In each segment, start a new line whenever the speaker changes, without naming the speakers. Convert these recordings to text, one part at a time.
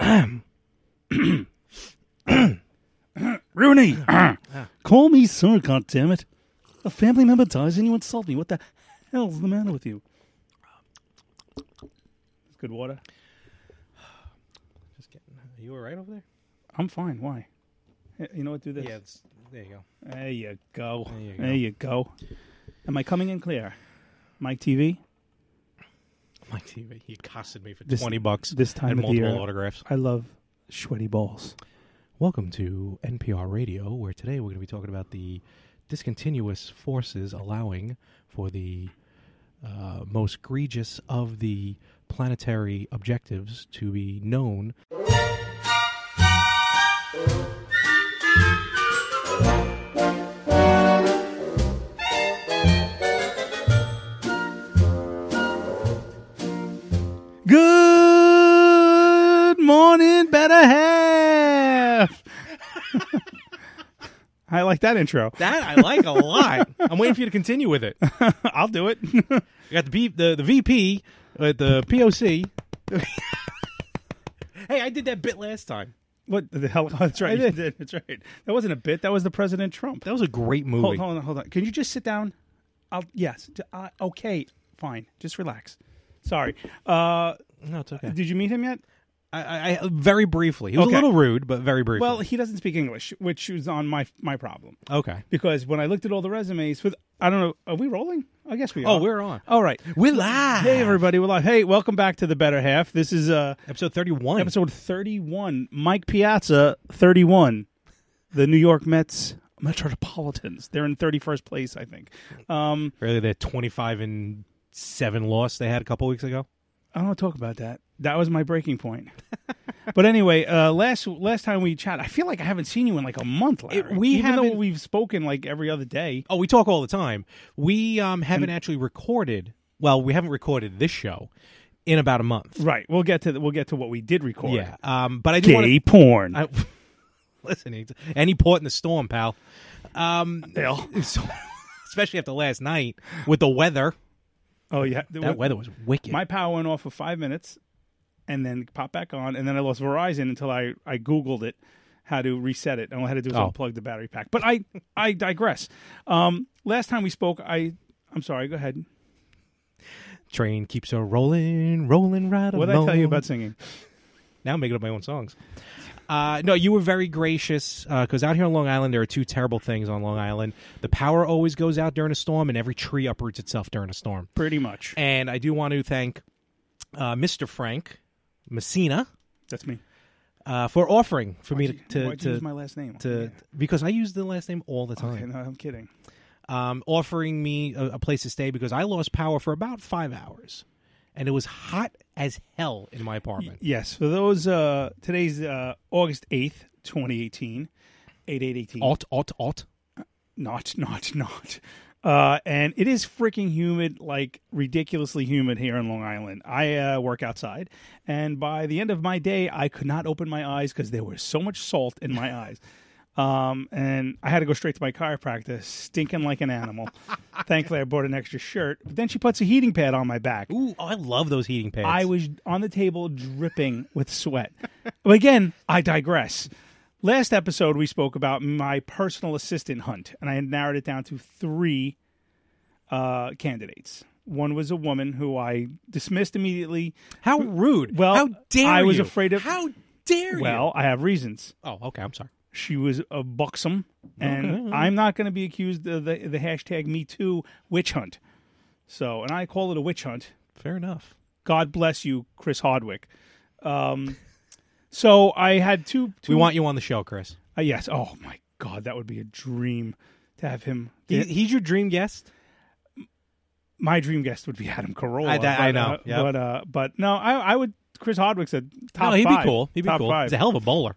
Rooney, call me sir, goddammit. A family member dies and you insult me. What the hell's the matter with you? It's good water.
Just kidding. Are you all right over there?
I'm fine. Why? Eh, You know what? Do this.
Yeah, it's, there you go.
There you go. There
you
you
go.
go. Am I coming in clear? Mike TV.
Mike TV, he costed me for
This-
20 bucks
this
and
time of the
multiple
year.
autographs.
I love sweaty balls.
Welcome to NPR Radio, where today we're going to be talking about the discontinuous forces allowing for the uh, most egregious of the planetary objectives to be known.
Good morning, better half. I like that intro.
That I like a lot. I'm waiting for you to continue with it. I
I'll do it.
got the, B, the, the VP
uh,
at the POC. hey, I did that bit last time.
what the hell? That's right.
I
you
did.
did. That's right. That wasn't a bit. That was the President Trump.
That was a great movie.
Hold, hold on, hold on. Can you just sit down? I'll yes. D- Uh, okay, fine. Just relax. Sorry. Uh,
No, it's okay.
did you meet him yet?
I, I, I very briefly. He was
Okay.
a little rude, but very briefly.
Well, he doesn't speak English, which was on my my problem
okay.
because when I looked at all the resumes, with I don't know, are we rolling? I guess we are.
Oh, we're on.
All right.
We're live.
Hey everybody, we're live. Hey, welcome back to the Better Half. This is uh
Episode thirty-one.
episode thirty-one. Mike Piazza, thirty-one. The New York Mets Metropolitans. They're in thirty-first place, I think. Um,
Really, they're twenty-five and seven loss they had a couple weeks ago.
I don't want to talk about that. That was my breaking point. but anyway, uh, last last time we chat, I feel like I haven't seen you in like a month. Larry.
It- we
even though
haven't-
we've spoken like every other day.
Oh, we talk all the time. We um, haven't actually recorded. Well, we haven't recorded this show in about a month.
Right. We'll get to the, we'll get to what we did record.
Yeah. Um, but I do
Gay
want to
porn.
I, listen, it's- any port in the storm, pal. Um,
Bill.
so- especially after last night with the weather.
Oh yeah.
That weather was wicked.
My power went off for five minutes, and then popped back on, and then I lost Verizon until I I googled it how to reset it. And all I had to do was
Oh.
unplug the battery pack. But I I digress. Um, last time we spoke, I I'm sorry. Go ahead.
Train keeps a rolling, rolling right
What did I
along.
tell you about singing?
Now I'm making up my own songs. Uh, no, you were very gracious because out here on Long Island, there are two terrible things on Long Island. The power always goes out during a storm, and every tree uproots itself during a storm.
Pretty much.
And I do want to thank uh, Mr. Frank Messina
That's me.
uh, for offering for me to
Why'd you
to,
use
to,
my last name?
to- because I use the last name all the time.
Okay, no, I'm kidding.
um, offering me a, a place to stay because I lost power for about five hours, and it was hot as hell in my apartment.
Yes, for those uh, today's uh, August eighth, twenty eighteen, eight eight eighteen.
Alt, alt, alt.
Not, not, not. Uh, and it is freaking humid, like ridiculously humid here in Long Island. I uh, work outside, and by the end of my day, I could not open my eyes because there was so much salt in my eyes. Um, and I had to go straight to my chiropractor, stinking like an animal. Thankfully, I bought an extra shirt. But then she puts a heating pad on my back.
Ooh, I love those heating pads.
I was on the table dripping with sweat. but again, I digress. Last episode, we spoke about my personal assistant hunt, and I had narrowed it down to three uh, candidates. One was a woman who I dismissed immediately.
How rude!
Well,
how dare
I was
you?
afraid of-
How dare
Well, I have reasons.
you? Oh, okay. I'm sorry.
She was a buxom, and I'm not going to be accused of the, the hashtag Me Too witch hunt. So, and I call it a witch hunt.
Fair enough.
God bless you, Chris Hardwick. Um, so I had two. two
We want you on the show, Chris.
uh, yes. Oh my God, that would be a dream to have him.
He, he's your dream guest.
my dream guest would be Adam Carolla.
I- that- I
but, uh,
know, yeah.
but uh, but no, I I would Chris Hardwick said top
no, he'd
five.
be cool. He'd be
top
cool.
Five.
He's a hell of a bowler.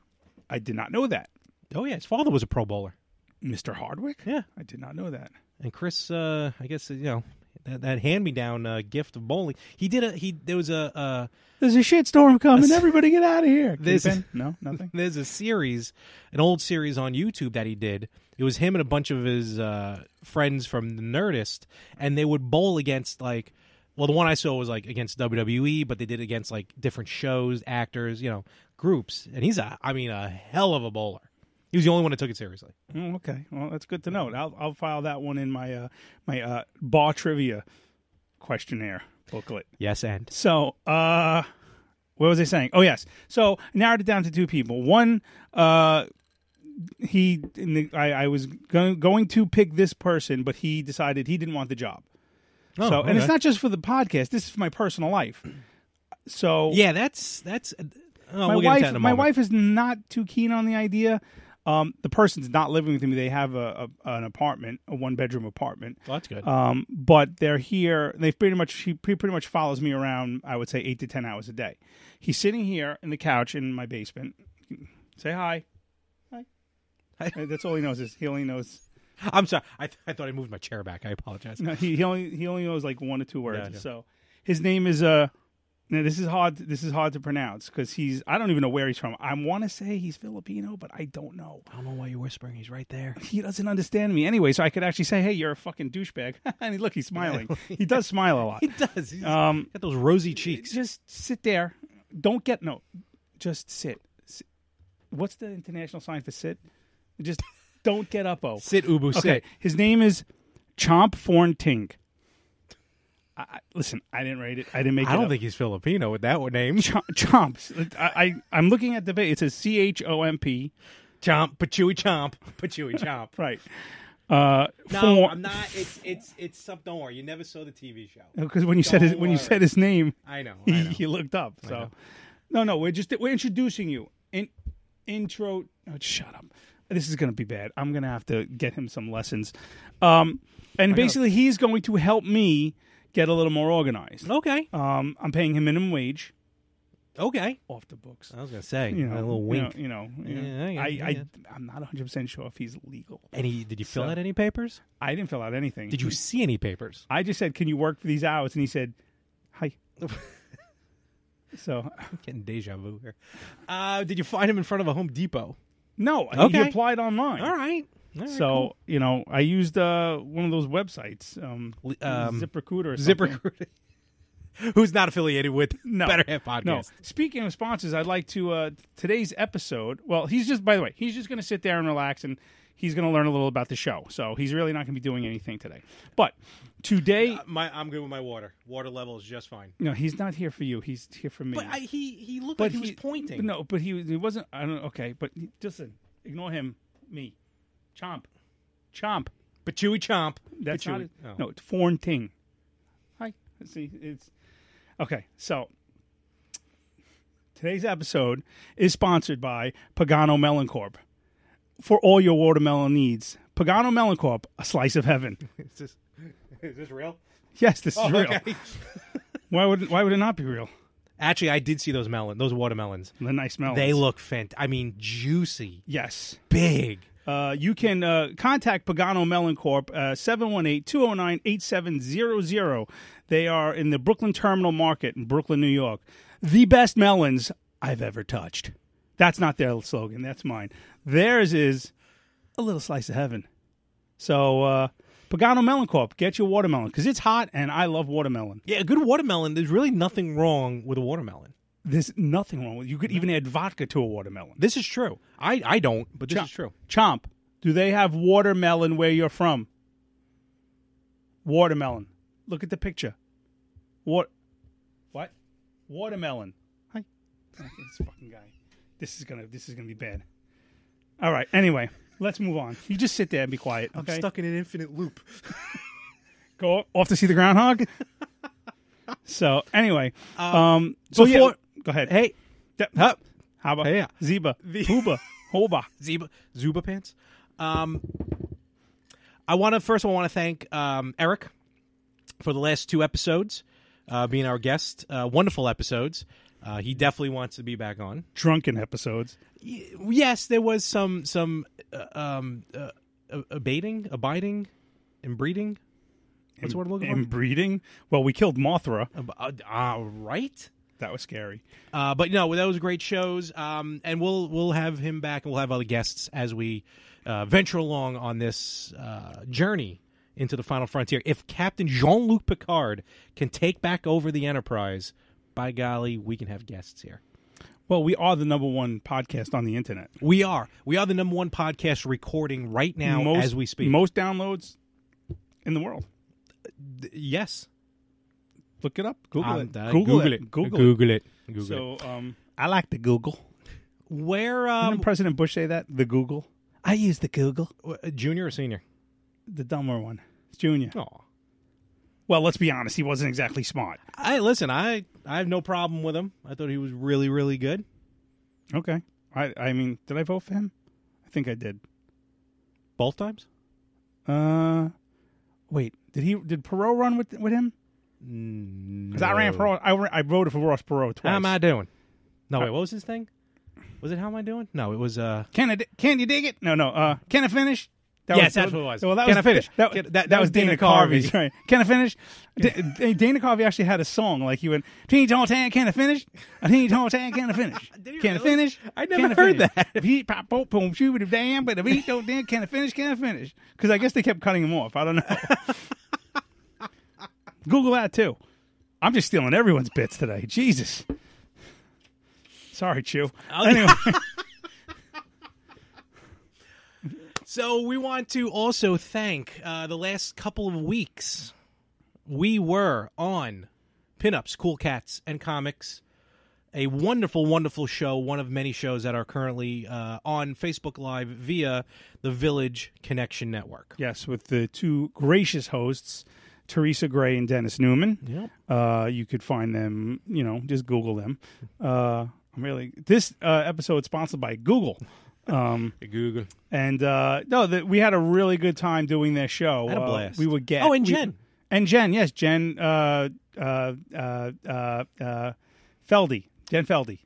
I did not know that.
Oh yeah, his father was a pro bowler.
Mr. Hardwick?
Yeah.
I did not know that.
And Chris, uh, I guess you know that, that hand-me-down uh, gift of bowling. He did a he. There was a uh,
There's a shitstorm coming. Everybody get out of here.
This-
Kingpin? No, nothing.
there's a series, an old series on YouTube that he did. It was him and a bunch of his uh, friends from Nerdist, and they would bowl against like. Well, the one I saw was like against WWE, but they did it against like different shows, actors, you know, groups. And he's a, I mean, a hell of a bowler. He was the only one that took it seriously.
Oh, okay. Well, that's good to know. I'll, I'll file that one in my uh, my uh, bar trivia questionnaire booklet.
Yes, and
So, uh, what was I saying? Oh, yes. So, narrowed it down to two people. One, uh, he, in the, I, I was go- going to pick this person, but he decided he didn't want the job.
oh,
so, and it's
okay.
not just for the podcast. This is for my personal life. So,
Yeah, that's that's. Uh, oh,
my
we'll get into
wife
that in a
my
moment.
wife is not too keen on the idea um, the person's not living with me they have a, a an apartment a one bedroom apartment
Well, that's good.
um, but they're here they pretty much she pre- pretty much follows me around i would say eight to ten hours a day he's sitting here in the couch in my basement say hi hi
Hi.
Uh, that's all he knows is he only knows
I'm sorry. I, th- I thought I moved my chair back. I apologize.
no, he, he only he only knows like one or two words.
Yeah, yeah.
So his name is uh now this is hard this is hard to pronounce because he's I don't even know where he's from. I want to say he's Filipino, but I don't know.
I don't know why you're whispering. He's right there.
He doesn't understand me anyway, so I could actually say, "Hey, you're a fucking douchebag." and look, he's smiling. he does smile a lot.
He does. He's
Um,
got those rosy cheeks.
just sit there. Don't get no. Just sit. sit. What's the international sign for sit? Just don't get up. Oh,
Sit, Ubu.
Okay,
Sit.
his name is Chomp Forn Tink. I, I, listen, I didn't write it. I didn't make it.
I don't
up.
think he's Filipino with that name.
Chom- Chomps. I, I I'm looking at the page. It says C H O M P.
Chomp, pachewy chomp, pachewy chomp.
Right. Uh,
No, I'm not. It's it's it's. some- Don't worry. You never saw the TV show.
Because when you said his,
Don't
when you
worry.
said his name,
I know. I
he,
know.
he looked up. So, no, no, we're just we're introducing you. In, intro. Oh, shut up. This is gonna be bad. I'm gonna have to get him some lessons. Um, and basically, he's going to help me get a little more organized.
Uh, Okay.
Um, I'm paying him minimum wage
Okay.
off the books.
I was gonna say
You know,
Oh, a little
you
wink.
know- You know, you
Yeah,
know.
yeah,
I,
yeah.
I, I'm not 100 percent sure if he's legal.
And he did you fill
So-
out any papers?
I didn't fill out anything.
Did you see any papers?
I just said, "Can you work for these hours?" And he said, "Hi." so
Getting deja vu here. Uh, did you find him in front of a Home Depot?
no, he- he
Okay.
applied online.
All right. All right,
So you know, I used uh, one of those websites, um,
Le- um,
ZipRecruiter. Or something.
ZipRecruiter, who's not affiliated with
No.
Better Half Podcast.
No. Speaking of sponsors, I'd like to uh, today's episode. Well, he's just by the way, he's just going to sit there and relax, and he's going to learn a little about the show. So he's really not going to be doing anything today. But today,
Uh, My, I'm good with my water. Water level is just fine.
No, he's not here for you. He's here for me.
But I, he he looked
But
like he, was pointing.
No, but he was- he wasn't. I don't. Okay, but he- listen, ignore him. Me, chomp, chomp.
but Chewy Chomp.
That's not
Chewy. Oh.
it. no it's foreign thing. Hi. See, it's okay. So today's episode is sponsored by Pagano Melon Corp. For all your watermelon needs, Pagano Melon Corp, a slice of heaven.
Is this, is this real? Oh,
Yes, this is real.
Okay.
Why would why would it not be real?
Actually, I did see those melon, those watermelons.
The Oh, nice melons.
They look fantastic. I mean, juicy,
yes.
big.
Uh, you can uh, contact Pagano Melon Corp, uh, 718-209-8700. They are in the Brooklyn Terminal Market in Brooklyn, New York. The best melons I've ever touched. That's not their slogan. That's mine. Theirs is a little slice of heaven. So uh, Pagano Melon Corp, get your watermelon because it's hot and I love watermelon.
Yeah, a good watermelon. There's really nothing wrong with a watermelon.
There's nothing wrong with it. You could even add vodka to a watermelon.
This is true. I, I don't, but this
Chomp.
is true.
Chomp, do they have watermelon where you're from? Watermelon. Look at the picture. What? What? Watermelon. Hi. Okay, this fucking guy. This is gonna. This is gonna be bad. All right. Anyway, let's move on. You just sit there and be quiet. Okay.
in an infinite loop.
Go off to see the groundhog. so anyway, um. so
before
yeah. Go ahead.
hey,
Yep.
huh?
Haba.
Hey, yeah.
Ziba. Huba. Hoba.
Ziba, Zuba pants. Um, I want to first. I want to thank um, Eric for the last two episodes, uh, being our guest. Uh, wonderful episodes. Uh, he definitely wants to be back on.
Drunken episodes.
Y- yes, there was some some uh, um, uh, a- abating, abiding, and breeding. What's the word I'm looking
And breeding. Well, we killed Mothra.
for? Ab- uh, uh, right.
That was scary.
Uh, but no, those great shows, um, and we'll we'll have him back, and we'll have other guests as we uh, venture along on this uh, journey into the final frontier. If Captain Jean Luc Picard can take back over the Enterprise, by golly, we can have guests here.
Well, we are the number one podcast on the internet.
We are we are the number one podcast recording right now
most,
as we speak.
Most downloads in the world.
yes,
Look it up. Google
Um,
it.
uh,
Google, it. Google, it.
it. Google it.
So um, I like the Google.
Where
Didn't
um,
President Bush say that? The Google. I use the Google.
uh, junior or senior?
The dumber one. It's Junior.
Oh,
Well, let's be honest. He wasn't exactly smart.
I listen. I I have no problem with him. I thought he was really really good.
Okay. I, I mean, did I vote for him? I think I did.
Both times?
Uh, wait. Did he? Did Perot run with with him?
No.
Because I ran for I, ran- I voted for Ross Perot twice.
How am I doing? No,
Uh,
wait. What was his thing? Was it how am I doing? No, it was. uh
Can I? di- Can you dig it? No, no. Uh, can I finish? That
Yes, that's what it was.
Well, that
Can
was,
I finish?
That,
Can-
that, that, was Dana, Carvey. Right. Can I finish? D- D- Dana Carvey actually had a song like he went, "Teeny tall tan, can I finish? A teeny tall tan, can I finish?
Did he
Can I
really?
finish?
I never
Can I
heard
finish?
that.
If he pop pop boom shoot with damn, but if he don't then can I finish? Can I finish? Because I guess they kept cutting him off. I don't know. Google that too. I'm just stealing everyone's bits today. Jesus. Sorry, Chew. Anyway,
So we want to also thank uh, the last couple of weeks. We were on Pinups, Cool Cats, and Comics. A wonderful, wonderful show, one of many shows that are currently uh, on Facebook Live via the Village Connection Network.
Yes, with the two gracious hosts, Teresa Gray and Dennis Newman.
Yep.
Uh, you could find them, you know, just Google them. Uh, I'm really this uh, episode sponsored by Google. Um,
Google.
and uh, no, that we had a really good time doing their show.
Had a
Uh,
blast.
we would get
Oh, and
we-
Jen.
and Jen, yes, Jen uh, uh, uh, uh, uh, Feldy, Jen Feldy.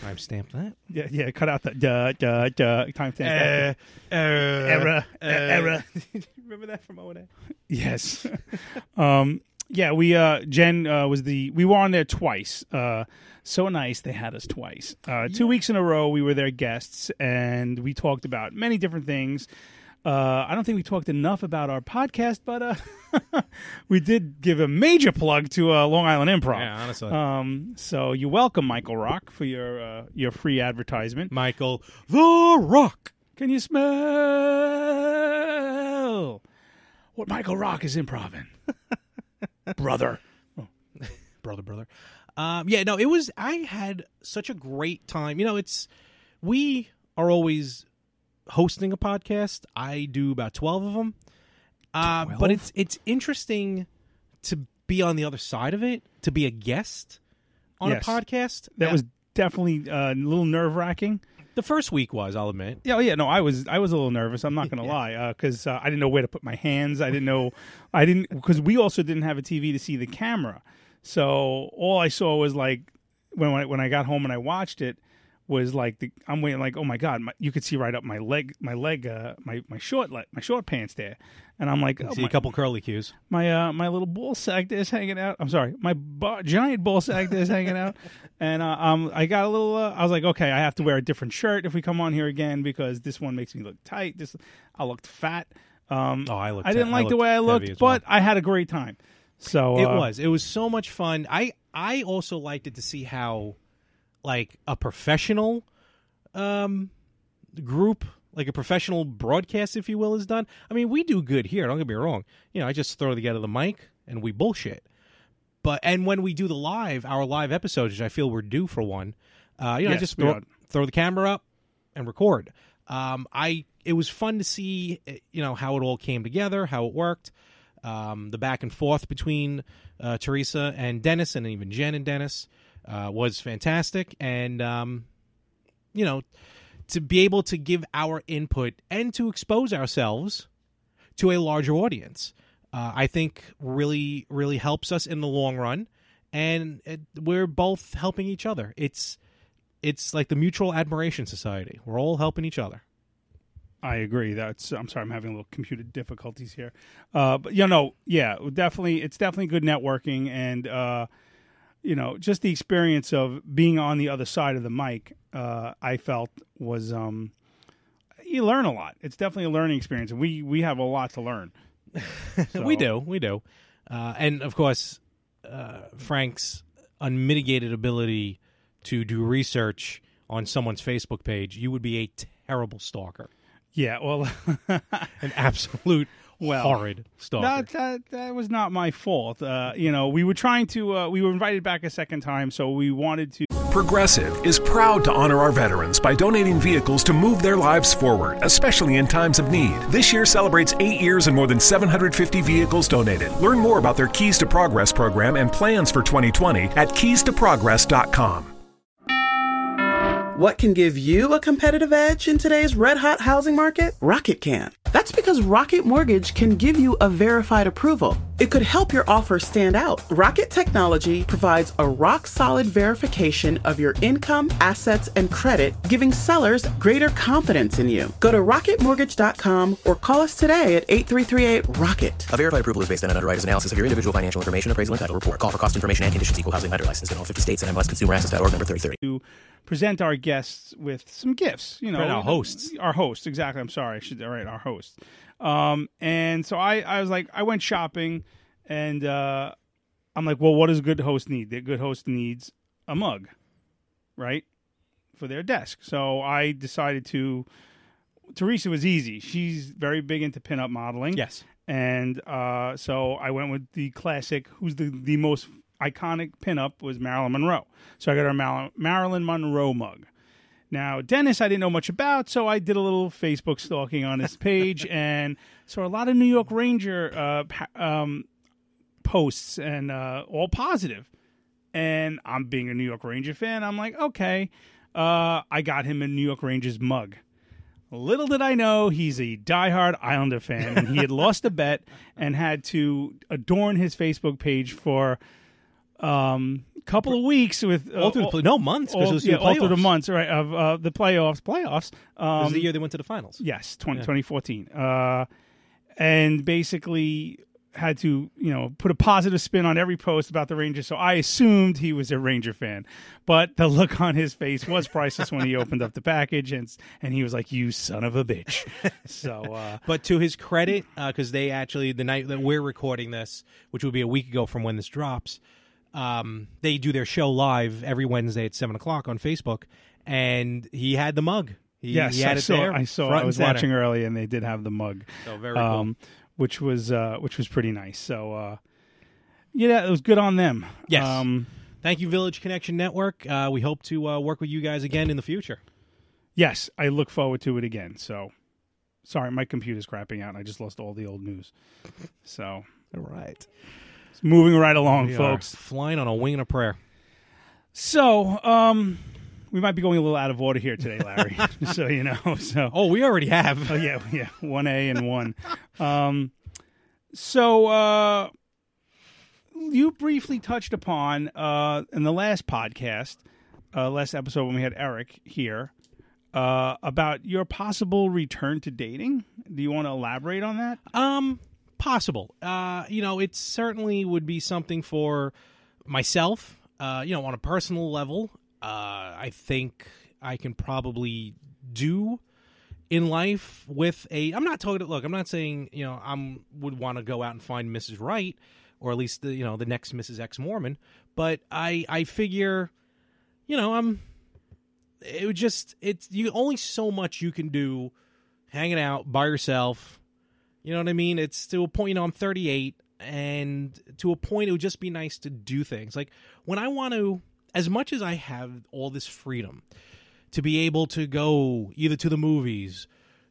Timestamp that.
Yeah, yeah. Cut out the duh, duh, duh, time stamp.
error. E-
Error,
eh,
error.
Remember that from O&A?
uh, Yes. um, yeah, we uh, Jen uh, was the we were on there twice. Uh, so nice they had us twice. Uh, two weeks in a row we were their guests and we talked about many different things. Uh, I don't think we talked enough about our podcast, but uh, we did give a major plug to uh, Long Island Improv.
Yeah, honestly.
Um, so you're welcome, Michael Rock, for your uh, your free advertisement.
Michael The Rock.
Can you smell what Michael Rock is improving? Brother.
Oh. brother, brother. Um, yeah, no, it was. I had such a great time. You know, it's we are always hosting a podcast. I do about twelve of them, uh, but it's it's interesting to be on the other side of it, to be a guest on
Yes.
a podcast.
That
Yeah,
was definitely uh, a little nerve wracking.
the first week was. I'll admit.
Yeah, yeah, no, I was, I was a little nervous. I'm not going to lie, because uh, I didn't know where to put my hands. I didn't know, I didn't, because we also didn't have a TV to see the camera. So all I saw was like when I, when I got home and I watched it was like the, I'm waiting like, oh my god, my, you could see right up my leg, my leg, uh, my my short leg, my short pants there, and I'm like, oh,
See
my,
a couple curly cues.
my uh, my little ball sack is hanging out. I'm sorry, my ba- giant ball sack is hanging out, and uh, um, I got a little. Uh, I was like, okay, I have to wear a different shirt if we come on here again because this one makes me look tight. This I looked fat. Um,
Oh, I looked
I didn't
he- I
like the
looked
way I
heavy
looked,
as well.
but I had a great time. So
It
uh,
was. It was so much fun. I I also liked it to see how like a professional um group, like a professional broadcast, if you will, is done. I mean, we do good here, don't get me wrong. You know, I just throw together the mic and we bullshit. But and when we do the live, our live episodes, which I feel we're due for one, uh, you know, I
Yes,
just
we
throw,
are.
throw the camera up and record. Um, I it was fun to see, eh, you know, how it all came together, how it worked, um, the back and forth between uh, Teresa and Dennis, and even Jen and Dennis uh, was fantastic, and um, you know, to be able to give our input and to expose ourselves to a larger audience, uh, I think really really helps us in the long run. and it, we're both helping each other. It's it's like the mutual admiration society. We're all helping each other.
I agree. That's. I'm sorry. I'm having a little computer difficulties here. Uh, but you know, yeah, definitely. It's definitely good networking, and uh, you know, just the experience of being on the other side of the mic. Uh, I felt was um, you learn a lot. It's definitely a learning experience, and we we have a lot to learn. So-
We do, we do, uh, and of course, uh, Frank's unmitigated ability to do research on someone's Facebook page. You would be a terrible stalker,
Yeah. Well,
an absolute
Well,
horrid stalker.
That, that that was not my fault. Uh, you know, we were trying to. Uh, we were invited back a second time, so we wanted to.
Progressive is proud to honor our veterans by donating vehicles to move their lives forward, especially in times of need. This year celebrates eight years and more than 750 vehicles donated. Learn more about their Keys to Progress program and plans for 2020 at keystoprogress.com.
What can give you a competitive edge in today's red hot housing market? Rocket can. That's because Rocket Mortgage can give you a verified approval. It could help your offer stand out. Rocket Technology provides a rock solid verification of your income, assets, and credit, giving sellers greater confidence in you. Go to rocketmortgage.com or call us today at 8338 Rocket.
A verified approval is based on an underwriter's analysis of your individual financial information, appraisal, and title report. Call for cost information and conditions. Equal housing lender licensed in all 50 states and MLSConsumerAccess.org number 3030.
present our guests with some gifts. You know,
Right, our hosts.
our hosts. Exactly. I'm sorry. I should. All right, our hosts. Um, and so I, I was like, I went shopping, and uh, I'm like, well, what does a good host need? The good host needs a mug, right, for their desk. So I decided to. Teresa was easy. She's very big into pinup modeling.
Yes.
And uh, so I went with the classic. Who's the the most iconic pinup was Marilyn Monroe. So I got her Mal- Marilyn Monroe mug. Now Dennis, I didn't know much about, so I did a little Facebook stalking on his page and saw a lot of New York Ranger uh, pa- um, posts and uh, all positive. And I'm being a New York Ranger fan. I'm like, okay, uh, I got him a New York Rangers mug. Little did I know he's a diehard Islander fan, and he had lost a bet and had to adorn his Facebook page for um, a couple of weeks with uh,
all through the pla- no months because
all,
it was
yeah,
the
all through the
playoffs.
months right of uh, the playoffs. Playoffs.
This
Um,
is the year they went to the finals.
Yes, 20, 2014. Uh, and basically had to, you know, put a positive spin on every post about the Rangers. So I assumed he was a Ranger fan. But the look on his face was priceless when he opened up the package and and he was like, "You son of a bitch." So uh
But to his credit, because they actually the night that we're recording this, which would be a week ago from when this drops, um, they do their show live every Wednesday at seven o'clock on Facebook, and he had the mug. He,
yes,
he had
I
it
saw
there.
I saw
front
I
and
was
center.
watching early and they did have the mug. Um,
So very cool.
which was uh which was pretty nice. So uh yeah, it was good on them. Um,
Yes. Thank you, Village Connection Network. Uh, we hope to uh, work with you guys again in the future.
Yes, I look forward to it again. So, sorry, my computer's crapping out. And I just lost all the old news. So,
All right,
it's moving right along, folks.
flying on a wing and a prayer.
So, um, we might be going a little out of order here today, Larry. so you know, so
Oh, we already have.
Oh yeah, yeah, one A and one. um, so uh, you briefly touched upon uh, in the last podcast, uh, last episode when we had Eric here, uh, about your possible return to dating. Do you want to elaborate on that?
Um, possible. Uh, you know, it certainly would be something for myself. Uh, you know, on a personal level, uh, I think I can probably do in life with a. I'm not talking. Look, I'm not saying you know I'm would want to go out and find Mrs. Wright or at least the you know the next Mrs. X Mormon, but I I figure, you know, I'm. It would just it's you only so much you can do, hanging out by yourself, you know what I mean? It's to a point, you know, I'm 38, and to a point, it would just be nice to do things. Like, when I want to, as much as I have all this freedom to be able to go either to the movies,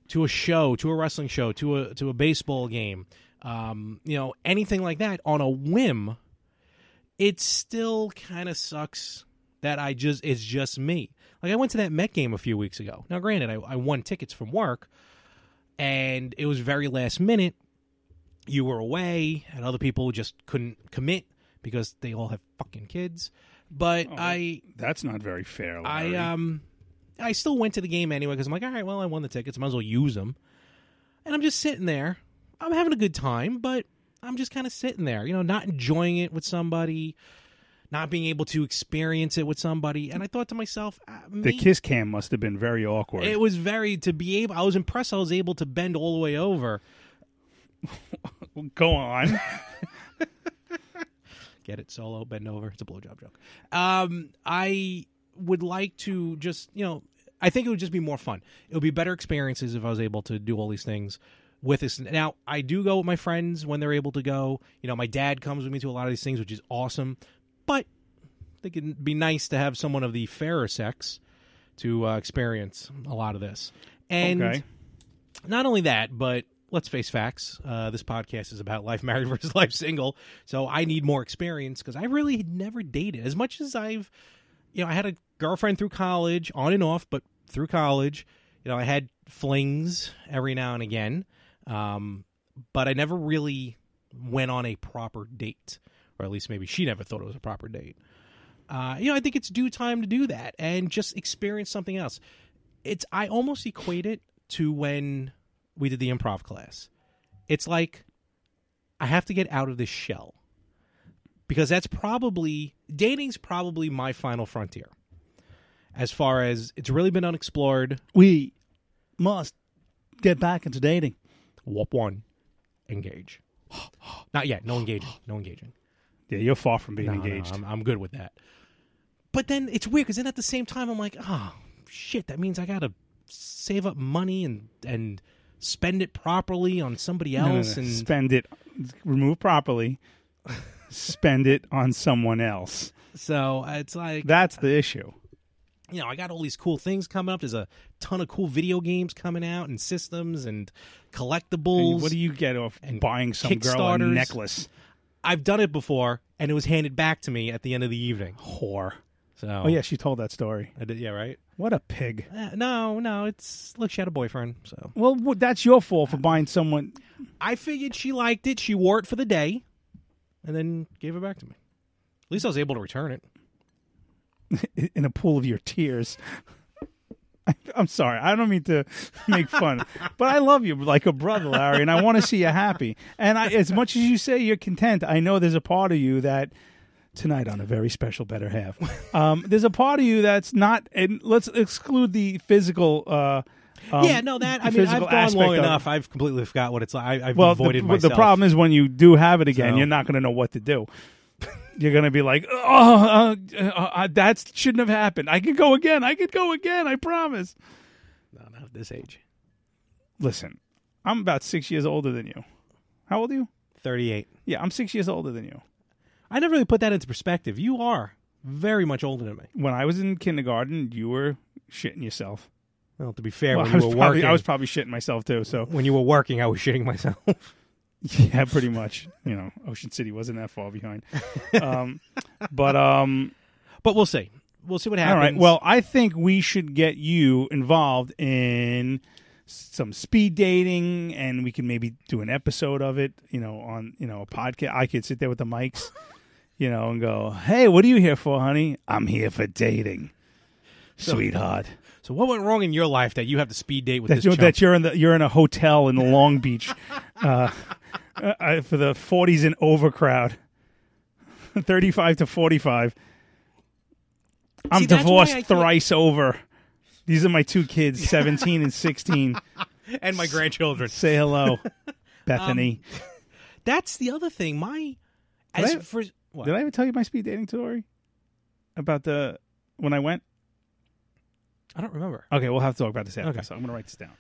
to a show, to a wrestling show, to a, to a baseball game, um, you know, anything like that on a whim, it still kind of sucks that I just, it's just me. Like, I went to that Met game a few weeks ago. Now, granted, I, I won tickets from work, and it was very last minute. You were away, and other people just couldn't commit. because they all have fucking kids. But I
That's not very fair.
I
Larry.
um I still went to the game anyway because I'm like, all right, well, I won the tickets, might as well use them. And I'm just sitting there. I'm having a good time, but I'm just kind of sitting there, you know, not enjoying it with somebody, not being able to experience it with somebody. And I thought to myself, uh,
the
me-
kiss cam must have been very awkward.
it was very to be able. I was impressed. I was able to bend all the way over.
Go on.
Get it solo, bend over. It's a blowjob joke. Um, I would like to just, you know, I think it would just be more fun. It would be better experiences if I was able to do all these things with this. Now, I do go with my friends when they're able to go. You know, my dad comes with me to a lot of these things, which is awesome. But I think it'd be nice to have someone of the fairer sex to uh, experience a lot of this. And
okay.
not only that, but let's face facts. Uh, this podcast is about life married versus life single. So I need more experience because I really had never dated as much as I've, you know, I had a girlfriend through college, on and off, but through college, you know, I had flings every now and again. Um, but I never really went on a proper date, or at least maybe she never thought it was a proper date. Uh, you know, I think it's due time to do that and just experience something else. It's I almost equate it to when we did the improv class. It's like I have to get out of this shell because that's probably dating's probably my final frontier. As far as it's really been unexplored,
We must get back into dating.
whoop one, engage. Not yet. No engaging. No engaging.
Yeah, you're far from being
No, no,
engaged.
I'm, I'm good with that. But then it's weird because then at the same time I'm like, oh shit, that means I gotta save up money and and spend it properly on somebody
No, no, no.
else and
Spend it, remove properly. spend it on someone else.
so uh, it's like
That's the issue.
you know, I got all these cool things coming up. There's a ton of cool video games coming out and systems and collectibles.
And what do you get off
and
buying some girl a
Kickstarters.
necklace?
I've done it before, and it was handed back to me at the end of the evening. Whore. So,
Oh yeah, she told that story.
I did, yeah, right.
What a pig.
Uh, no, no, it's look, she had a boyfriend, so
Well, w- that's your fault for buying someone.
I figured she liked it. She wore it for the day, and then gave it back to me. At least I was able to return it.
in a pool of your tears. I'm sorry. I don't mean to make fun, but I love you like a brother, Larry, and I want to see you happy. And I, as much as you say you're content, I know there's a part of you that tonight on a very special better half. Um, there's a part of you that's not, and let's exclude the physical. Uh, um,
yeah, no, that I mean,
physical
I've gone
aspect
long
of-
enough. I've completely forgot what it's like. I, I've
Well,
avoided
the,
myself.
the problem is when you do have it again,
So-
you're not going to know what to do. You're going to be like, oh, uh, uh, uh, that shouldn't have happened. I could go again. I could go again. I promise.
no, not at this age.
listen, I'm about six years older than you. How old are you?
Thirty-eight.
Yeah, I'm six years older than you.
I never really put that into perspective. You are very much older than me.
When I was in kindergarten, you were shitting yourself.
Well, to be fair,
Well,
when
I was
you were
probably
working,
I was probably shitting myself too. So
when you were working, I was shitting myself.
yeah, pretty much. You know, Ocean City wasn't that far behind. Um, but um,
but we'll see. We'll see what happens.
all right. Well, I think we should get you involved in some speed dating, and we can maybe do an episode of it. You know, on you know a podcast. I could sit there with the mics. You know, and go, hey, what are you here for, honey? I'm here for dating, sweetheart.
so what went wrong in your life that you have to speed date with
That
this?
you're,
chump?
that you're in the you're in a hotel in Long Beach uh, uh, uh, for the 40s and over crowd, 35 to 45. I'm
See, that's why I
divorced
can't-
thrice over. These are my two kids, 17 and 16.
and my grandchildren. Um,
Say hello, Bethany.
That's the other thing. My
Did
as
I-
for what?
Did I ever tell you my speed dating story about the when I went?
I don't remember.
Okay, we'll have to talk about this after.
Okay.
So I'm going to write this down.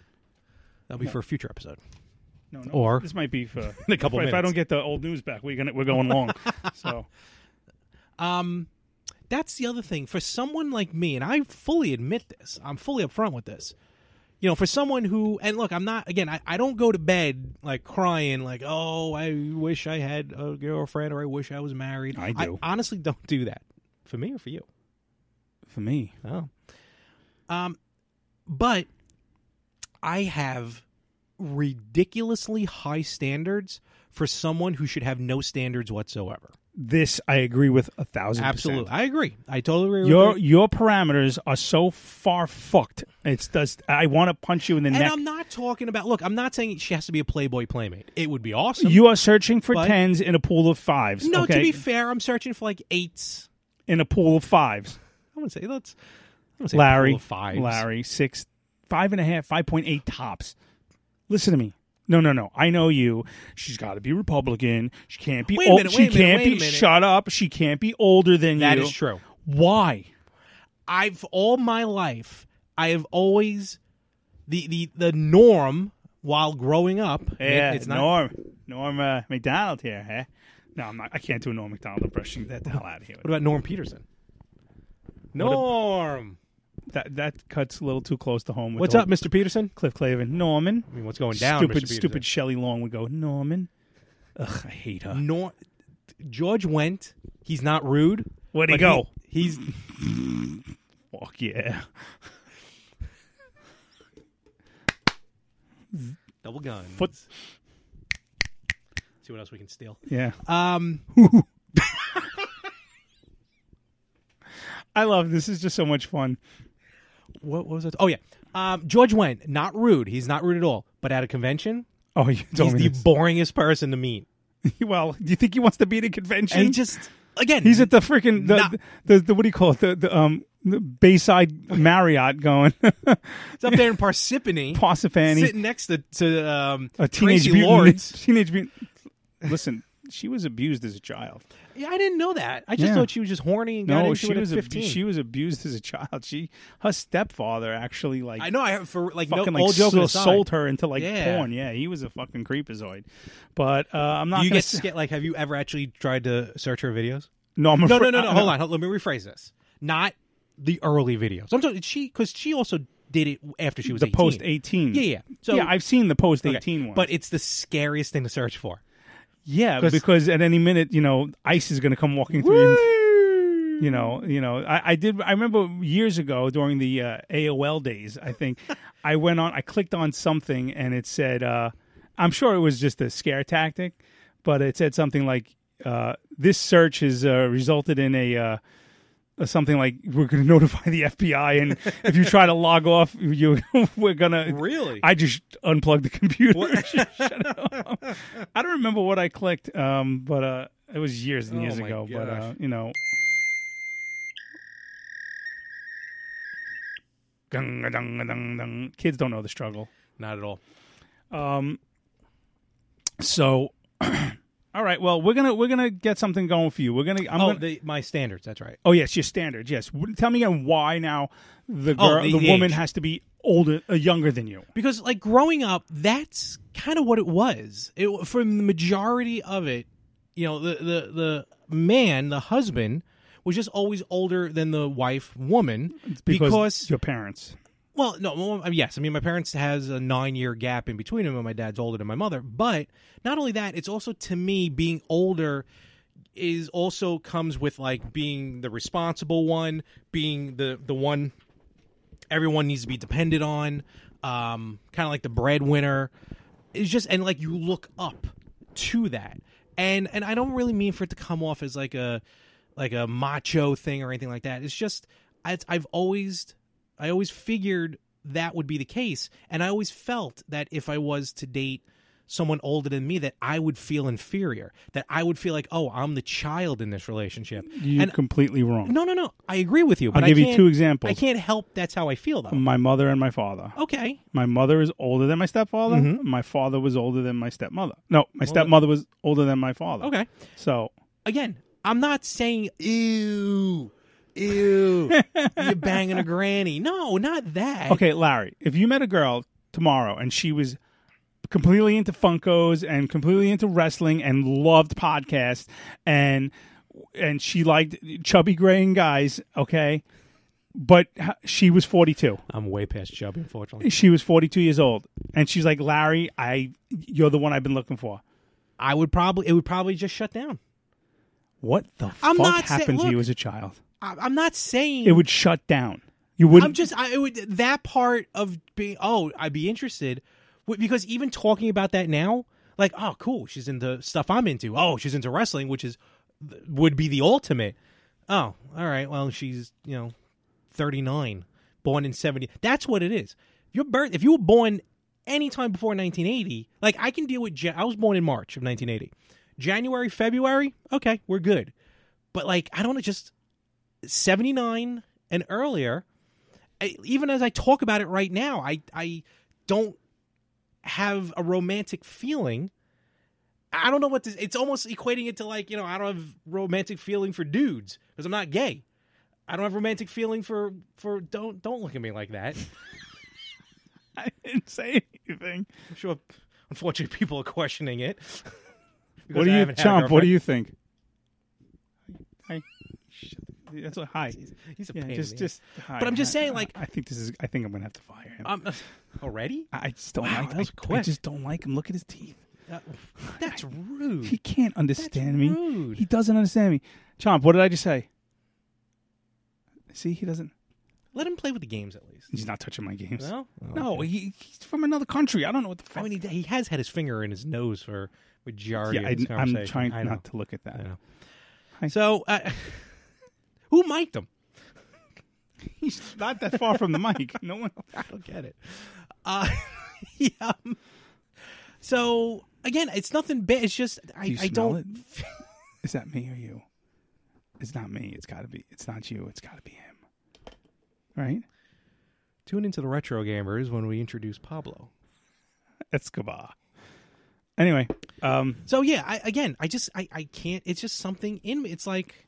That'll be for a future episode.
No, no,
Or-
this might be for
In a couple
if I
minutes.
don't get the old news back, we're gonna we're going long. so
Um, that's the other thing for someone like me, and I fully admit this. I'm fully upfront with this. You know, for someone who, and look, I'm not again. I, I don't go to bed like crying, like, oh, I wish I had a girlfriend or I wish I was married.
I do.
I honestly don't do that. For me or for you?
for me,
Oh. Um, but I have ridiculously high standards for someone who should have no standards whatsoever.
This I agree with a thousand percent.
Absolutely, I agree. I totally agree.
Your
with you.
your parameters are so far fucked. It's just I want to punch you in the
And
neck.
I'm not talking about. Look, I'm not saying she has to be a Playboy playmate. It would be awesome.
you are searching for
But-
tens in a pool of fives.
no,
okay?
to be fair, I'm searching for like eights.
in a pool of fives.
I want to say that's. I want to say
Larry,
five.
Larry, six, five and a half, five point eight tops. Listen to me. No, no, no. I know you. She's got to be Republican. She can't be
Wait a
old.
minute,
She
wait a minute,
can't
wait a
be.
minute.
Shut up. She can't be older than
That
you.
is true.
Why?
I've all my life, I have always the the the norm while growing up.
Yeah,
it's not.
Norm. Norm uh, McDonald here, huh? No, I'm not. I can't do a Norm McDonald impression. Get the hell out of here.
What about Norm Peterson? Norm,
That that cuts a little too close to home. With
what's
the
up,
whole-
Mr. Peterson?
Cliff Clavin? Norman.
I mean, what's going down,
Stupid,
Mr.
stupid.
Peterson?
Shelley Long would go. Norman. Ugh, I hate her.
Nor- George went. He's not rude.
Where'd he
but
go?
he's
Fuck yeah.
double gun.
Foot.
See what else we can steal.
Yeah.
Um,
I love this. Is just so much fun.
what, what was that? Oh yeah, um, George went. Not rude. He's not rude at all. But at a convention,
Oh, you
he's
told me.
the
this.
boringest person to meet.
well, do you think he wants to be at a convention?
And he just again,
He's at the freaking the,
Nah.
the, the, what do you call it? The, the um the Bayside Marriott going.
It's up there in Parsippany,
Posifani.
sitting next to, to um,
a teenage
Tracy
mutant.
Lords.
Teenage mutant. Listen, she was abused as a child.
Yeah, I didn't know that. I just
Yeah.
thought she was just horny and got
No,
into
she
it at
was abu-
15.
she was abused as a child. She her stepfather actually like
I know. I have for like no
fucking
all
like
joking
so-
aside,
sold her into like
Yeah.
porn. Yeah, he was a fucking creepazoid. But uh, I'm not
You
gonna
get scared. Like, have you ever actually tried to search her videos?
no, I'm
No,
afraid-
no, no, no.
I-
Hold on. Hold, let me rephrase this. Not the early videos. I'm talking she because she also did it after she was
the
18.
post 18.
Yeah, yeah. So
yeah, I've seen the post
okay.
18 one.
But it's the scariest thing to search for.
yeah,
'cause-
because at any minute, you know, ICE is going to come walking through. and- you know, you know, I, I did. I remember years ago during the uh, AOL days. I think I went on. I clicked on something and it said. Uh, I'm sure it was just a scare tactic, but it said something like, uh, "This search has uh, resulted in a." Uh, uh, something like we're going to notify the FBI, and if you try to log off, you we're gonna
Really?
I just unplugged the computer. Shut it off. I don't remember what I clicked, um, but uh, it was years and
Oh
years
my
ago. But uh,
gosh.
you know. Gung, a dung, a dung, dung. Kids don't know the struggle.
Not at all.
So, all right. Well, we're gonna we're gonna get something going for you. We're gonna. I'm
oh,
gonna,
the, my standards. That's right.
Oh yes, your standards. Yes. W- Tell me again why now the
Oh,
girl,
the-
the,
the
woman
age.
has to be older, uh, younger than you.
because like growing up that's kind of what it was it for the majority of it you know the the the man the husband was just always older than the wife woman
your parents.
well no well, I mean, yes i mean my parents has a nine year gap in between them and my dad's older than my mother but not only that it's also to me being older is also comes with like being the responsible one being the the one everyone needs to be depended on um kind of like the breadwinner it's just and like you look up to that and and i don't really mean for it to come off as like a like a macho thing or anything like that it's just I, i've always i always figured that would be the case and i always felt that if i was to date someone older than me that i would feel inferior that i would feel like oh i'm the child in this relationship
You're
and
completely wrong.
no no no i agree with you but I
give you
can't-
two examples.
i can't help that's how i feel though
My mother and my father.
okay
My mother is older than my stepfather.
Mm-hmm.
My father was older than my stepmother. No, my stepmother was older than my father.
okay
So
again, I'm not saying ew, ew, you banging a granny. No, not that.
okay, Larry, if you met a girl tomorrow and she was completely into Funkos and completely into wrestling and loved podcasts and and she liked chubby gray and guys, okay, but h- she was forty two.
I'm way past chubby, unfortunately.
She was forty two years old, and she's like, Larry, I you're the one I've been looking for.
I would probably it would probably just shut down.
What the fuck
I'm not saying-
happened to
look.
you as a child?
I, I'm not saying
It would shut down. You wouldn't.
I'm just I it would that part of being oh I'd be interested w- because even talking about that now like oh cool she's into stuff I'm into oh she's into wrestling which is th- would be the ultimate. Oh, all right. Well, she's you know, thirty nine, born in seventy. That's what it is. If you're birth, if you were born anytime before nineteen eighty, like I can deal with. Ja- I was born in March of nineteen eighty. January, February, okay, we're good. But like, I don't just seventy nine and earlier. I, even as I talk about it right now, I I don't have a romantic feeling. I don't know what this. It's almost equating it to like you know I don't have romantic feeling for dudes because I'm not gay. I don't have romantic feeling for for don't don't look at me like that.
I didn't say anything.
I'm sure, unfortunately, people are questioning it.
What do you, Chomp? What do you think? I, shit, that's a hi.
He's a
Yeah,
pain. in
just,
the
just. hi,
I'm just
hi.
saying, like-
I think this is. I think I'm gonna have to fire him.
ass. um, already.
I I just don't
Wow,
like.
that was
I, I
quick.
just don't like him. Look at his teeth.
That- that's rude.
Uh, He can't understand me.
rude.
He doesn't understand me. Chomp, what did I just say? See, he doesn't.
Let him play with the games at least.
He's not touching my games.
No, Oh,
No, he, he's from another country. I don't know what the fuck.
I mean, he, he has had his finger in his nose for majority
yeah,
of this
I,
conversation.
am trying
I know.
not to look at
I
that.
know.
Hi.
So, uh, who mic'd him?
He's not that far from the mic. No one.
I don't get it. Uh, yeah. So again, it's nothing bad. It's just I,
Do you
I
smell
don't.
it? Is that me or you? It's not me. It's got to be. It's not you. It's got to be him. Right?
Tune into the retro gamers when we introduce Pablo.
Escobar. Anyway, um,
So yeah, I, again, I just I, I can't. It's just something in me. It's like,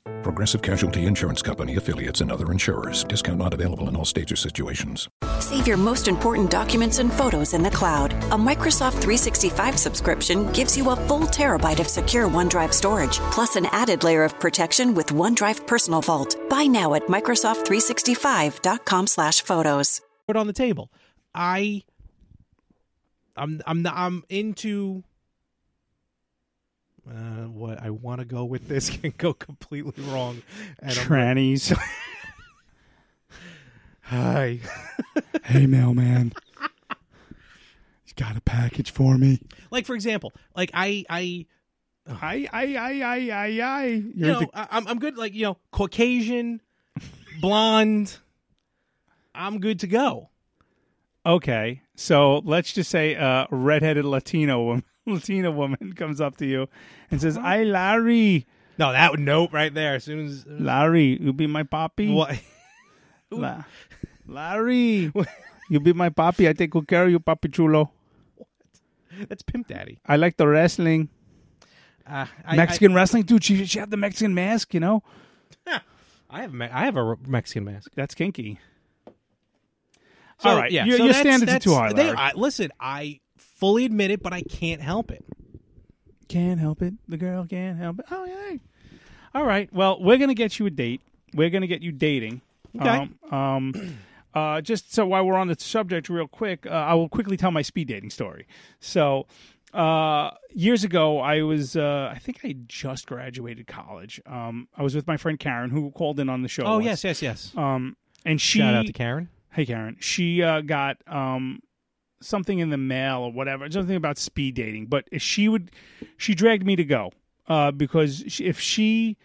Progressive Casualty Insurance Company affiliates and other insurers. Discount not available in all states or situations.
Save your most important documents and photos in the cloud. A Microsoft 365 subscription gives you a full terabyte of secure OneDrive storage, plus an added layer of protection with OneDrive Personal Vault. Buy now at Microsoft365.com slash photos.
put on the table. I I'm I'm not, I'm into uh, what I want to go with this can go completely wrong. And I'm
trannies.
hi.
hey, mailman. He's got a package for me.
Like for example, like I I
I, I, I, I, I, I.
you
You're
know I, I'm I'm good like you know Caucasian, blonde. I'm good to go.
the- okay. So let's just say a redheaded Latino woman, Latina woman comes up to you and says, "I, Larry,
No, that would nope right there. As soon as
Larry, you be my papi."
what
La- Larry, you be my papi. I take good care of you, papi chulo.
that's pimp daddy.
I like the wrestling,
Uh, I-
Mexican wrestling, dude. She she had the Mexican mask, you know.
I, I have a Me- I have a Mexican mask.
That's kinky.
So,
All right,
yeah.
your,
so
your
that's-
standards are
that's-
too high.
they-
Larry.
I, listen, I fully admit it, but I can't help it.
Oh, can't help it. The girl can't help it. Oh yeah. All right. Well, we're gonna get you a date. We're gonna get you dating.
Okay.
Um, um, uh, just so while we're on the subject, real quick, uh, I will quickly tell my speed dating story. So, uh, years ago, I was uh, I think I just graduated college. Um, I was with my friend Karen, who called in on the show.
Oh
once.
yes, yes, yes.
Um, and she
Shout out to Karen.
Hey Karen, she uh, got um, something in the mail or whatever, something about speed dating. But if she would, she dragged me to go uh, because she, if she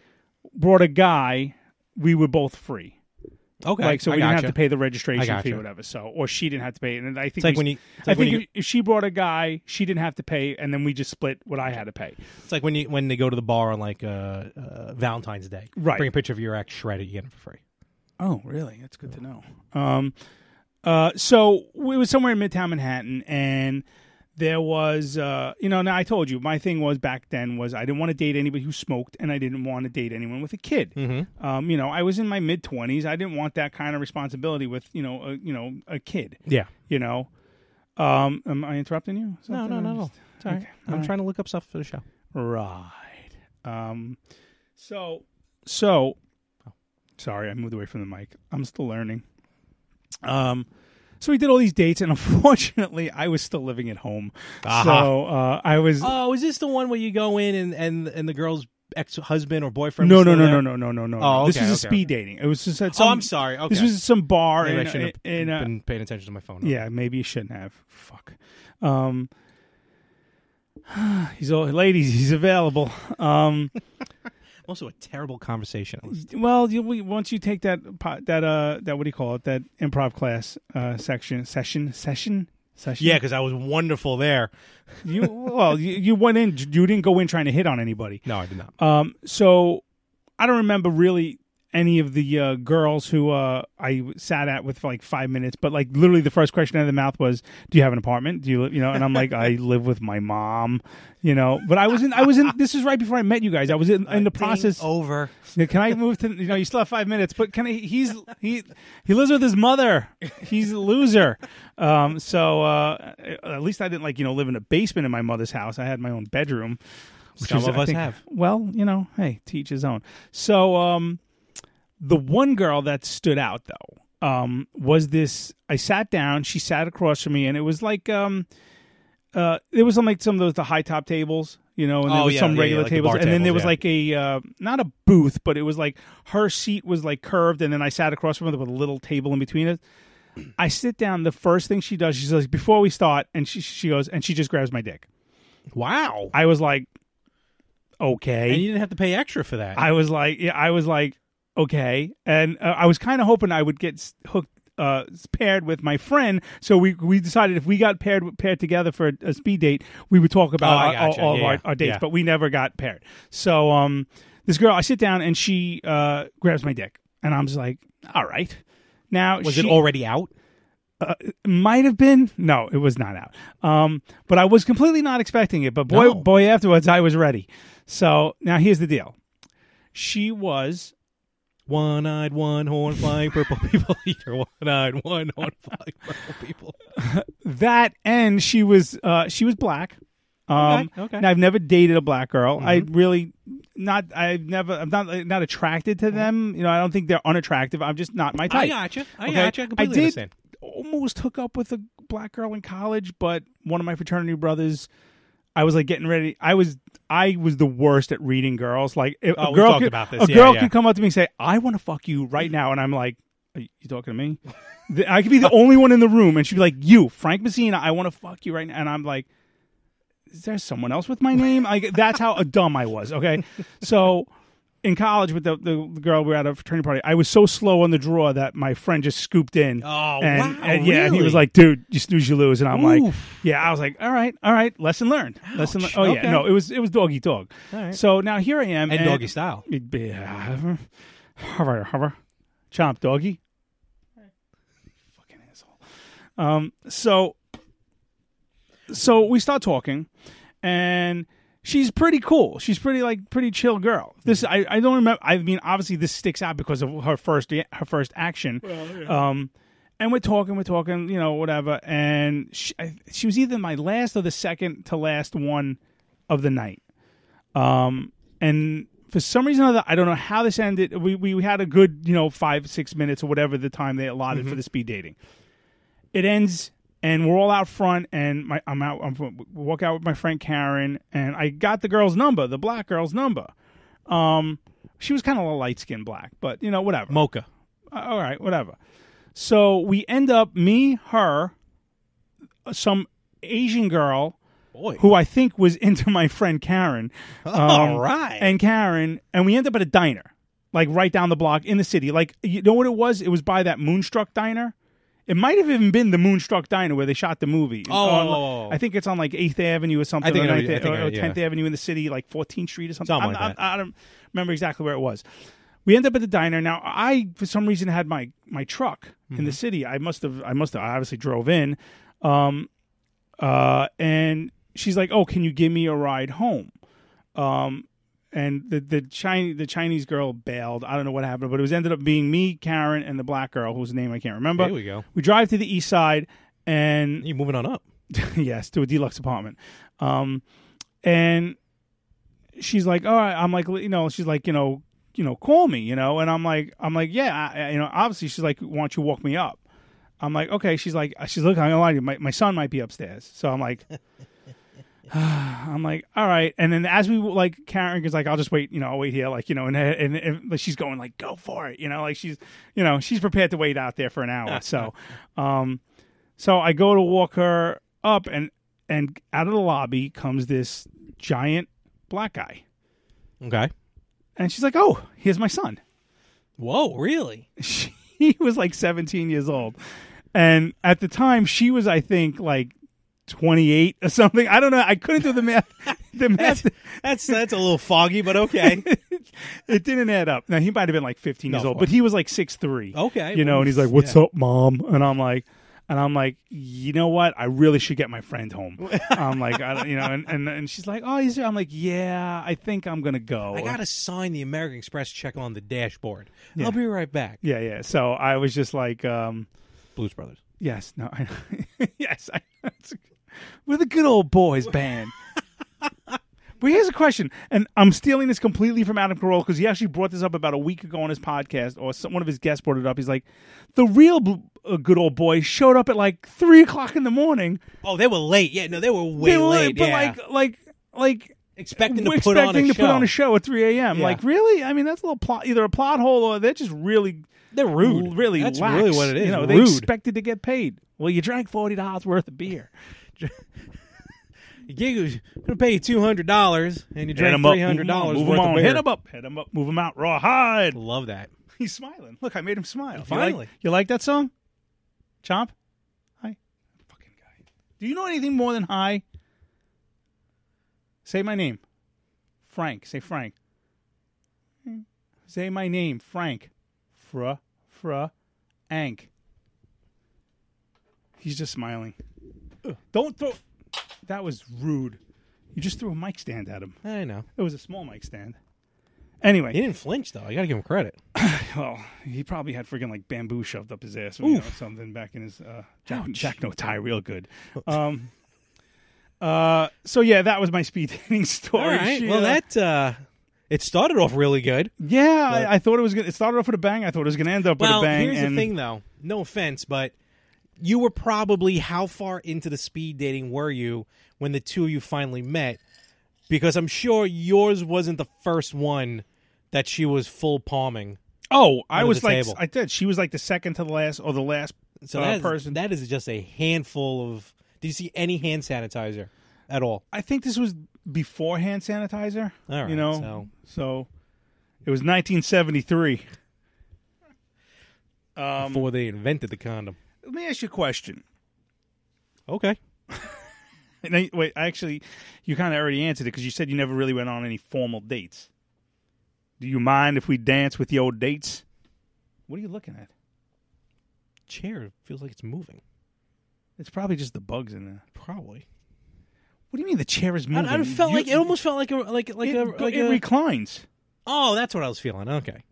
brought a guy, we were both free.
Okay,
Like so, we
I
didn't
gotcha.
have to pay the
I
registration
gotcha.
fee or whatever. So, or she didn't have to pay. it. And I think
It's like
we-
when you. It's
I
like, when,
think
you,
if she brought a guy, she didn't have to pay, and then we just split what I had to pay.
it's like when you when they go to the bar on like uh, uh, Valentine's Day.
Right.
Bring a picture of your ex, shred it, you get it for free.
Oh, really? That's good to know. Um, uh, so we was somewhere in Midtown Manhattan, and there was, uh, you know, now I told you my thing was back then was I didn't want to date anybody who smoked, and I didn't want to date anyone with a kid.
Mm-hmm.
Um, you know, I was in my mid twenties. I didn't want that kind of responsibility with, you know, a, you know, a kid.
Yeah.
You know, um, am I interrupting you?
No, no,
Something?
no, no.
Just-
It's all right.
Okay.
I'm
All right.
trying to look up stuff for the show.
Right. Um, so, so Sorry, I moved away from the mic. I'm still learning. Um, so we did all these dates, and unfortunately, I was still living at home. So uh, I was
Uh-huh. Oh, is this the one where you go in and and and the girl's ex husband or boyfriend?
no
was
no
still
no, no
there?
no no no no
Oh,
This
okay,
was a
okay,
speed dating. It was just at
Oh,
some.
I'm sorry. Okay.
This was at some bar.
Maybe I
in-
shouldn't have
in, uh,
been paying attention to my phone.
Yeah, maybe you shouldn't have. Fuck. Um, he's all ladies. He's available. Um,
Also, a terrible conversationalist.
well, you, we, once you take that po- that uh that what do you call it that improv class uh section session session session
Yeah, because I was wonderful there.
you well you, you went in you didn't go in trying to hit on anybody
No, I did not.
Um, so I don't remember really any of the uh, girls who uh, I sat at with for like five minutes, but like literally the first question out of the mouth was, "Do you have an apartment? Do you live?" You know, and I'm like, "I live with my mom," you know. But I was in, I was in. This is right before I met you guys. I was in, in the process.
over.
Now, Can I move to? You know, you still have five minutes, but can I? He's he he lives with his mother. He's a loser. Um, so uh, at least I didn't like you know live in a basement in my mother's house. I had my own bedroom. which
Some of
I
us have.
Well, you know, hey, to each his own. So um, the one girl that stood out though um, was this. I sat down. She sat across from me, and it was like um, uh, it was on like some of those the high top tables. You know, and there
Oh,
was
yeah,
some
yeah, yeah,
regular
like the
tables,
bar
and then there
tables,
was
yeah.
like like a uh, not a booth, but it was like her seat was like curved, and then I sat across from her with a little table in between us. I sit down. The first thing she does, she's like, "Before we start," and she she goes and she just grabs my dick.
Wow.
I was like, "Okay,"
And you didn't have to pay extra for that.
I was like, yeah, I was like, okay, and uh, I was kind of hoping I would get s- hooked, uh, s- paired with my friend. So we we decided if we got paired paired together for a, a speed date, we would talk about
Oh, I
our- all,
gotcha.
all
Yeah,
of our,
yeah.
our dates.
Yeah.
But we never got paired. So um, this girl, I sit down and she uh grabs my dick, and I'm just like, all right. Now
was it
she-
already out?
might have been no it was not out um but i was completely not expecting it but boy
No.
boy afterwards i was ready so now here's the deal she was
One eyed, one horn flying purple people eater. One eyed, one horn flying purple people.
that and she was uh she was black um
Okay, Mm-hmm. okay.
and i've never dated a black girl i really not i've never i'm not not attracted to them you know i don't think they're unattractive i'm just not my type
Mm-hmm. I gotcha. I
Okay?
gotcha. Oh, I completely
did
understand.
almost hook up with a black girl in college but one of my fraternity brothers i was like getting ready i was i was the worst at reading girls like if
Oh,
a
we
girl
talked
could,
about this.
a
Yeah,
girl
yeah.
could come up to me and say i want to fuck you right now and i'm like are you you talking to me The- i could be the only one in the room and she'd be like you frank messina i want to fuck you right now and i'm like is there someone else with my name? Like that's how dumb I was. Okay, so in college with the, the, the girl we were at a fraternity party, I was so slow on the draw that my friend just scooped in.
Oh,
and,
wow,
and, yeah, and he was
really?
like, "Dude, you snooze, you lose," and I'm like,
Oof.
"Yeah." I was like, "All right, all right, lesson learned, lesson." learned.
Ouch,
Oh yeah,
okay.
no, it was it was doggy dog.
All right.
So now here I am,
And doggy style.
Yeah, uh, hover, hover, chomp, doggy. Fucking asshole. Um. So so we start talking and she's pretty cool she's pretty like pretty chill girl this I, I don't remember i mean obviously this sticks out because of her first her first action um and we're talking we're talking you know whatever and she, I, she was either my last or the second to last one of the night um and for some reason or other, I don't know how this ended. We, we we had a good, you know, five, six minutes or whatever the time they allotted for the speed dating it ends and we're all out front and my I'm out I'm we walk out with my friend Karen and I got the girl's number, the black girl's number. Um she was kind of a light skinned black, but you know, whatever.
Mocha.
Uh, all right, whatever. So we end up me, her, uh, some Asian girl
Boy.
who I think was into my friend Karen. um,
All right.
And Karen, and we end up at a diner, like right down the block in the city. Like, you know what it was? It was by that Moonstruck diner. It might have even been the Moonstruck Diner where they shot the movie. It's
Oh.
on- I think it's on like Eighth Avenue or something.
I think
or
I know-
ninth-
I think I know,
or
yeah.
Tenth Avenue in the city, like Fourteenth Street or something.
Something
I'm-
like
I'm-
that.
I don't remember exactly where it was. We end up at the diner. Now, I for some reason had my my truck in
Mm-hmm.
the city. I must have. I must have. I obviously drove in. Um, uh, and she's like, "Oh, can you give me a ride home?" Um, and the the Chinese the Chinese girl bailed. I don't know what happened, but it was ended up being me, Karen, and the black girl whose name I can't remember.
There we go.
We drive to the east side, and
You're moving on up.
yes, to a deluxe apartment. Um, and she's like, all right. I'm like, you know, she's like, you know, you know, call me, you know. And I'm like, I'm like, yeah, I, I- you know. Obviously, she's like, why don't you walk me up? I'm like, okay. She's like, uh, she's looking. I'm gonna lie to you. My, my son might be upstairs. So I'm like, I'm like, all right. And then as we like, Karen is like, I'll just wait. You know, I'll wait here. Like, you know, and and, and but she's going like, go for it. You know, like she's, you know, she's prepared to wait out there for an hour. so, um, so I go to walk her up, and and out of the lobby comes this giant black guy,
Okay.
and she's like, oh, here's my son.
Whoa, really?
She was like 17 years old, and at the time she was, I think, like 28 or something. I don't know. I couldn't do the math. The math.
That's that's a little foggy, but okay.
it didn't add up. Now he might have been like 15 years
No,
old,
of
but he was like six three.
Okay,
you know,
well,
and he's like, "What's up, mom?" And I'm like, and I'm like, you know what? I really should get my friend home. I'm like, I don't, you know, and, and and she's like, "Oh, he's here." I'm like, "Yeah, I think I'm gonna
Oh.
go."
I gotta sign the American Express check on the dashboard. I'll be right back.
yeah, yeah. So I was just like, um,
Blues Brothers.
"Yes, no, I, yes, I, that's a- we're the good old boys band." But here's a question, and I'm stealing this completely from Adam Carolla because he actually brought this up about a week ago on his podcast, or some, one of his guests brought it up. He's like, the real bl- uh, good old boy showed up at like three o'clock in the morning.
Oh, they were late. Yeah, no, they were way
They were
late.
but
yeah.
like, like, like
expecting to
we're
put on a
expecting to
show.
put on a show at 3 a.m.
Yeah.
Like, really? I mean, that's a little plot, either a plot hole or they're just really,
They're rude.
really
That's
lax.
really what it is.
You know, they
Rude.
expected to get paid. Well, you drank forty dollars worth of beer.
Yeah, you- I'm gonna pay you two hundred dollars, and you
Hit
drank
'em up,
three hundred dollars
move
worth
'em
of
on,
beer.
hit 'em up, hit 'em up, move 'em out, raw hide.
Love that.
He's smiling. Look, I made him smile. You
Finally.
like, you like that song? Chomp? Hi. Fucking guy. Do you know anything more than hi? Say my name. Frank. Say Frank. Say my name, Frank. Fra, fra, ank. He's just smiling. Ugh, Don't throw. That was rude. You just threw a mic stand at him.
I know.
It was a small mic stand. Anyway,
He didn't flinch though. I gotta give him credit.
well, he probably had freaking like bamboo shoved up his ass or you know, something back in his uh, Jack, Jack no tie real good. Um, uh, so yeah, that was my speed dating story.
All right.
She,
Well,
uh,
that uh, it started off really good.
yeah, I, I thought it was gonna. It started off with a bang. I thought it was gonna end up
Well,
with a bang.
here's
and-
the thing though. No offense, but you were probably how far into the speed dating were you when the two of you finally met? Because I'm sure yours wasn't the first one that she was full palming.
Oh, I
Under
was
the
like,
table.
I did. She was like the second to the last or the last
So
uh,
that is-
person.
that is just a handful of. Did you see any hand sanitizer at all?
I think this was before hand sanitizer.
All right,
you know,
so-
so it was 1973.
before they invented the condom.
Let me ask you a question.
Okay.
And I, wait, actually, you kind of already answered it because you said you never really went on any formal dates. Do you mind if we dance with the old dates? What are you looking at?
Chair feels like it's moving.
It's probably just the bugs in there.
Probably.
What do you mean the chair is
I,
moving?
I felt
You-
like it almost felt like a like like
it,
a like
it
a.
reclines.
oh, that's what I was feeling. Okay.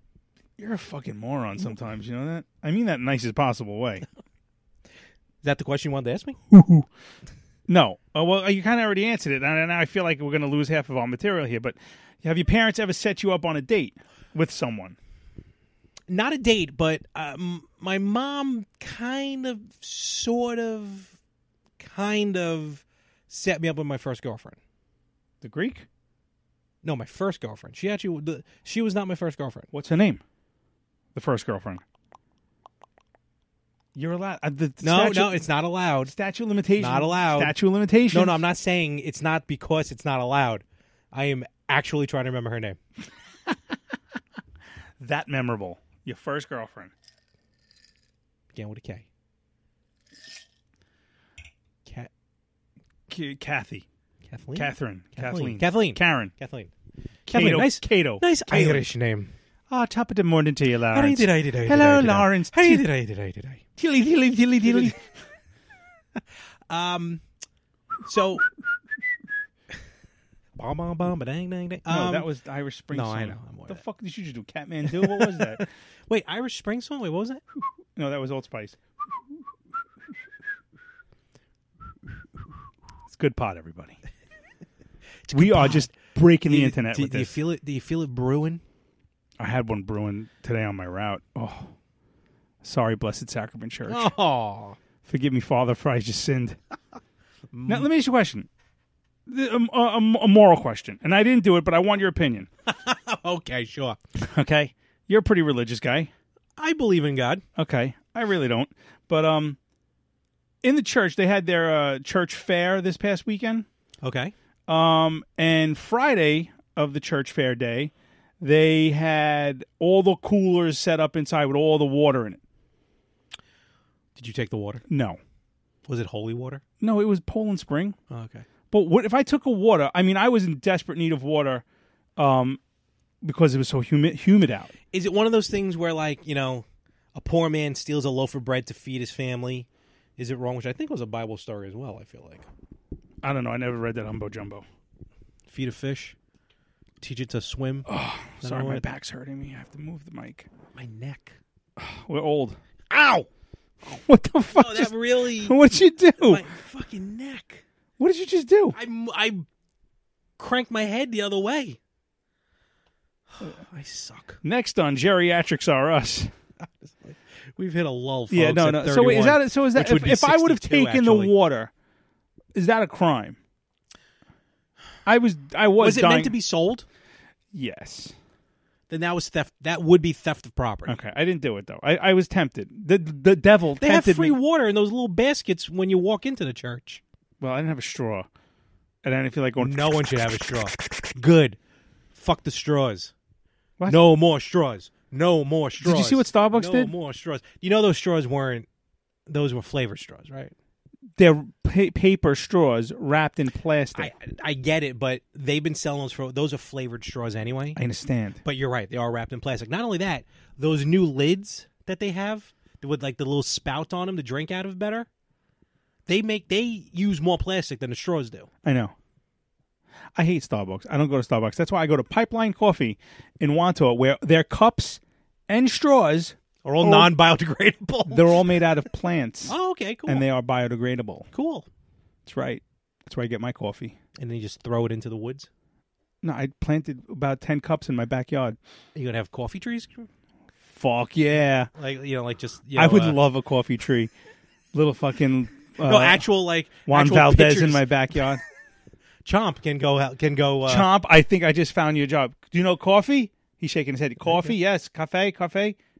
You're a fucking moron. Sometimes you know that. I mean that in nicest possible way.
Is that the question you wanted to ask me?
No. Oh, well, you kind of already answered it, and now I feel like we're going to lose half of our material here. But have your parents ever set you up on a date with someone?
Not a date, but um, my mom kind of, sort of, kind of set me up with my first girlfriend.
The Greek?
No, my first girlfriend. She actually the, she was not my first girlfriend.
What's her name? The first girlfriend. You're allowed. Uh, the
No,
statute,
no, it's not allowed.
statute of limitations.
Not allowed.
Statute of limitations.
No, no, I'm not saying it's not because it's not allowed. I am actually trying to remember her name.
that memorable. Your first girlfriend.
Began with a K. Cat
K- Kathy.
Kathleen.
Catherine. Kathleen.
Kathleen. Kathleen.
Karen.
Kathleen.
Kato.
Kathleen. Nice.
Kato.
Nice
Kato.
Irish name.
Ah, top of the morning to you, Lawrence.
Hey, did I did I? did
Hello,
I, did I.
Lawrence.
Hey, did I did I did I?
Tilly, tilly, tilly, tilly.
Um, so. Bomb, bomb, bomb, dang, dang, dang.
No,
Um,
that was Irish Spring.
no,
song.
I know, I'm aware
the
of that.
fuck did you just do? Catman do? What was that?
Wait, Irish Spring song? Wait, what was that?
no, that was Old Spice. It's good pot, everybody. we are just breaking the internet
do,
with
do you
this.
feel it? Do you feel it brewing?
I had one brewing today on my route. Oh, sorry, Blessed Sacrament Church.
Oh.
Forgive me, Father, for I just sinned. now, let me ask you a question. Th- A, a- a moral question. And I didn't do it, but I want your opinion.
okay, sure.
Okay. You're a pretty religious guy.
I believe in God.
Okay. I really don't. But um in the church, they had their uh, church fair this past weekend.
Okay.
Um, and Friday of the church fair day, they had all the coolers set up inside with all the water in it.
Did you take the water?
No,
Was it holy water?
no, it was Poland Spring.
Oh, okay.
But what if I took a water? I mean, I was in desperate need of water, um, because it was so humid, humid out.
Is it one of those things where, like, you know, a poor man steals a loaf of bread to feed his family? Is it wrong? Which I think was a Bible story as well, I feel like.
I don't know. I never read that humbo jumbo.
Feed a fish, teach it to swim. Oh,
Sorry, my back's hurting me. I have to move the mic.
My neck.
We're old.
Ow!
What the fuck?
Oh, that
just-
really.
what'd you do?
My fucking neck.
What did you just do?
I, m- I cranked my head the other way.
Oh,
I suck.
Next on geriatrics are us.
We've hit a lull. Folks,
yeah, no,
at
no. So wait, is
31,
that so? Is that
which would
if,
be
if I would have
62,
taken
actually.
the water, is that a crime? I was, I was.
was it
dying-
meant to be sold?
Yes.
Then that was theft. That would be theft of property.
Okay, I didn't do it though. I, I was tempted. The the devil
They have
tempted
free
me.
water in those little baskets when you walk into the church.
Well, I didn't have a straw, and I didn't feel like going.
No one should have a straw. Good. Fuck the straws.
What?
No more straws. No more
you
straws.
see what Starbucks
no
did?
No more straws. You know those straws weren't. Those were flavor straws, right?
They're pa- paper straws wrapped in
I
plastic.
I get it, but they've been selling those for those are flavored straws anyway.
I understand.
But you're right; they are wrapped in plastic. Not only that, those new lids that they have that with like the little spout on them to drink out of better. They make they use more plastic than the straws do.
I know. I hate Starbucks. I don't go to Starbucks. That's why I go to Pipeline Coffee in Wanto, where their cups and straws
Are all
Oh.
non-biodegradable.
they're all made out of plants,
oh, okay, cool.
and they are biodegradable.
cool.
That's right. That's where I get my coffee.
And then you just throw it into the woods.
No, I planted about ten cups in my backyard.
Are you gonna have coffee trees,
Fuck yeah!
like you know, like just you know,
I would
uh,
love a coffee tree. Little fucking uh,
no actual like
Juan
actual
Valdez in
pictures.
my backyard.
chomp can go out can go uh,
Chomp, I think I just found you a job. Do you know coffee? He's shaking his head. Coffee, yes. Cafe, cafe,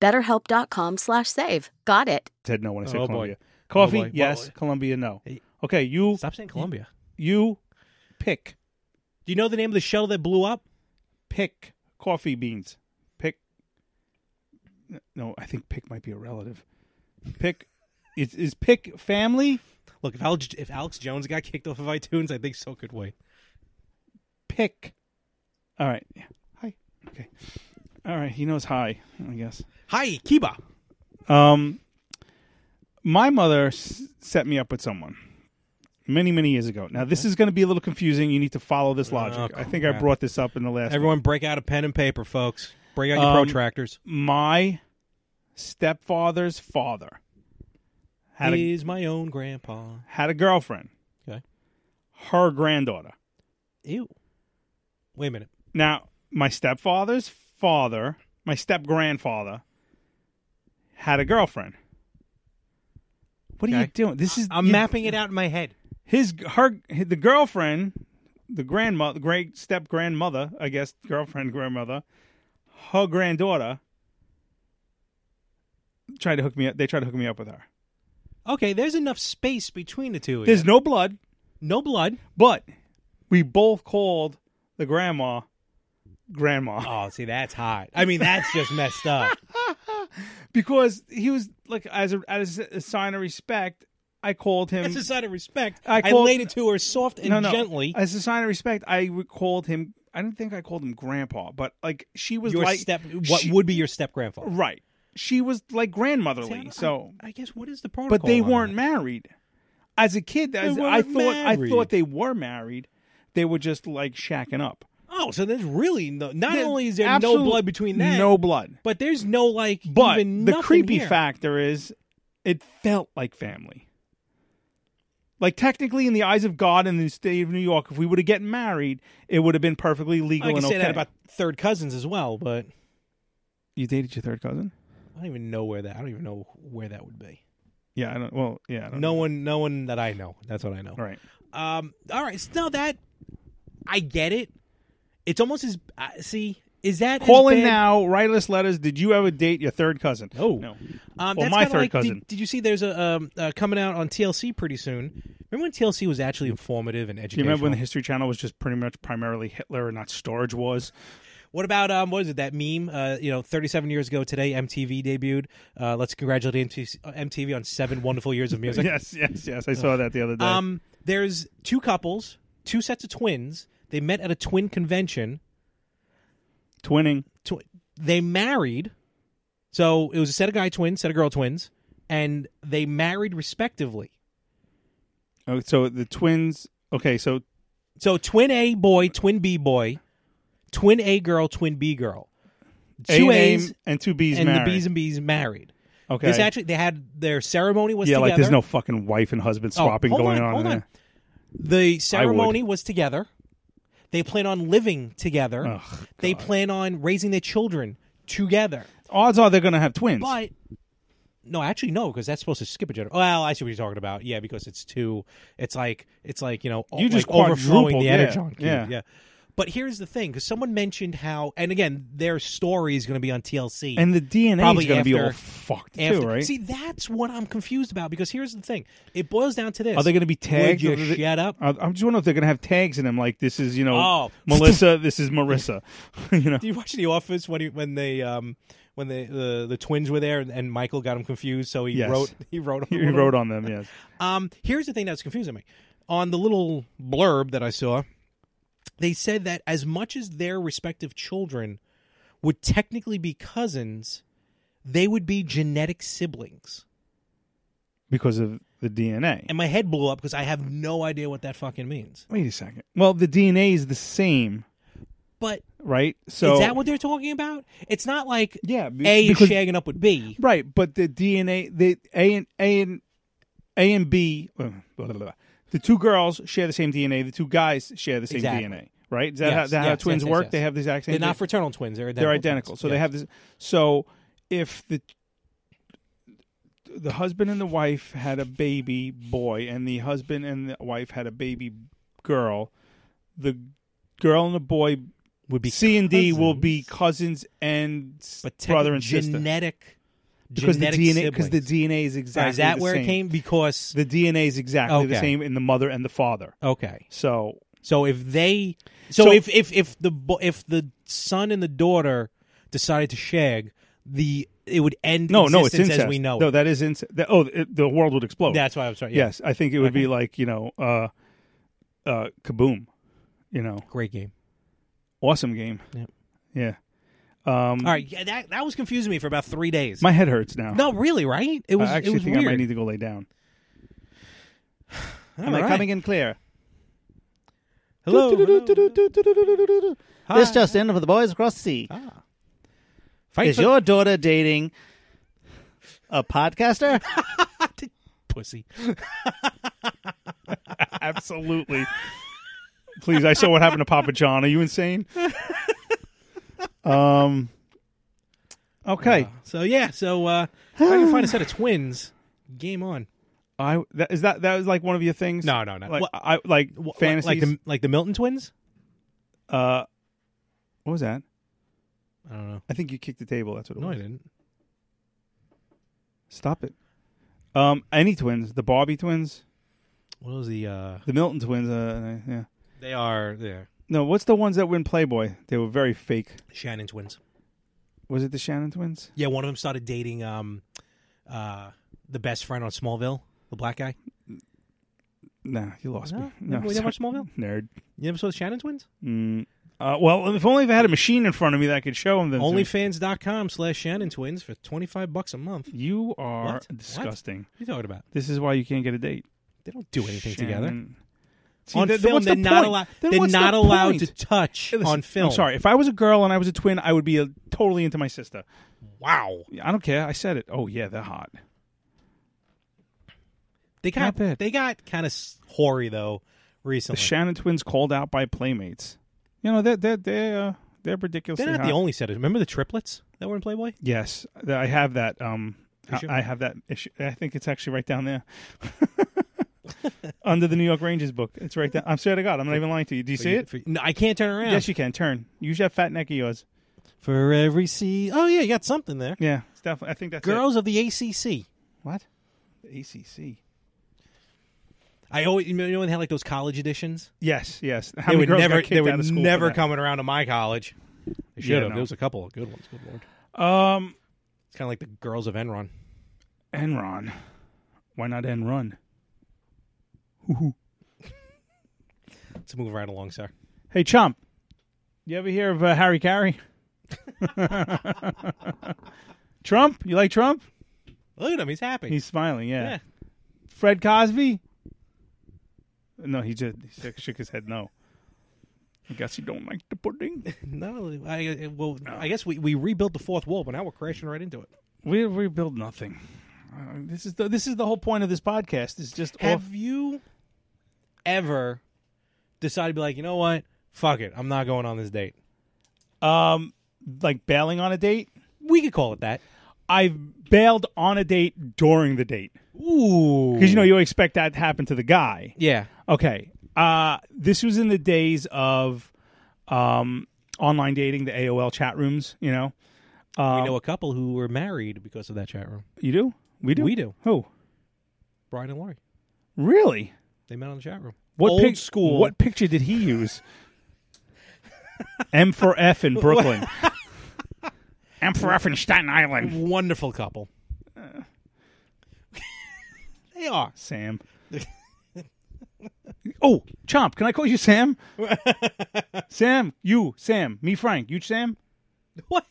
BetterHelp.com slash save. Got it.
head no when I say
Oh, boy.
Colombia.
Oh,
Coffee,
boy.
yes.
Well,
Colombia, no.
Hey.
Okay, you
stop saying Colombia.
you pick
Do you know the name of the shuttle that blew up?
pick coffee beans. Pick. No, I think pick might be a relative. Pick is is pick family.
Look, if Alex, if Alex Jones got kicked off of iTunes, I think so could we.
Pick. All right. Yeah. Hi. Okay. All right. He knows hi. I guess.
Hi, Kiba.
Um, my mother s- set me up with someone many, many years ago. Now, this is going to be a little confusing. You need to follow this logic. I think I
crap.
brought this up in the last.
Everyone, break out a pen and paper, folks. Break out your
Um,
protractors.
my stepfather's father had a,
He's my own grandpa.
had a girlfriend.
Okay.
Her granddaughter.
Ew. Wait a minute.
Now, my stepfather's father, my step grandfather, had a girlfriend. What are you
Okay.
doing? This is
I'm
you-
mapping it out in my head.
his her the girlfriend, the grandmother, great step grandmother, I guess girlfriend grandmother, her granddaughter tried to hook me up. They tried to hook me up with her.
Okay, there's enough space between the two. of
There's
you.
no blood,
no blood.
but we both called the grandma grandma
Oh, see, that's hot. I mean, that's just messed up.
because he was like as a as a sign of respect. I called him
That's a sign of respect.
I
I,
called-
laid it to her soft and
no, no.
gently.
As a sign of respect, I re- called him I don't think I called him grandpa, but like she was
Your
like
step- what would be your step grandfather?
Right. She was like grandmotherly.
See, I-
so
I guess what is the
but
protocol
they
on
weren't married. As a kid, as-
weren't
I thought I
married.
thought they were married. They were just like shacking up.
Oh, so there's really no. Not
There's
only is there
absolute-
no blood between that,
no blood.
but there's no like.
But
even
the
nothing
creepy
here.
factor is, it felt like family. Like technically, in the eyes of God and the state of New York, if we would have get married, it would have been perfectly legal
I can
and
say
okay.
that about third cousins as well, but
you dated your third cousin?
I don't even know where that. I don't even know where that would be.
Yeah, I don't. Well, yeah, I don't
No one, no one that I know. That's what I know.
Right.
Um. All right. So now that I get it, it's almost as uh, see. Is that
Call
as
in
bad-
now. Write us letters. Did you ever date your third cousin? No, no. well,
Um, that's
my
kinda
third
like- did-
cousin.
Did, you see? There's a um, uh, coming out on TLC pretty soon. Remember when TLC was actually informative and
Do you
educational?
remember when the History Channel was just pretty much primarily Hitler and not Storage Wars?
What about um? What is it? That meme? Uh, you know, 37 years ago today, MTV debuted. Uh, let's congratulate MTV, uh, MTV on seven wonderful years of music.
yes, yes, yes. I saw that the other day.
Um, there's two couples, two sets of twins. They met at a twin convention.
Twinning.
Tw- they married. So it was a set of guy twins, set of girl twins, and they married respectively.
Oh, so the twins. Okay, so
So twin A boy, twin B boy, twin A girl, twin B girl.
A
Two
and A
A's
and two B's
and
married.
the B's and B's married.
Okay.
This actually they had their ceremony was
yeah,
together.
like there's no fucking wife and husband
Oh,
swapping
hold
going
on,
on.
hold
in
on. The ceremony was together. They plan on living together. they plan on raising their children together.
there. Odds are they're gonna have twins.
But no, actually no, because that's supposed to skip a generation. Well, I see what you're talking about. Yeah, because it's too. It's like it's like you know
You
like
just
overflowing
quadrupled,
the
yeah,
energon cube.
yeah.
yeah. But here's the thing, because someone mentioned how, and again, their story is going to be on TLC,
And the DNA is
probably
gonna be
after-
all fucked too,
after-
right?
See, that's what I'm confused about. Because here's the thing, it boils down to this:
Are they going to be
Would
tagged?
you
Or do they-
shut up.
I- I'm just wondering if they're going to have tags in them. Like this is, you know,
Oh.
Melissa. this is Marissa. you know,
Do you watch The Office when he, when they um when the, the the twins were there and, and Michael got him confused, so he
Yes.
wrote he wrote on
he
the
wrote
little-
on them. Yes.
Um, here's the thing that was confusing me on the little blurb that I saw. They said that as much as their respective children would technically be cousins, they would be genetic siblings.
because of the DNA.
And my head blew up because I have no idea what that fucking means.
Wait a second. Well, the DNA is the same,
But
right? So
is that what they're talking about? It's not like
Yeah, be-
A
because-
is shagging up with B.
Right, but the DNA, the A and A and A and B, uh, blah, blah, blah. the two girls share the same DNA. The two guys share the same
Exactly.
DNA. Right? Is that,
Yes,
how, is that how
yes,
twins
yes, yes,
work?
yes.
They have the exact same.
They're not
DNA?
fraternal twins. They're identical.
They're identical.
twins.
So they
Yes.
have this. So if the the husband and the wife had a baby boy, and the husband and the wife had a baby girl, the girl and the boy
would be
C and D will be cousins and s-
but tech-
brother and sister
genetic
because the
genetic
DNA because the
siblings.
DNA is exactly
is that
the
where
same.
it came because
The DNA is exactly the
Okay.
same in the mother and the father.
okay
So
so if they so,
So-
if if if the bo- if the son and the daughter decided to shag the it would end
no, no, it's
existence
incest.
as we know
no,
it.
that is incest. That, oh, it, the world would explode.
that's why i'm sorry Uh, yeah.
Yes, I think it would be like you know, uh, uh, kaboom, you know,
great game
awesome game.
Yep.
Yeah. Um,
all right yeah, that that was confusing me for about three days
My head hurts now.
no really right it was
I actually
it was
think
weird
I might need to go lay down.
All
Am I
right.
coming in clear?
hello, hello.
This just in for the boys across the sea.
Ah.
Is
for-
your daughter dating a podcaster?
pussy
Absolutely. Please, I saw what happened to Papa John. Are you insane? um. Okay.
so yeah so uh if i can find a set of twins game on
I that, is that that was like one of your things?
No, no, no.
Like,
What-
I like
Wha- like-
fantasies.
like the like the Milton twins.
uh, what was that?
I don't know.
I think you kicked the table. That's what it
No,
was.
I didn't.
Stop it. Um, any twins? The Barbie twins,
What was the? uh
the Milton twins. Uh, yeah.
They are there.
No, what's the ones that win Playboy? They were very fake.
Shannon twins.
Was it the Shannon twins?
Yeah, one of them started dating um, uh, the best friend on Smallville, the black guy.
Nah, you lost
No?
me. No,
We never watched
sorry.
Smallville?
Nerd.
You never saw the Shannon twins?
Mm, Uh, well, if only if I had a machine in front of me that I could show them.
OnlyFans.com slash Shannon Twins for 25 bucks a month.
You are disgusting.
What are you talking about?
This is why you can't get a date.
They don't do anything together.
Shannon. See,
on
then- then
film,
what's the
they're not,
point?
allo-
Then
they're
what's the
not allowed to
point?
touch
Hey, listen,
on film.
I'm sorry. If I was a girl and I was a twin, I would be uh totally into my sister.
Wow.
I don't care. I said it. Oh yeah, they're hot.
They
Not
got
bad.
they got kind of hoary though
The
recently.
Shannon twins called out by playmates. You know they're they're they're uh, they're ridiculous.
they're not the only set. of- Remember the triplets that were in Playboy?
Yes, th- I have that. Um, I-
Issue?
I have that issue. I think it's actually right down there. Under the New York Rangers book, it's right down. I'm swear to God, I'm not even lying to you. Do you
For
see
you-
it?
for- no, I can't turn around.
Yes, you can turn. Use that fat neck of yours.
For every sea. Oh yeah, you got something there.
Yeah, it's definitely. I think that's it.
Girls of the ACC.
What? The ACC.
I always you know when they had like those college editions.
Yes, yes. How many
they would
girls got
never
kicked
they
out
were
of school for
never
that?
coming around to my college. They should
Yeah,
have.
no.
There was a couple of good ones. Good lord.
Um,
It's kind of like the girls of Enron.
Enron. Why not Enron?
Let's move right along, sir.
Hey, Chomp. You ever hear of uh, Harry Carey? Trump? You like Trump?
Look at him. He's happy.
He's smiling. Yeah.
Yeah.
Fred Cosby. No, he just he shook- shook his head. No. I guess you don't like the pudding.
no, I I- well, I guess we, we rebuilt the fourth wall, but now we're crashing right into it.
We rebuild nothing. Uh, this is the this is the whole point of this podcast. Is just
Have
off-
you ever decided to be like, you know what? Fuck it. I'm not going on this date.
um like bailing on a date.
We could call it that.
I've bailed on a date during the date
Ooh.
because you know you expect that to happen to the guy.
Yeah.
Okay. Uh, this was in the days of um, online dating, the AOL chat rooms. You know, Um,
we know a couple who were married because of that chat room.
you do. We do.
We do.
Who?
Brian and Laurie.
Really?
They met on the chat room.
What
Old
pic-
school.
What picture did he use? M for F in Brooklyn. M for F in Staten Island.
wonderful couple. they are.
Sam. oh, Chomp, can I call you Sam? Sam, you, Sam, me, Frank, you, Sam,
What?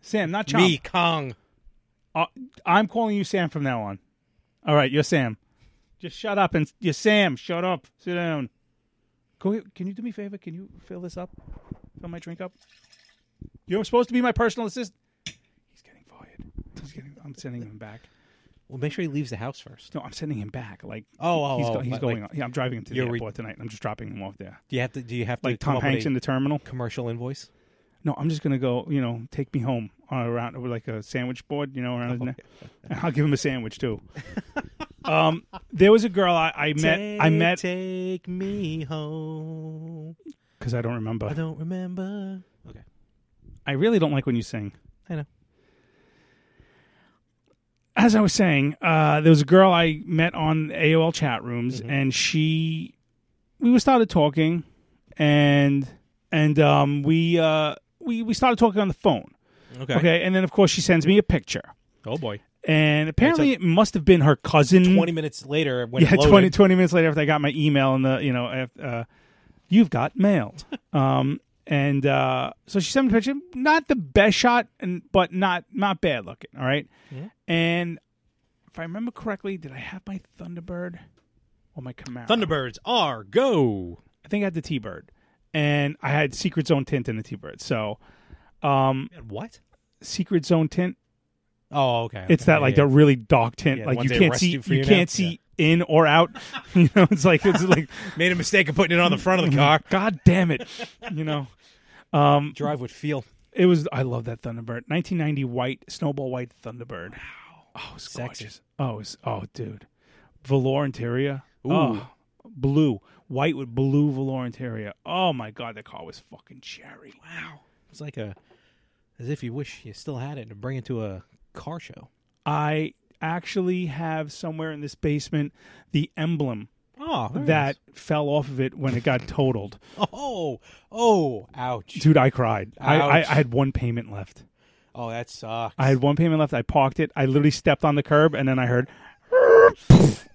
Sam, not Chomp.
Me, Kong.
Uh, I'm calling you Sam from now on. All right, you're Sam. Just shut up and you're Sam. Shut up. Sit down. Go, can you do me a favor? Can you fill this up? Fill my drink up. You're supposed to be my personal assistant. He's getting fired. He's getting. I'm sending him back.
Well, make sure he leaves the house first.
No, I'm sending him back. Like
Oh, oh,
he's,
oh,
he's
like-
going.
like-
on. Yeah, I'm driving him to the
You're re-
airport tonight. And I'm just dropping him off there.
Do you have to? Do you have to?
Like
come
Tom
up with
Hanks
a
in the terminal.
commercial invoice.
No, I'm just gonna go. You know, take me home on around with like a sandwich board. You know, around his neck. And I'll give him a sandwich too. um, there was a girl I, I met. I
Take-
met
Take me home.
because I don't remember.
I
I,
don't remember. Okay.
really don't like when you sing.
I know.
As I was saying, uh, there was a girl I met on AOL chat rooms,
Mm-hmm.
and she, we were started talking, and and um, we uh, we we started talking on the phone.
Okay.
Okay. and then of course she sends me a picture,
Oh boy.
and apparently it must have been her cousin.
Twenty minutes later, when it
yeah,
loaded,
20, 20 minutes later after I got my email and the you know af- uh, you've got mail. um, and uh, so she sent me a picture, not the best shot, and but not not bad looking. All right, and if I remember correctly, did I have my Thunderbird or my Camaro?
Thunderbirds are go.
I think I had the T Bird, and I had Secret Zone tint in the T Bird. So, um,
Man, what?
Secret Zone tint
Oh, okay.
it's
okay,
that
yeah,
like
yeah.
the really dark tint,
Yeah, the
like
ones
you
they
can't
arrest
see
you for
you,
you now?
can't see in or out. you know, it's like it's like
made a mistake of putting it on the front of the car.
God damn it, you know. Um,
Drive would feel
it was I love that Thunderbird, 1990 white snowball white Thunderbird. Oh, it was
Sexy.
gorgeous. Oh, it was, oh, dude, velour interior. Oh, blue, white with blue velour interior. Oh my god, that car was fucking cherry. Wow.
it's like a as if you wish you still had it to bring it to a car show.
I actually have somewhere in this basement the emblem
Oh, very
that fell off of it when it got totaled.
nice. Oh, oh, ouch.
Dude, I cried. I, I, I
Ouch.
had one payment left.
Oh, that sucks.
I had one payment left. I parked it. I literally stepped on the curb and then I heard,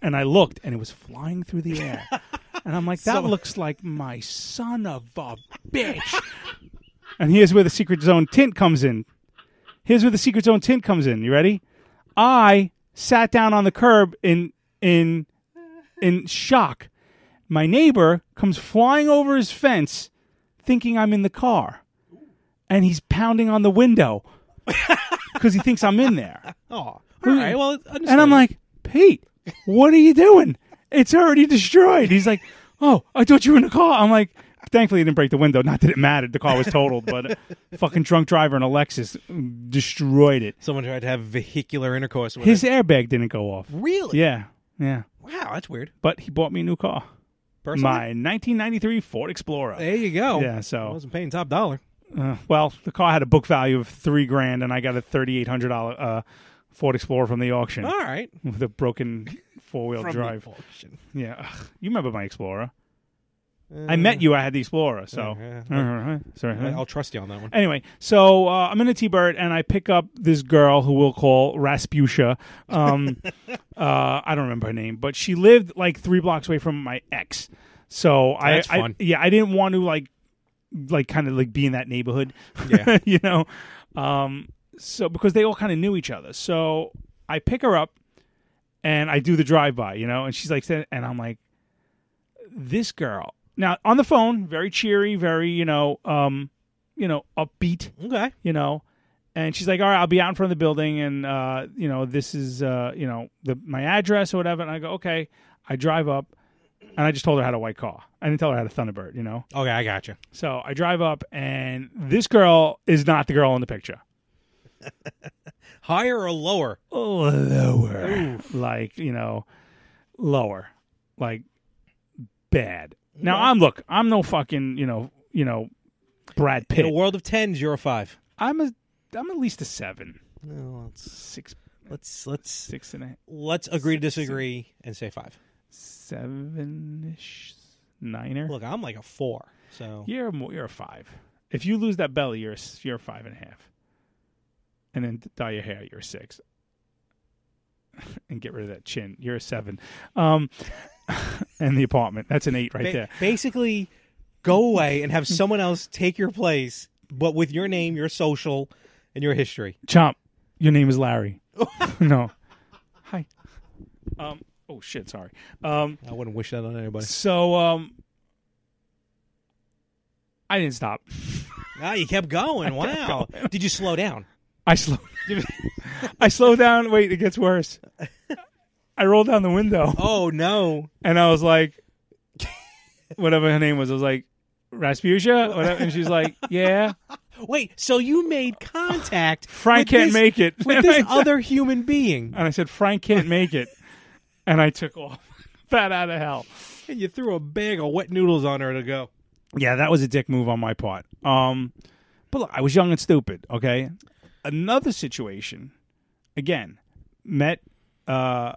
and I looked and it was flying through the air. And I'm like, that
So-
looks like my son of a bitch. and here's where the Secret Zone tint comes in. Here's where the Secret Zone tint comes in. You ready? I sat down on the curb in in in shock. My neighbor comes flying over his fence, thinking I'm in the car, and he's pounding on the window because he thinks I'm in there.
Oh, all right. Well, it's
and I'm
understandable.
like, Pete, what are you doing? It's already destroyed. He's like, oh, I thought you were in the car. I'm like, thankfully, he didn't break the window. Not that it mattered. The car was totaled, but a fucking drunk driver in a Lexus destroyed it.
someone tried to have vehicular intercourse with
His
it.
airbag didn't go off.
Really?
Yeah, yeah.
Wow, that's weird.
But he bought me a new car.
Personally?
My 1993 Ford Explorer.
There you go.
Yeah, so.
I wasn't paying top dollar.
Uh, well, the car had a book value of three grand, and I got a thirty-eight hundred dollar uh, Ford Explorer from the auction.
All right.
with a broken four-wheel
From the
drive.
auction.
Yeah, Ugh, you remember my Explorer? I met you. I had the Explorer, so Uh-huh. sorry.
I- Uh, I'll trust you on that one.
Anyway, so uh, I'm in a T-bird, and I pick up this girl who we'll call Rasputia. Um, uh, I don't remember her name, but she lived like three blocks away from my ex. So I,
That's
I-
fun.
yeah, I didn't want to like, like kind of like be in that neighborhood.
Yeah.
you know, um, so because they all kind of knew each other. So I pick her up, and I do the drive-by, you know, and she's like, and I'm like, this girl. Now on the phone, very cheery, very you know, um, you know, upbeat.
Okay.
You know, and she's like, "All right, I'll be out in front of the building, and uh, you know, this is uh, you know, the my address or whatever." And I go, "Okay." I drive up, and I just told her I had a white car. I didn't tell her I had a Thunderbird. You know.
Okay, I got you.
So I drive up, and this girl is not the girl in the picture.
Higher or lower?
Lower. Like you know, lower. Like bad. Now
Okay.
I'm look. I'm no fucking you know you know Brad
In
Pitt.
a world of tens, you're a five.
I'm a I'm at least a seven.
No, let's
six.
Let's let's
six and a
Let's agree to disagree and say five.
seven ish niner.
Look, I'm like a four. So
You're more, you're a five. If you lose that belly, you're a s- you're a five and a half. And then dye your hair, you're a six. and get rid of that chin, you're a seven. Um, and the apartment, that's an eight right
ba-
there.
Basically, go away and have someone else take your place, but with your name, your social, and your history.
Chomp, your name is Larry. no. Hi. Um. Oh shit. Sorry. Um.
I wouldn't wish that on anybody.
So um. I didn't stop.
Ah, you kept going. Wow. Did you slow down?
I slow. I slow down. Wait, it gets worse. I rolled down the window.
Oh no!
And I was like, whatever her name was, I was like, Rasputia, whatever. And she's like, yeah,
Wait. So you made contact.
Frank
with
can't
this-
make it.
with this other human being.
And I said, Frank can't make it. And I took off. Fat out of hell.
And you threw a bag of wet noodles on her to go.
Yeah, that was a dick move on my part. Um, but look, I was young and stupid. Okay, another situation. Again, met uh,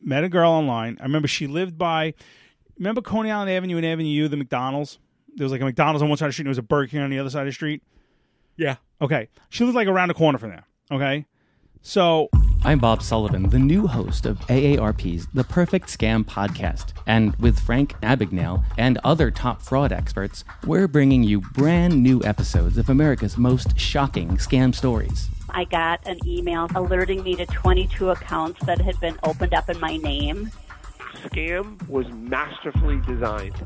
met a girl online. I remember she lived by. Remember Coney Island Avenue and Avenue U, the McDonald's. There was like a McDonald's on one side of the street, and there was a Burger King on the other side of the street.
Yeah.
Okay, she lived like around the corner from there. Okay, so
I'm Bob Sullivan, the new host of AARP's The Perfect Scam podcast. And with Frank Abagnale and other top fraud experts, we're bringing you brand new episodes of America's most shocking scam stories.
I got an email alerting me to 22 accounts that had been opened up in my name.
Scam was masterfully designed.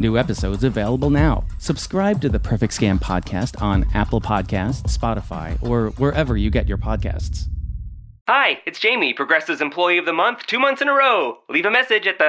New episodes available now. Subscribe to the Perfect Scam podcast on Apple Podcasts, Spotify, or wherever you get your podcasts.
Hi, it's Jamie, Progressive's Employee of the Month, two months in a row. Leave a message at the.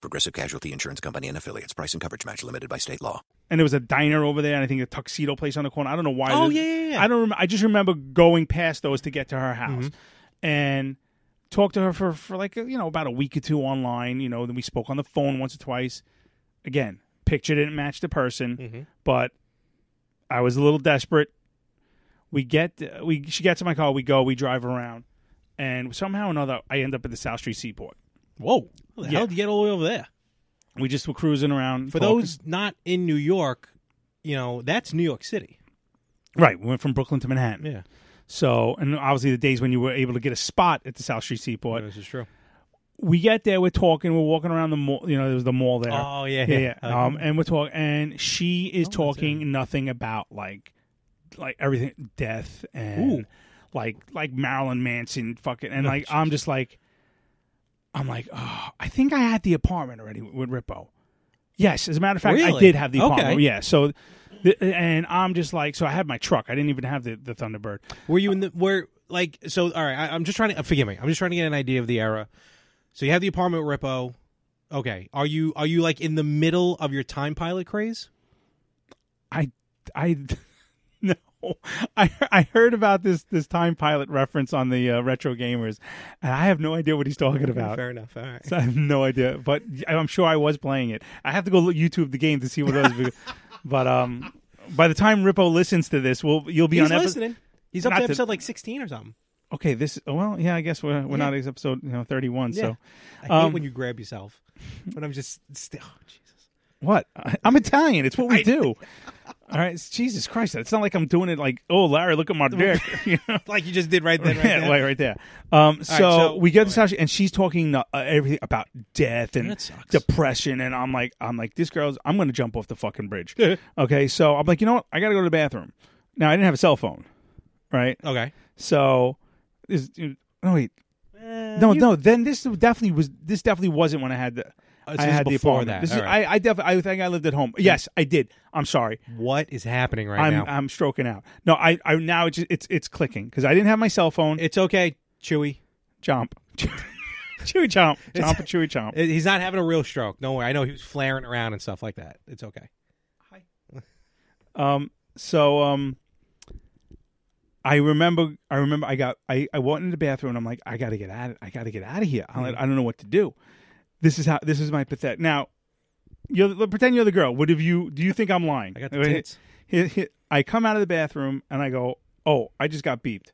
Progressive Casualty Insurance Company and affiliates. Price and coverage match limited by state law.
and there was a diner over there, and I think a tuxedo place on the corner. I don't know why.
Oh,
the-
yeah, yeah, yeah.
I don't. Rem- I just remember going past those to get to her house,
Mm-hmm.
and talked to her for for like you know about a week or two online. You know, then we spoke on the phone once or twice. Again,
Mm-hmm.
picture didn't match the person, but I was a little desperate. We get we she gets in my car. We go. We drive around, and somehow or another, I end up at the South Street Seaport.
Whoa! How the hell did you get all the way over there?
We just were cruising around.
For
talking.
those not in New York, you know that's New York City.
Right. We went from Brooklyn to Manhattan.
Yeah.
So, and obviously the days when you were able to get a spot at the South Street Seaport.
This is true.
We get there, we're talking, we're walking around the mall. You know, there was the mall there.
Oh, yeah, Oh,
yeah.
yeah.
yeah. Um, and we're talking, and she is talking nothing about like, like everything, death and
Ooh.
like like Marilyn Manson, fucking, and
Oh,
like I'm just like, I'm like, oh, I think I had the apartment already with Rippo. Yes, as a matter of fact, I
Really?
did have the
Okay.
apartment. Yeah, so. th- And I'm just like, so I had my truck. I didn't even have the, the Thunderbird.
Were you in the where like so? All right, I, I'm just trying to uh, forgive me. I'm just trying to get an idea of the era. So you have the apartment with Rippo. Okay, are you are you like in the middle of your time pilot craze?
I I no. I I heard about this this time pilot reference on the uh, retro gamers, and I have no idea what he's talking about.
Fair enough. All right.
So I have no idea, but I'm sure I was playing it. I have to go look YouTube the game to see what it was. because- but um, by the time Rippo listens to this, we'll you'll be
He's
on epi-
listening. He's up
Not
to episode like 16 or something.
okay. This oh, well, yeah. I guess we're we're
Yeah.
not at episode you know 31.
Yeah.
So
I hate
um,
when you grab yourself, but I'm just still. Oh, Jesus.
What? I- I'm Italian. It's what we do. All right, it's- Jesus Christ! It's not like I'm doing it like, oh, Larry, look at my dick, you know?
like you just did right then, right
yeah,
there.
right, right there. Um, so,
so-
we get this house, and she's talking uh, everything about death and
That sucks.
depression, and I'm like, I'm like, this girl's, I'm gonna jump off the fucking bridge. okay, so I'm like, you know what? I gotta go to the bathroom. Now I didn't have a cell phone, right?
Okay,
so is no wait,
Eh,
no, no. Then this definitely was. This definitely wasn't when I had the.
Oh, so
I
this is
had the
before
apartment.
that.
This is,
All right.
I, I definitely. I think I lived at home. Yes, I did. I'm sorry.
What is happening right
I'm,
now?
I'm stroking out. No, I. I now it's it's it's clicking because I didn't have my cell phone.
It's okay. Chewy,
jump, chewy, chomp, chomp, chewy, chomp.
Uh, He's not having a real stroke. Don't worry. I know he was flaring around and stuff like that. It's okay.
Um. So um. I remember. I remember. I got. I. I went into the bathroom. and I'm like, I got to get out. I got to get out of here.
Mm-hmm.
I, don't- I don't know what to do. This is how. This is my pathetic. Now, you pretend you're the girl. What have you? Do you think I'm lying? I
got the tits.
I come out of the bathroom and I go, oh, I just got beeped.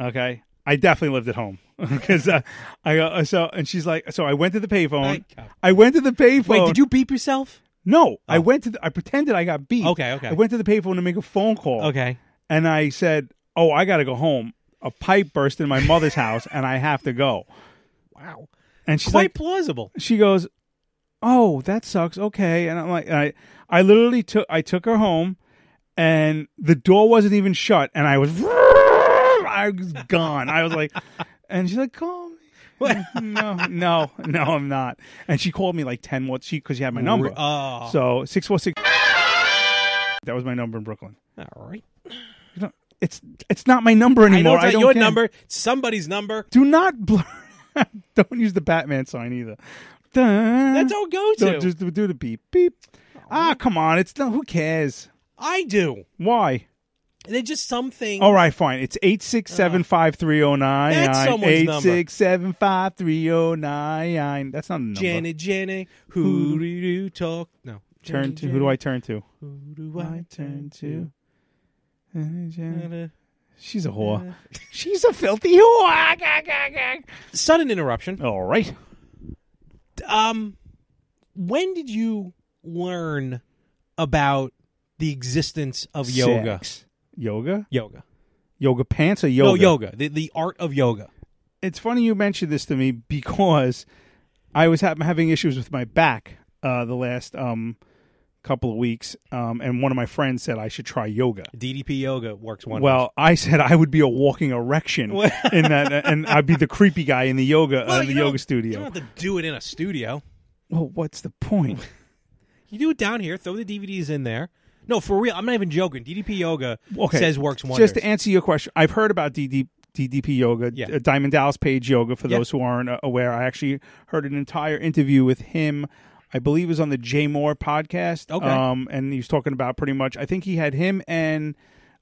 Okay. I definitely lived at home because uh, I go uh, so and she's like so I went to the payphone. I went to the payphone.
Wait, did you beep yourself?
No, I went to. The, I pretended I got beat.
Oh. Okay, okay.
I went to the payphone to make a phone call.
Okay.
and I said, "Oh, I got to go home. A pipe burst in my mother's house, and I have to go."
Wow.
And she's
Quite
like,
plausible.
she goes, "Oh, that sucks. Okay." And I'm like, and I, I literally took, I took her home, and the door wasn't even shut, and I was, I was gone. I was like, and she's like, "Call me." no, no, no, I'm not. And she called me like ten more. She because she had my number.
Re- oh.
So six four six. That was my number in Brooklyn.
All right.
You know, it's it's not my number
I know
anymore.
it's not
don't
your
care.
number. It's somebody's number.
Do not blur. don't use the Batman sign either. That's
don't go to.
Don't, just do the beep beep. Ah, come on. It's not. Who cares?
I do.
Why?
They're just something.
All right, fine. It's eight six seven five three zero nine
That's
nine
someone's
eight
number.
six seven five three zero nine nine. That's not a number.
Jenny, Jenny, who do you talk? No.
Turn to who do I turn to?
Who do I turn to?
She's a whore. She's a filthy whore. Gah, gah, gah.
Sudden interruption.
All right.
Um, when did you learn about the existence of yoga?
Sex. Yoga.
Yoga.
Yoga pants or
No,
yoga?
yoga. The, the art of yoga.
it's funny you mentioned this to me because I was ha- having issues with my back uh, the last um, couple of weeks, um, and one of my friends said I should try yoga.
DDP yoga works wonders.
Well, uh, I said I would be a walking erection in that, and I'd be the creepy guy in the yoga
Well,
uh, the
you don't-
yoga
You
studio.
don't have to do it in a studio.
Well, what's the point?
You do it down here. Throw the DVDs in there. No, for real. I'm not even joking. DDP yoga
Okay,
says works wonders.
Just to answer your question, I've heard about DD, DDP yoga,
Yeah.
uh, Diamond Dallas Page yoga. For
Yeah.
those who aren't uh, aware, I actually heard an entire interview with him. I believe it was on the Jay Moore podcast.
Okay.
um, and he was talking about pretty much. I think he had him and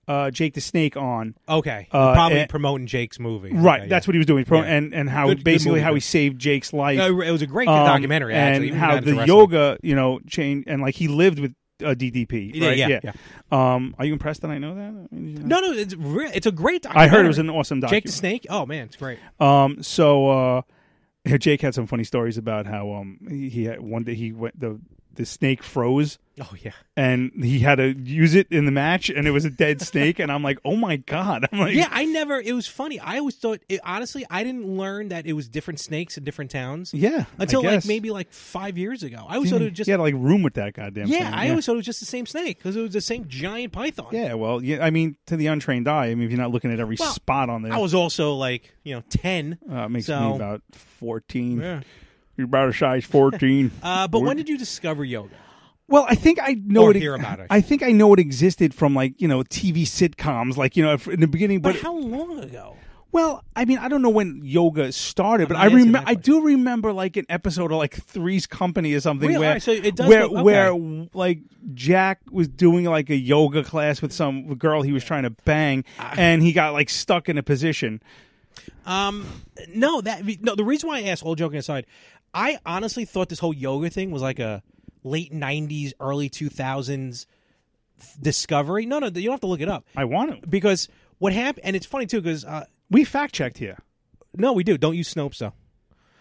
uh, Jake the Snake on.
okay,
Uh,
probably
and-
promoting Jake's movie.
Right,
Okay,
that's
yeah.
what he was doing, pro-
Yeah.
and and how
Good- good
basically
movie,
how
though.
he saved Jake's life.
Uh, it was a great
Um,
documentary, actually,
and
even
how
without his
the
wrestling.
yoga, you know, changed, and like he lived with uh, DDP.
He did,
right?
yeah,
Um, are you impressed that I know that?
No, no, it's re- it's a great.
I heard it was
documentary.
an awesome
Jake
documentary.
the Snake. Oh man, it's great.
Um, so uh, Jake had some funny stories about how um he, he had one day he went the the snake froze.
Oh, yeah.
and he had to use it in the match, and it was a dead snake, and I'm like, oh my god, I'm like,
yeah, I never. It was funny. I always thought. It, honestly, I didn't learn that it was different snakes in different towns.
Yeah, I
until like
guess. Hmm,
maybe like five years ago. I always thought it was just.
yeah, like room with that goddamn.
yeah,
thing.
I always thought it was just the same snake because it was the same giant python.
Yeah, well, yeah, I mean, to the untrained eye, I mean, if you're not looking at every
Well,
spot on there,
I was also like you know ten.
uh, it makes
so-
me about fourteen.
Yeah.
You're about a size fourteen.
Uh, but when did you discover yoga?
Well, I think I know
Or
it.
hear about it.
I think I know it existed from like you know TV sitcoms, like you know if- in the beginning. But,
But how long ago?
well, I mean, I don't know when yoga started, but
not
I
asking
remember.
that
I do remember like an episode of like Three's Company or something
Really?
where
Alright, so it does
where
look-
where
okay.
like Jack was doing like a yoga class with some girl he was trying to bang,
Ah.
and he got like stuck in a position.
Um, no, that no. The reason why I asked, all joking aside, I honestly thought this whole yoga thing was like a late '90s, early 2000s discovery. No, no, you don't have to look it up.
I want to
because what happened, and it's funny too because uh,
we fact checked here.
No, we do. Don't use Snopes though.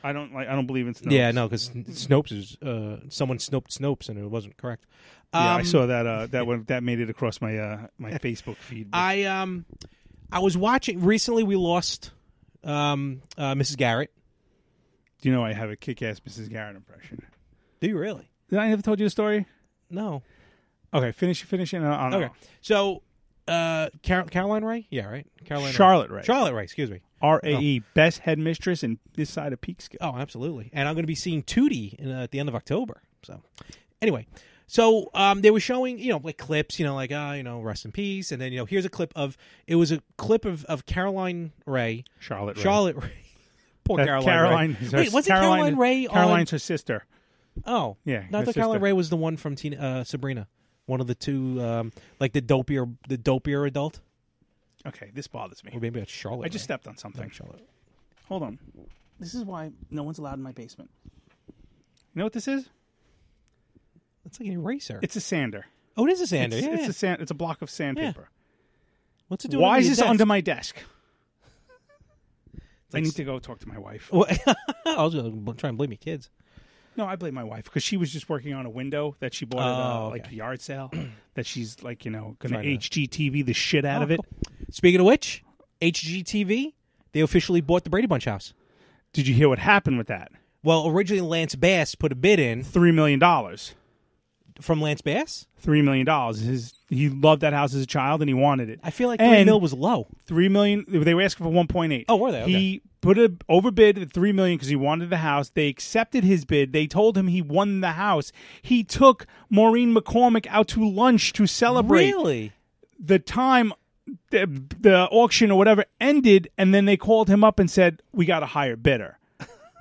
I don't like. I don't believe in Snopes.
Yeah, no, because Snopes is uh, someone snoped Snopes and it wasn't correct.
Yeah, I
Um,
saw that. Uh, that one that made it across my uh, my Facebook feed.
I um, I was watching recently. We lost um, uh, Mrs. Garrett.
Do you know I have a kick-ass Mrs. Garrett impression?
Do you really?
Did I never told you the story?
No.
Okay, finish finish it. and I'll- I'll-
Okay. So, uh, Carol- Caroline Ray? Yeah, right. Caroline.
Charlotte
Ray.
Ray.
Charlotte Ray. Excuse me.
R A E, best headmistress in this side of Peekskill.
Oh, absolutely. And I'm going to be seeing Tootie in, uh, at the end of October. So, anyway, so um, they were showing, you know, like clips, you know, like, uh, you know, rest in peace. And then, you know, here's a clip of, it was a clip of, of Caroline Ray.
Charlotte Ray.
Charlotte Ray. Poor
That
Caroline.
Caroline
Ray.
is her-
Wait, was it
Caroline-
Caroline Ray? on-
Caroline's her sister.
Oh,
Yeah,
No, I
her
thought Caroline
sister.
Ray was the one from Teen uh, Sabrina, one of the two, um, like the dopier, the dopier adult.
Okay, this bothers me.
Or maybe it's Charlotte.
I just
Ray.
stepped on something.
Charlotte.
Hold on. This is why no one's allowed in my basement. You know what this is?
It's like an eraser.
It's a sander.
oh, it is a sander.
It's,
yeah,
it's
yeah.
a sand. It's a block of sandpaper.
What's it doing?
Why
under
is
your
this
desk?
under my desk?
like
I need
s-
to go talk to my wife.
Well, I was going to try and blame your kids.
No, I blame my wife because she was just working on a window that she bought at
Oh,
a,
okay.
like a yard sale that she's like you know going to
Trying to-
HGTV the shit out
Oh,
of it.
cool. Speaking of which, HGTV they officially bought the Brady Bunch house.
Did you hear what happened with that?
Well, originally Lance Bass put a bid in
Three million dollars.
from Lance Bass.
Three million dollars. His he loved that house as a child and he wanted it.
I feel like three
And-
mil was low.
Three million. They were asking for one point eight.
Oh, were they? Okay.
He put a overbid at three million because he wanted the house. They accepted his bid. They told him he won the house. He took Maureen McCormick out to lunch to celebrate.
Really?
the time the, the auction or whatever ended, and then they called him up and said, "We got a higher bidder,"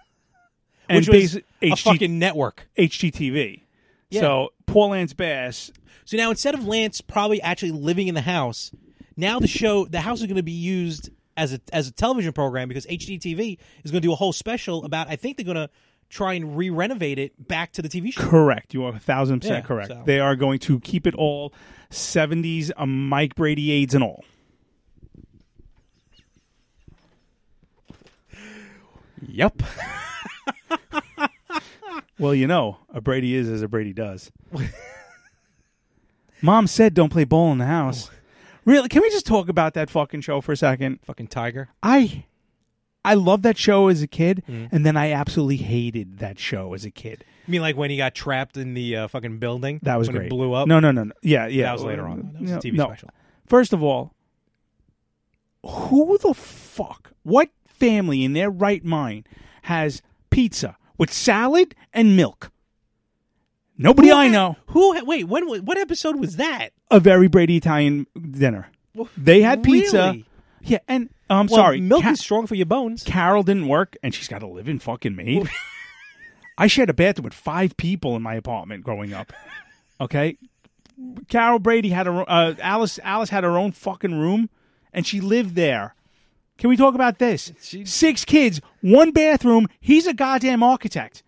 Which was
basi-
a
HG
fucking network.
HGTV.
Yeah.
So Paul Lance Bass,
So now instead of Lance probably actually living in the house, now the show the house is going to be used as a as a television program because HGTV is going to do a whole special about. I think they're going to try and re-renovate it back to the TV show.
correct. You are a thousand percent
Yeah,
correct.
so-
They are going to keep it all seventies, um, Mike Brady aids and all.
Yep.
Well, you know, a Brady is as a Brady does. Mom said, "Don't play ball in the house." Really? Can we just talk about that fucking show for a second?
Fucking Tiger.
I I loved that show as a kid,
Mm-hmm.
and then I absolutely hated that show as a kid.
You mean like when he got trapped in the uh, fucking building?
That was
when
great.
It blew up.
No, no, no, no. Yeah, yeah.
That was later on. That was a
No,
TV
no.
special.
First of all, who the fuck? What family in their right mind has pizza with salad and milk? Nobody I know.
Who? ha- Wait, when? wa- What episode was that?
A very Brady Italian dinner. They had pizza.
Really?
Yeah, and I'm
Well,
sorry,
milk
Ca-
is strong for your bones.
Carol didn't work, and she's got a living fucking maid. I shared a bathroom with five people in my apartment growing up. Okay, Carol Brady had her. Uh, Alice Alice had her own fucking room, and she lived there. Can we talk about this? Six kids, one bathroom. He's a goddamn architect.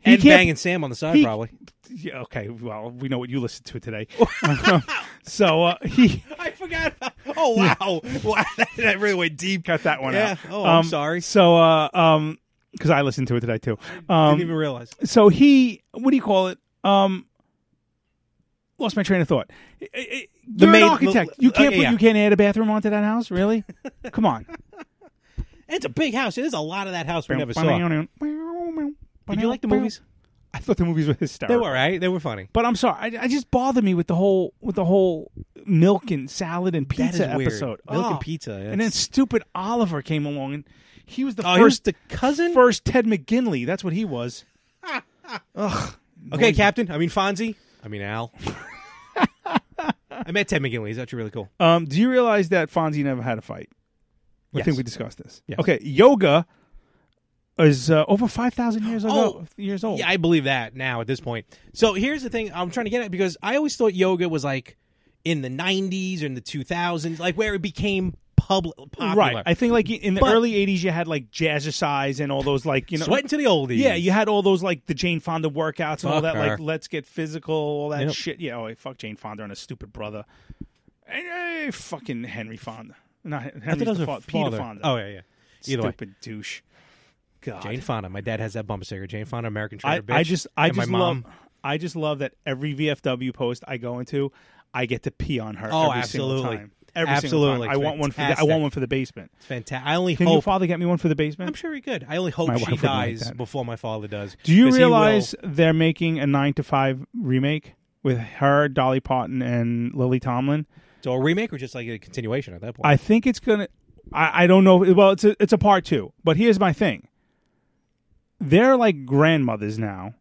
He
and
can't-
banging Sam on the side,
he-
probably.
yeah, okay. Well, we know what you listened to today. Um, so uh, he.
I forgot. Oh wow! wow that really went deep.
Cut that one
Yeah.
out.
Oh, I'm
Um,
sorry.
So, uh, um, because I listened to it today too. Um,
even realize.
So he, what do you call it? Um, lost my train of thought. I- I-
The
You're
maid-
an architect.
the-
you can't
okay,
put,
yeah.
you can't add a bathroom onto that house, really? Come on.
It's a big house. There's a lot of that house we never saw.
Did
Did you like the movies?
I thought the movies were hysterical.
They were right. They were funny.
But I'm sorry, I, I just bother me with the whole with the whole milk and salad and
That is
pizza
weird.
episode.
Milk and
Oh.
pizza,
and then
that's-
stupid Oliver came along, and he was the
Oh, he was
first the cousin, first Ted McGinley. That's what he was. Ugh.
Okay, Captain. I mean Fonzie. I mean Al. I met Ted McGinley. He's actually really cool.
Um, do you realize that Fonzie never had a fight? I
Yes.
think we discussed this.
Yes.
Okay, yoga is uh, over five thousand years ago. years old.
Oh, Yeah, I believe that now at this point. So here's the thing I'm trying to get at because I always thought yoga was like in the 90s or in the 2000s, like where it became public popular.
Right, I think like in the
But-
early '80s, you had like jazzercise and all those like you know
Sweating to the oldies.
Yeah, you had all those like the Jane Fonda workouts and all
Fuck
that
her.
like let's get physical, all that
Yep.
shit. Yeah, oh fuck Jane Fonda and a stupid brother, and, eh, fucking Henry Fonda. Not Henry's
I thought that was
the
her
fa-
father.
Peter Fonda.
Oh yeah, yeah. Either way.
stupid douche. God.
Jane Fonda. My dad has that bumper sticker. Jane Fonda, American
I,
Trader. bitch.
I just I
and
just
my mom.
love I just love that every VFW post I go into, I get to pee on her.
Oh,
every
absolutely.
Single time. Every single
Absolutely.
time. I want one for the, I
Fantastic.
want one for the basement.
It's fantastic. I only
Can your
hope.
father get me one for the basement?
I'm sure he could. I only hope
My wife
she
would like
dies
that.
before my father does.
Do you
'cause he will-
realize they're making a nine to five remake with her, Dolly Parton, and Lily Tomlin?
So a remake or just like a continuation at that point?
I think it's gonna. I, I don't know. Well, it's a, it's a part two. But here's my thing. They're like grandmothers now.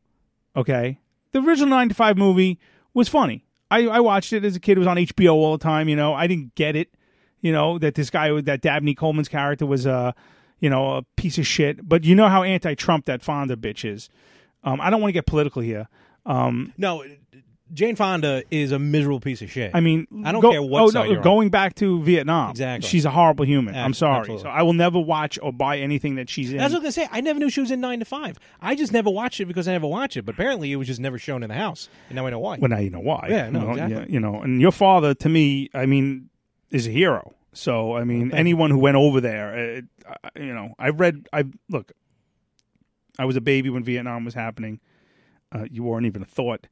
Okay, the original nine to five movie was funny. I, I watched it as a kid. It was on HBO all the time. You know, I didn't get it. You know that this guy that Dabney Coleman's character was a you know a piece of shit. But you know how anti-Trump that Fonda bitch is. Um, I don't want to get political here. Um,
no, Jane Fonda is a miserable piece of shit.
I mean,
I don't
go-
care what
oh,
side
no,
you're on.
going back to Vietnam.
Exactly.
she's a horrible human. I'm
Ab-
sorry.
absolutely.
So I will never watch or buy anything that she's in.
That's what I was gonna say. I never knew she was in Nine to Five. I just never watched it because I never watched it. But apparently, it was just never shown in the house, and now I know why.
well, now you know why.
Yeah, no,
you know,
exactly.
yeah, you know, and your father, to me, I mean, is a hero. So I mean, anyone who went over there, it, I- you know, I read. I look. I was a baby when Vietnam was happening. Uh, you weren't even a thought.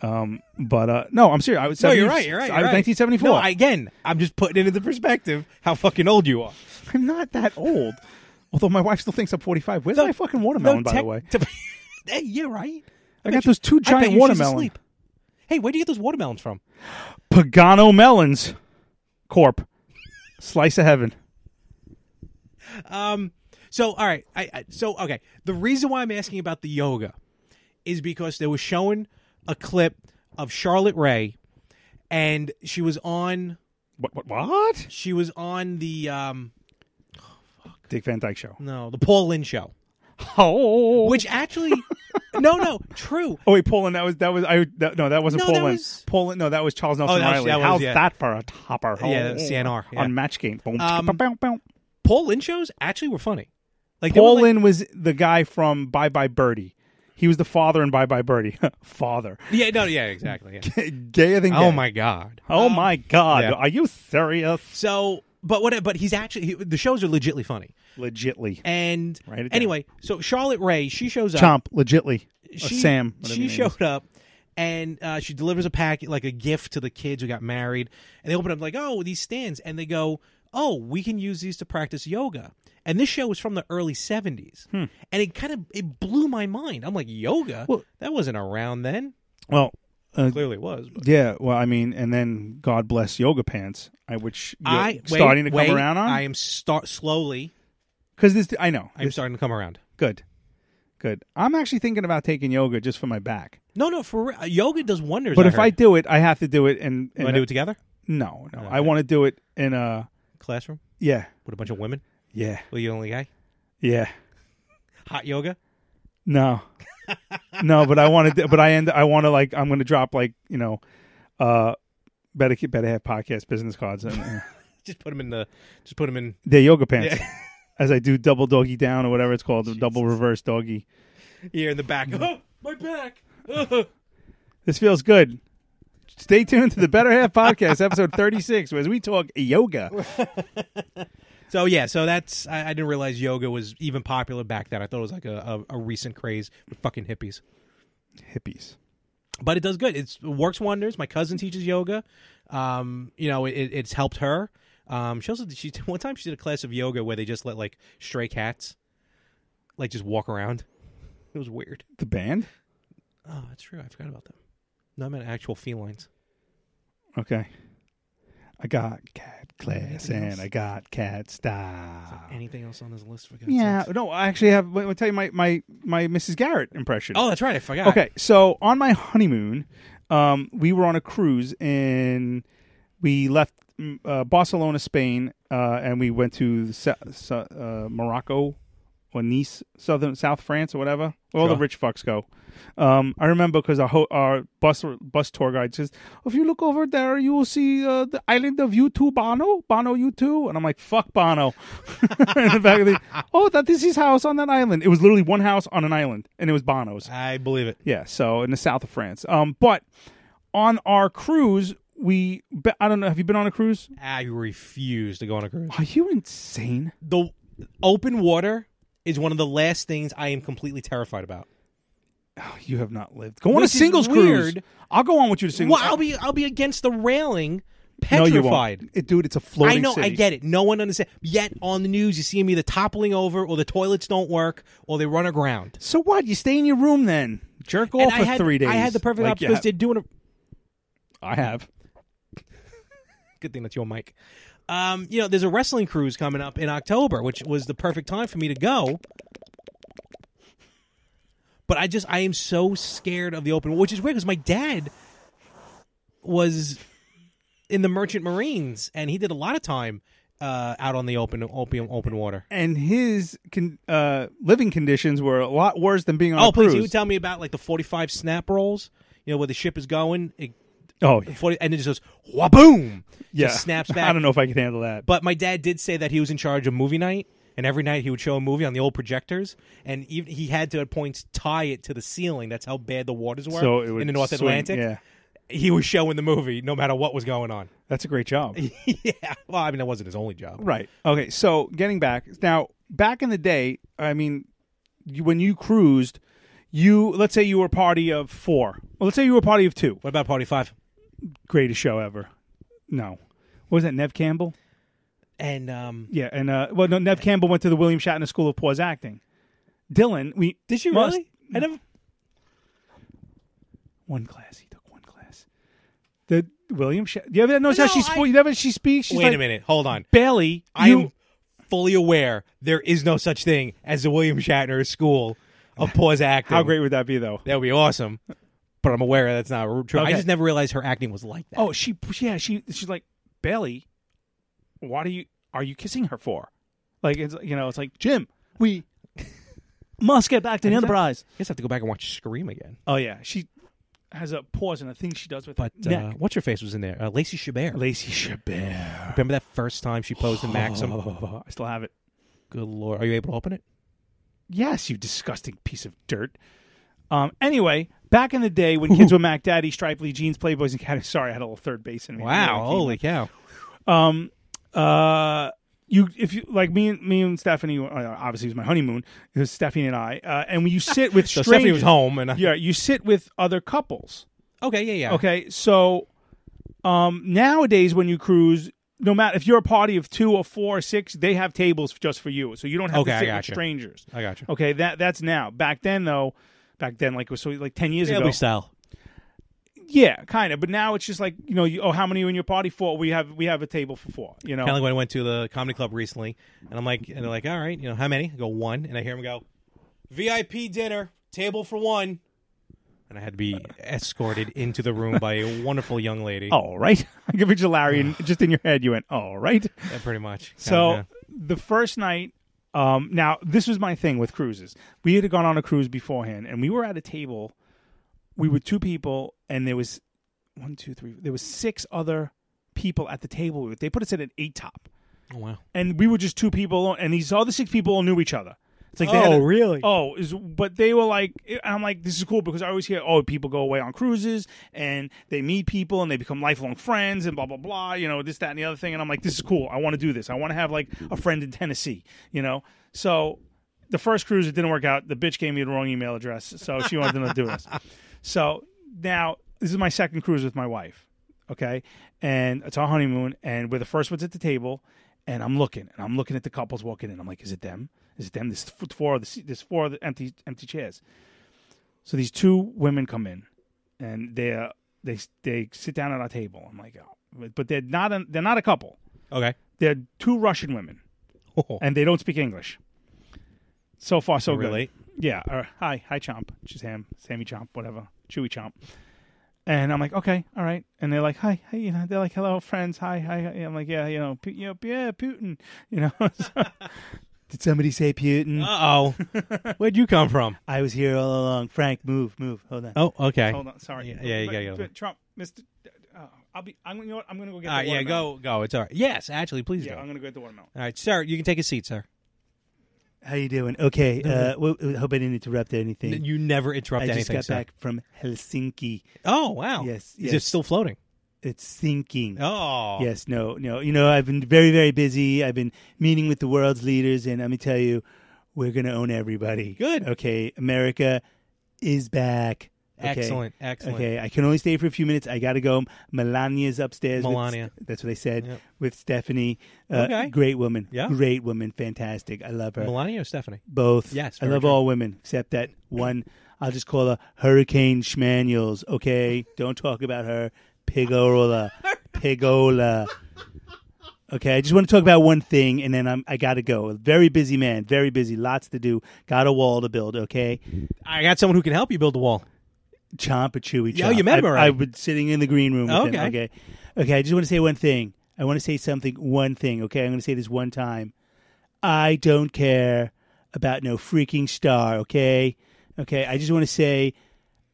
Um, but uh, no, I'm serious. I was
No,
70
you're right. You're right.
I was 1974.
No, I- again, I'm just putting it into perspective how fucking old you are.
I'm not that old. Although my wife still thinks I'm 45. Where's my fucking watermelon, by the
tec-
way?
Hey, you're right.
I,
bet
got
you-
those two
I bet you
giant
she's
watermelons.
asleep. Hey, where do you get those watermelons from?
Pagano Melons Corp. Slice of heaven.
Um. So all right. I, I so okay. The reason why I'm asking about the yoga is because they were showing a clip of Charlotte Ray, and she was on.
What? What? what?
She was on the um.
Dick Van Dyke Show.
No, the Paul Lynn Show.
Oh.
Which actually, no, no, true.
Oh wait, Poland. That was that was I. That, no, that wasn't
No, that
Poland.
was-
Poland. No, that was Charles Nelson
Oh, that was-
Riley.
that was-
How's
yeah.
that for a topper?
Yeah, that was CNR, yeah.
on Match Game. Boom.
Um,
bow, bow.
Paul Lynn shows actually were funny. Like they were,
Paul
like-
Lynn was the guy from Bye Bye Birdie. He was the father in Bye Bye Birdie. father.
yeah, no, yeah, exactly. Yeah.
Gayer than gay.
Oh my god.
Oh my god.
yeah.
Are you serious?
So, but what? But he's actually he, the shows are legitly funny.
Legitly.
And
Write it down.
anyway, so Charlotte Ray, she shows up.
Chomp. Legitly. Or
she,
Sam. whatever
She
your name is.
showed up and uh, she delivers a packet, like a gift to the kids who got married. And they open up, like, oh, these stands. And they go, oh, we can use these to practice yoga. And this show was from the early 70s.
Hmm.
And it kind of it blew my mind. I'm like, yoga? that wasn't around then.
Well, uh,
Clearly it was. But.
Yeah, well, I mean, and then God bless yoga pants, I which you're
I wait,
starting to come
wait,
around
I
on
am start slowly.
because this I know
I'm starting to come around.
good, good. I'm actually thinking about taking yoga just for my back,
No, no, for real. Yoga does wonders.
but
I
if I
heard.
do it, I have to do it and,
You wanna do it Oh, together,
No, no, I want to do it in a
classroom
yeah,
with a bunch of women.
yeah,
Were you the only guy?
yeah.
Hot yoga.
No, no, but I want to. But I end. I want to like. I'm going to drop like you know, uh, better keep- better have podcast business cards and uh,
Just put them in the. Just put them in.
their yoga pants.
Yeah.
As I do double doggy down or whatever it's called, double reverse doggy.
You're in the back. Oh, my back. Oh,
This feels good. Stay tuned to the Better Half Podcast, episode 36, as we talk yoga.
So yeah, so that's I, I didn't realize yoga was even popular back then. I thought it was like a, a, a recent craze with fucking hippies.
Hippies.
But it does good. It's, it works wonders. My cousin teaches yoga. Um, you know, it, it's helped her. Um, she also she one time she did a class of yoga where they just let like stray cats, like just walk around. It was weird.
The band?
Oh, that's true. I forgot about them. No, I meant actual felines.
Okay. I got cat class
Anything
and
else?
I got cat style.
Anything else on this list? For God's
Yeah,
sakes?
no, I actually have. I'll tell you my my my Mrs. Garrett impression.
Oh, that's right. I forgot.
Okay, so on my honeymoon, um, we were on a cruise and we left mm, uh, Barcelona, Spain, uh, and we went to se- se- uh, Morocco or Nice, southern South France or whatever. Where all the
Sure.
rich fucks go. Um, I remember because our, ho- our bus bus tour guide says, "If you look over there, you will see uh, the island of U2 Bono, Bono U2," and I'm like, "Fuck Bono!" In the back of the, oh, that is his house on that island. It was literally one house on an island, and it was Bono's.
I believe it.
Yeah, so in the south of France. Um, but on our cruise, we be- I don't know. Have you been on a cruise?
I refuse to go on a cruise.
Are you insane?
The open water is one of the last things I am completely terrified about.
You have not lived. Go on
Which
a
is
singles
weird.
cruise. I'll go on with you to singles.
Well, I'll be I'll be against the railing,
No,
petrified.
you won't. It- dude. It's a floating.
I know, I
city.
get it. No one understands. Yet on the news, you see them either toppling over, or the toilets don't work, or they run aground.
So what? You stay in your room then. Jerk off
And
for
I had,
three days.
I had the perfect
Like,
option
yeah,
because they're doing a
I have.
good thing that's your mic. Um, you know, there's a wrestling cruise coming up in October, which was the perfect time for me to go. But I just, I am so scared of the open, which is weird because my dad was in the Merchant Marines and he did a lot of time uh, out on the open, opium, open water.
And his con- uh, living conditions were a lot worse than being on
Oh,
a cruise.
please! You would tell me about like the forty-five snap rolls. You know where the ship is going. It,
Oh, yeah.
40 and it just goes whaboom.
yeah,
just snaps back.
I don't know if I can handle that.
But my dad did say that he was in charge of movie night, and every night he would show a movie on the old projectors, and even, he had to at points tie it to the ceiling. That's how bad the waters were
So it would
in the North
swing,
Atlantic.
yeah.
He was showing the movie no matter what was going on.
That's a great job.
yeah. Well, I mean, that wasn't his only job.
Right. Okay. So getting back now, back in the day, I mean, you, when you cruised, you let's say you were a party of four. Well, let's say you were a party of two.
What about party five?
Greatest show ever. No, what was that Nev Campbell?
And um,
Yeah, and uh, well, no, Nev Campbell went to the William Shatner School of Pause Acting. Dylan, we
did she
must-
really? I never.
one class. He took one class. The William Shatner. You ever notice how she
No, I-
spo- you never she speaks? She's
Wait
like,
a minute. Hold on.
Bailey,
I
you-
am fully aware there is no such thing as the William Shatner School of Pause Acting.
How great would that be, though?
That would be awesome. But I'm aware that's not true.
Okay.
I just never realized her acting was like that.
Oh, she yeah, she she's like, Bailey, what are you are you kissing her for? Like it's you know, it's like Jim, we must get back to the Enterprise.
I guess I have to go back and watch Scream again.
Oh yeah, she has a pause and a thing she does with
But
her
uh,
neck.
what's her face was in there? Uh, Lacey Chabert.
Lacey Chabert.
Remember that first time she posed in Maxim?
Oh, I still have it.
Good lord, are you able to open it?
Yes, you disgusting piece of dirt. Um. Anyway, back in the day when kids were Mac Daddy, Stripely, Jeans, Playboys, and Cat. Sorry, I had a little third base in me.
Wow, holy cow!
um uh you if you like me and me and Stephanie uh, obviously it was my honeymoon it was Stephanie and I uh, and when you sit with
So
strangers,
Stephanie was home and I-
yeah you sit with other couples
Okay, yeah, yeah.
okay so um nowadays when you cruise no matter if you're a party of two or four or six they have tables just for you so you don't have
Okay, I
to sit with
gotcha.
strangers
I got you.
okay that that's now back then though back then like it was so like 10 years
Yeah,
ago
we style.
yeah kind of but now it's just like you know you, oh how many are in your party four we have we have a table for four you know
Kind of like when I went to the comedy club recently, and I'm like, and they're like, all right, you know, how many? I go one, and I hear him go, VIP dinner, table for one, and I had to be escorted into the room by a wonderful young lady.
all right. I can picture Larry, and just in your head, you went, all right.
Yeah, pretty much.
So
Kinda,
the first night, um, now this was my thing with cruises. We had gone on a cruise beforehand, and we were at a table. We were two people, and there was one, two, three. There was six other people at the table. They put us at an eight top,
yeah. oh wow.
and we were just two people, alone, and these other six people all knew each other. It's
It's like they had a-
Oh, is but they were like, I'm like, this is cool because I always hear, oh, people go away on cruises and they meet people and they become lifelong friends and blah blah blah, you know, this that and the other thing, and I'm like, this is cool. I want to do this. I want to have like a friend in Tennessee, you know. So the first cruise it didn't work out. The bitch gave me the wrong email address, so she wanted them to do this. So now this is my second cruise with my wife, okay, and it's our honeymoon, and we're the first ones at the table, and I'm looking, and I'm looking at the couples walking in. I'm like, is it them? Is it them? There's f- four of the se- there's four of the empty empty chairs. So these two women come in, and they uh, they they sit down at our table. I'm like, oh. But- but they're not a, they're not a couple.
Okay,
they're two Russian women, and they don't speak English. So far, so
I
good.
relate.
Yeah. Uh, hi, hi, Chomp. She's Ham, Sammy Chomp, whatever, Chewy Chomp. And I'm like, okay, all right. And they're like, hi, hi. You know, they're like, hello, friends. Hi, hi. hi. I'm like, yeah, you know, Pu- you know, yeah, Putin. You know. So- Did somebody say Putin?
Uh oh. Where'd you come from?
I was here all along. Frank, move, move. Hold on.
Oh, okay.
Hold on. Sorry.
Yeah, yeah, you
But-
gotta go.
but Trump, Mister. Uh, I'll be. I'm. You know what? I'm gonna go get.
All right,
the
yeah,
watermelon.
go, go. It's all right. Yes, actually, please
Yeah,
go.
I'm gonna go get the watermelon.
All right, sir, you can take a seat, sir.
How you doing? Okay.
Uh,
hope I didn't interrupt anything.
You never interrupt
I just
anything,
got
sir.
back from Helsinki.
Oh wow.
Yes,
Is it
yes.
still floating?
It's sinking.
Oh.
Yes, no, no. You know, I've been very, very busy. I've been meeting with the world's leaders, and let me tell you, we're going to own everybody. Good. Okay, America is back. Okay.
Excellent, excellent.
Okay, I can only stay for a few minutes. I got to go. Melania's upstairs. with-
Melania.
that's what I said.
Yep.
With Stephanie. Uh,
Okay.
Great woman.
Yeah.
Great woman. Fantastic. I love her.
Melania or Stephanie?
Both.
Yes,
I
very
love all women except that one. I'll just call her Hurricane Schmanuels. Okay, don't talk about her. Pigola, Pigola. Okay, I just want to talk about one thing, and then I'm, I got to go. A very busy man, very busy, lots to do. Got a wall to build. Okay,
I got someone who can help you build the wall.
Chomp a chewy.
Yeah,
chomp.
you met him
I,
already.
I was sitting in the green room. With
Okay.
Him, okay, okay. I just want to say one thing. I want to say something. One thing. Okay, I'm going to say this one time. I don't care about no freaking star. Okay, okay. I just want to say.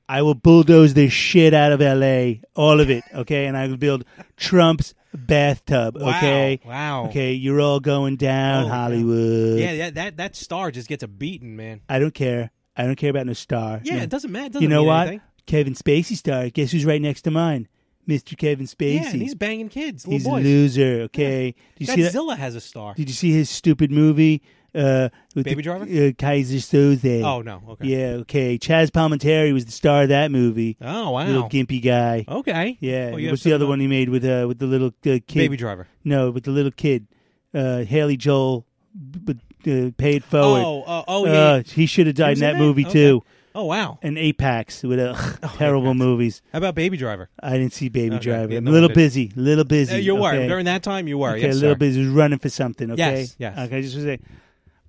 I will bulldoze this shit out of LA, all of it, okay? And I will build Trump's bathtub,
Wow,
okay?
wow.
Okay, you're all going down,
Oh, yeah.
Hollywood.
yeah, that, that that star just gets a beating, man.
I don't care. I don't care about no star.
Yeah,
No.
it doesn't matter. It
you
doesn't
know
mean
what?
anything.
Kevin Spacey star. Guess who's right next to mine? Mr. Kevin Spacey.
Yeah, and he's banging kids, little
He's a
boys.
loser. Okay. Did you see that-
Godzilla has a star.
Did you see his stupid movie? Uh, with the,
Baby Driver?
Uh, Kaiser Soze.
Oh, no, okay.
Yeah. Okay. Chaz Palminteri was the star of that movie.
Oh, wow.
Little gimpy guy.
Okay.
Yeah.
Oh, you have
What's the other one he made with uh with the little uh, kid?
Baby Driver.
No, with the little kid. Uh, Haley Joel. But uh, pay it forward.
Oh, oh, oh, yeah.
Uh, he should have
He
died
was
in that
in that?
movie
Okay.
too.
Oh, wow.
And Apex with uh, terrible movies.
How about Baby Driver?
I didn't see Baby
Okay,
Driver.
yeah,
I'm a
no,
little
but-
busy. A little busy.
Uh, you were.
okay?
During that time, you were.
Okay, a
Yes,
little
sir.
busy. Running for something. Okay.
Yes, yes.
Okay. I just want to say.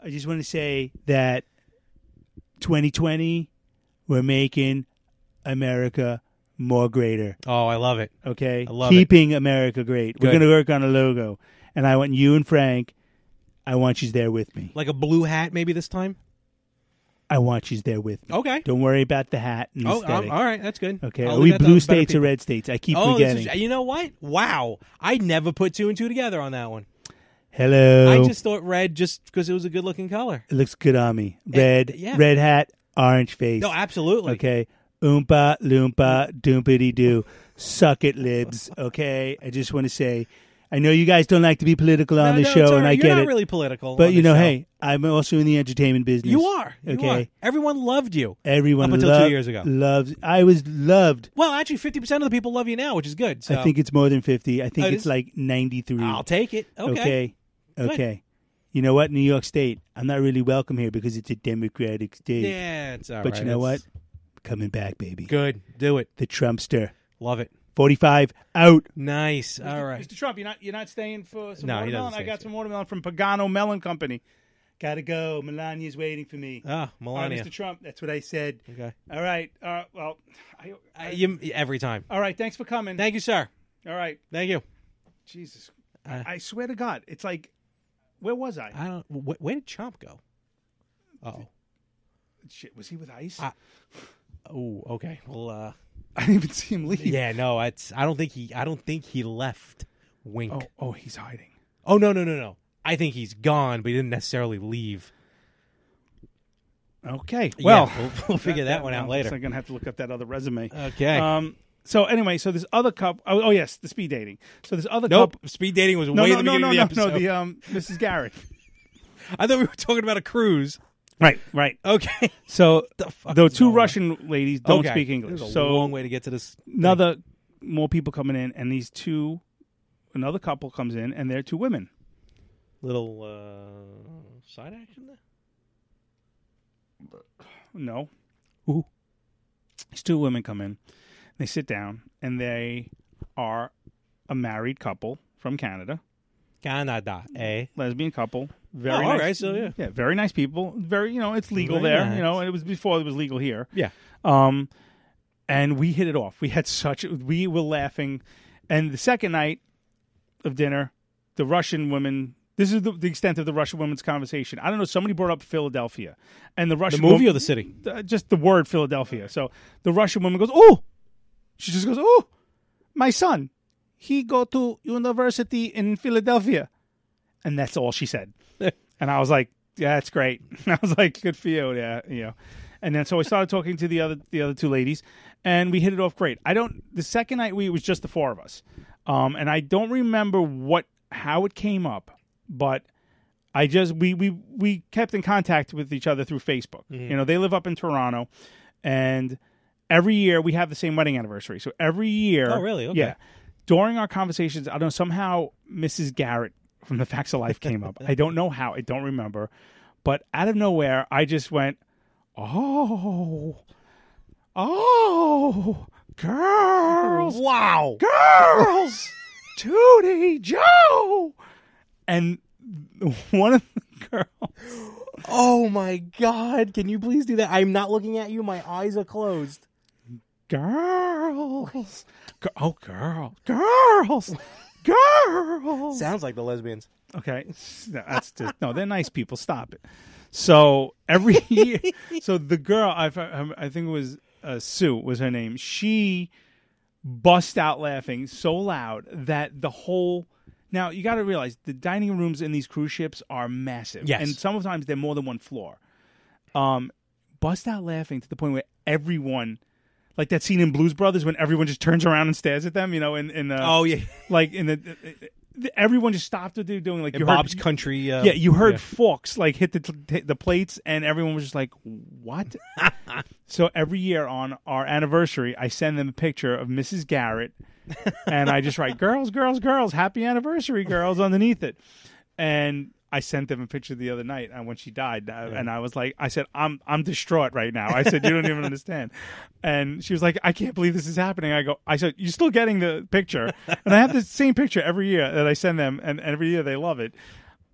I just want to say that 2020, we're making America more greater.
Oh, I love it.
Okay,
I love it.
keeping America great. We're
Good.
going to work on a logo, and I want you and Frank. I want you there with me.
Like a blue hat, maybe this time.
I want you there with me.
Okay.
Don't worry about the hat. And the
Oh, um,
aesthetic.
all right, that's good.
Okay.
I'll
Are
leave
we
that to
blue
better
states or
people.
red states? I keep
oh, this
forgetting.
Is, you know what? Wow, I never put two and two together on that one.
Hello.
I just thought red just because it was a good-looking color.
It looks good on me. Red,
yeah.
red hat, orange face.
No, absolutely. Mm.
Okay. Oompa, loompa, doompity doo. Suck it, libs. Okay. I just want to say, I know you guys don't like to be political on
No,
the
no, it's
show,
all
and
right.
I
You're
get
not
it.
really political
But
on
you
the
know,
show.
hey, I'm also in the entertainment business.
You are. You
okay.
are. Everyone loved you.
Everyone
up until
lo-
two years ago.
Loves. I was loved.
Well, actually, fifty percent of the people love you now, which is good. So.
I think it's more than fifty. I think
Oh, it
it's
is?
like ninety-three.
I'll take it. Okay.
Okay.
Good.
Okay. You know what, New York State? I'm not really welcome here because it's a Democratic state.
Yeah, it's all
But
right.
you know
It's-
what? Coming back, baby.
Good. Do it.
The Trumpster.
Love it.
45 out.
Nice. All right.
Mr. Trump, you're not you're not staying for some
No, he doesn't
watermelon.
stay
I got
for
some watermelon from Pagano Melon Company. Gotta go. Melania's waiting for me.
Ah,
All right,
Melania.
Mr. Trump, that's what I said.
Okay.
All right. Uh, well, I,
Uh, you, every time.
all right. Thanks for coming.
Thank you, sir.
All right.
Thank you.
Jesus.
Uh,
I swear to God, it's like, where was I?
I don't. Wh- where did Chomp go? Oh.
Shit, was he with ICE?
I- uh, Oh. Okay. Well. uh
I didn't even see him leave.
Yeah. No. It's. I don't think he. I don't think he left. Wink.
Oh, oh, he's hiding.
Oh no no no no! I think he's gone, but he didn't necessarily leave.
Okay.
Yeah,
Well,
we'll- we'll figure that one out later.
I'm gonna have to look up that other resume.
Okay.
Um, so anyway, so this other couple. Oh, oh yes, the speed dating. So this other
Nope,
couple.
speed dating was
no,
way
no,
at the
no,
beginning
no,
of the
no,
episode.
No, the um, Mrs. Garrett.
I thought we were talking about a cruise.
Right. Right.
Okay.
Uh, So the, two Russian ladies don't
Okay.
speak
There's
English.
a
so
long way to get to this thing.
Another more people coming in, and these two, another couple comes in, and they're two women.
Little uh, side action there.
No. Who? These two women come in. They sit down, and they are a married couple from Canada.
Canada, eh?
Lesbian couple. Very
Oh,
nice.
all right, so, yeah.
yeah, very nice people. Very, you know, it's legal
Very
there.
nice.
You know, and it was before it was legal here.
Yeah.
Um, and we hit it off. We had such we were laughing, and the second night of dinner, the Russian woman. This is the, the extent of the Russian woman's conversation. I don't know. Somebody brought up Philadelphia, and the Russian
movie
wo-
or the city?
Uh, just the word Philadelphia. So the Russian woman goes, "Oh," she just goes, "Oh, my son, he go to university in Philadelphia," and that's all she said. and I was like, "Yeah, that's great." I was like, "Good for you, yeah, you know." And then so I started talking to the other the other two ladies, and we hit it off great. I don't. The second night we it was just the four of us, um, and I don't remember what how it came up, but I just we we we kept in contact with each other through Facebook.
Mhm.
You know, they live up in Toronto, and every year we have the same wedding anniversary. So every year,
Oh, really? Okay.
Yeah. During our conversations, I don't know somehow Mrs. Garrett from the Facts of Life came up. I don't know how. I don't remember, but out of nowhere, I just went, "Oh, oh, girls!
Wow,
girls! Tootie Joe!" And one of the girls.
Oh my God! Can you please do that? I'm not looking at you. My eyes are closed.
Girls. Gir- oh, girl. Girls. Girls.
Sounds like the lesbians.
Okay, no, that's just no. They're nice people. Stop it. So every year, so the girl I um, I think it was uh, Sue was her name. She bust out laughing so loud that the whole. Now you got to realize the dining rooms in these cruise ships are massive,
Yes.
and sometimes they're more than one floor. Um, bust out laughing to the point where everyone. Like that scene in Blues Brothers when everyone just turns around and stares at them, you know, in, in uh, the
Oh, yeah.
like in the, the- everyone just stopped what they were doing. Like
In
you heard-
Bob's Country, uh,
yeah, you heard
yeah.
forks like hit the t- the plates, and everyone was just like, "What?" so every year on our anniversary, I send them a picture of Mrs. Garrett, and I just write "girls, girls, girls, happy anniversary, girls" underneath it, and. I sent them a picture the other night uh, when she died, uh, and I was like, "I said I'm I'm distraught right now." I said, "You don't even understand," and she was like, "I can't believe this is happening." I go, "I said you're still getting the picture, and I have the same picture every year that I send them, and every year they love it."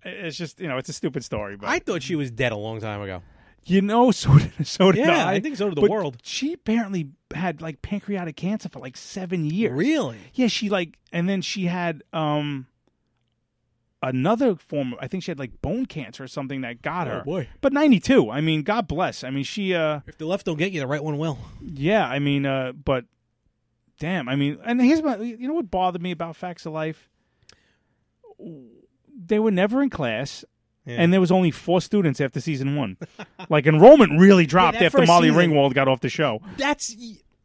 It's just you know, it's a stupid story, but
I thought she was dead a long time ago.
you know, so did, so did
Yeah,
I.
I think so did the
But
world.
She apparently had like pancreatic cancer for like seven years.
Really?
Yeah. She like, and then she had um another form. Of, I think she had like bone cancer or something that got
Oh,
her.
boy.
But ninety two. I mean, God bless. I mean, she. uh
If the left don't get you, the right one will.
Yeah. I mean, uh but damn. I mean, and here's my. You know what bothered me about Facts of Life? They were never in class.
Yeah.
And there was only four students after season one. like enrollment really dropped
that
after
first
Molly
season-
Ringwald got off the show.
That's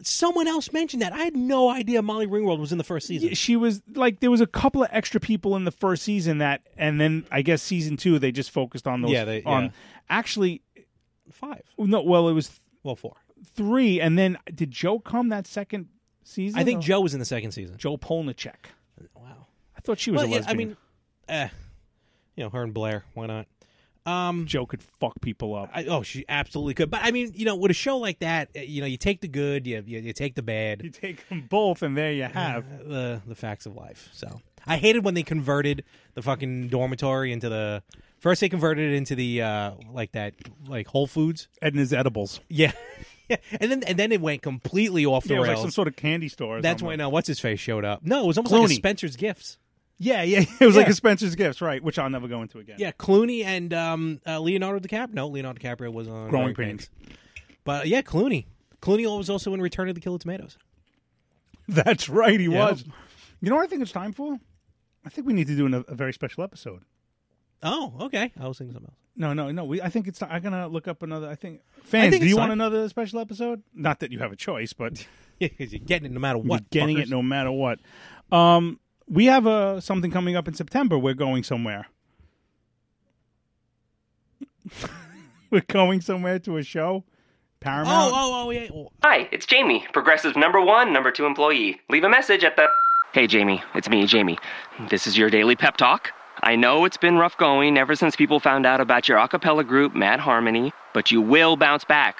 someone else mentioned that. I had no idea Molly Ringwald was in the first season.
She was like there was a couple of extra people in the first season that, and then I guess season two they just focused on those.
Yeah, they-
on
yeah.
actually
five.
No, well it was
well four,
three, and then did Joe come that second season?
I think
Oh.
Joe was in the second season.
Joe Polnicek.
Wow,
I thought she was
Well,
a
yeah,
lesbian.
I mean, eh, you know her and Blair. Why not? Um,
Joe could fuck people up.
I, oh, she absolutely could. But I mean, you know, with a show like that, eh, you know, you take the good, you you, you take the bad. You
take them both, and there you have
the the facts of life. So I hated when they converted the fucking dormitory into the. First, they converted it into the uh, like that, like Whole Foods,
Edna's Edibles.
Yeah, yeah, and then and then it went completely off the
Yeah, it was
rails.
like some sort of candy store. Or
That's
something.
when uh, what's his face showed up. No, it was almost like a
Clooney.
Spencer's Gifts.
Yeah, yeah, it was like
Yeah.
a Spencer's Gifts, right? Which I'll never go into again.
Yeah, Clooney and um, uh, Leonardo DiCaprio. No, Leonardo DiCaprio was on
Growing
Pains. But uh, yeah, Clooney. Clooney was also in Return of the Killer Tomatoes.
That's right, he
Yeah.
was. You know what I think it's time for? I think we need to do an, a very special episode.
Oh, okay. I was thinking something else.
No, no, no. We, I think it's. I'm gonna look up another. I think fans.
think
do
it's
you
time.
want another special episode? Not that you have a choice, but
yeah, because you're getting it no matter what.
You're getting
fuckers.
it no matter what. Um, we have uh, something coming up in September. We're going somewhere. We're going somewhere to a show. Paramount.
oh, oh, yeah.
Hi, it's Jamie, Progressive number one, number two employee. Leave a message at the. Hey, Jamie, it's me, Jamie. This is your daily pep talk. I know it's been rough going ever since people found out about your a cappella group, Mad Harmony, but you will bounce back.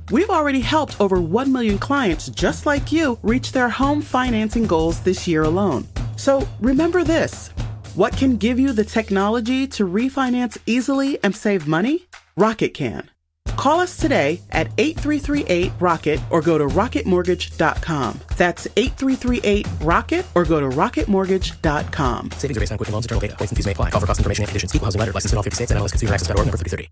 We've already helped over 1 million clients just like you reach their home financing goals this year alone. So remember this what can give you the technology to refinance easily and save money? Rocket can. Call us today at 8338 Rocket or go to rocketmortgage.com. That's 8338 Rocket or go to rocketmortgage.com.
Savings are based on quick loans, internal data, points and fees may apply. Call for cost information and conditions. Equal housing letter, license in all 50 states, and consumeraccess.org, number 3030.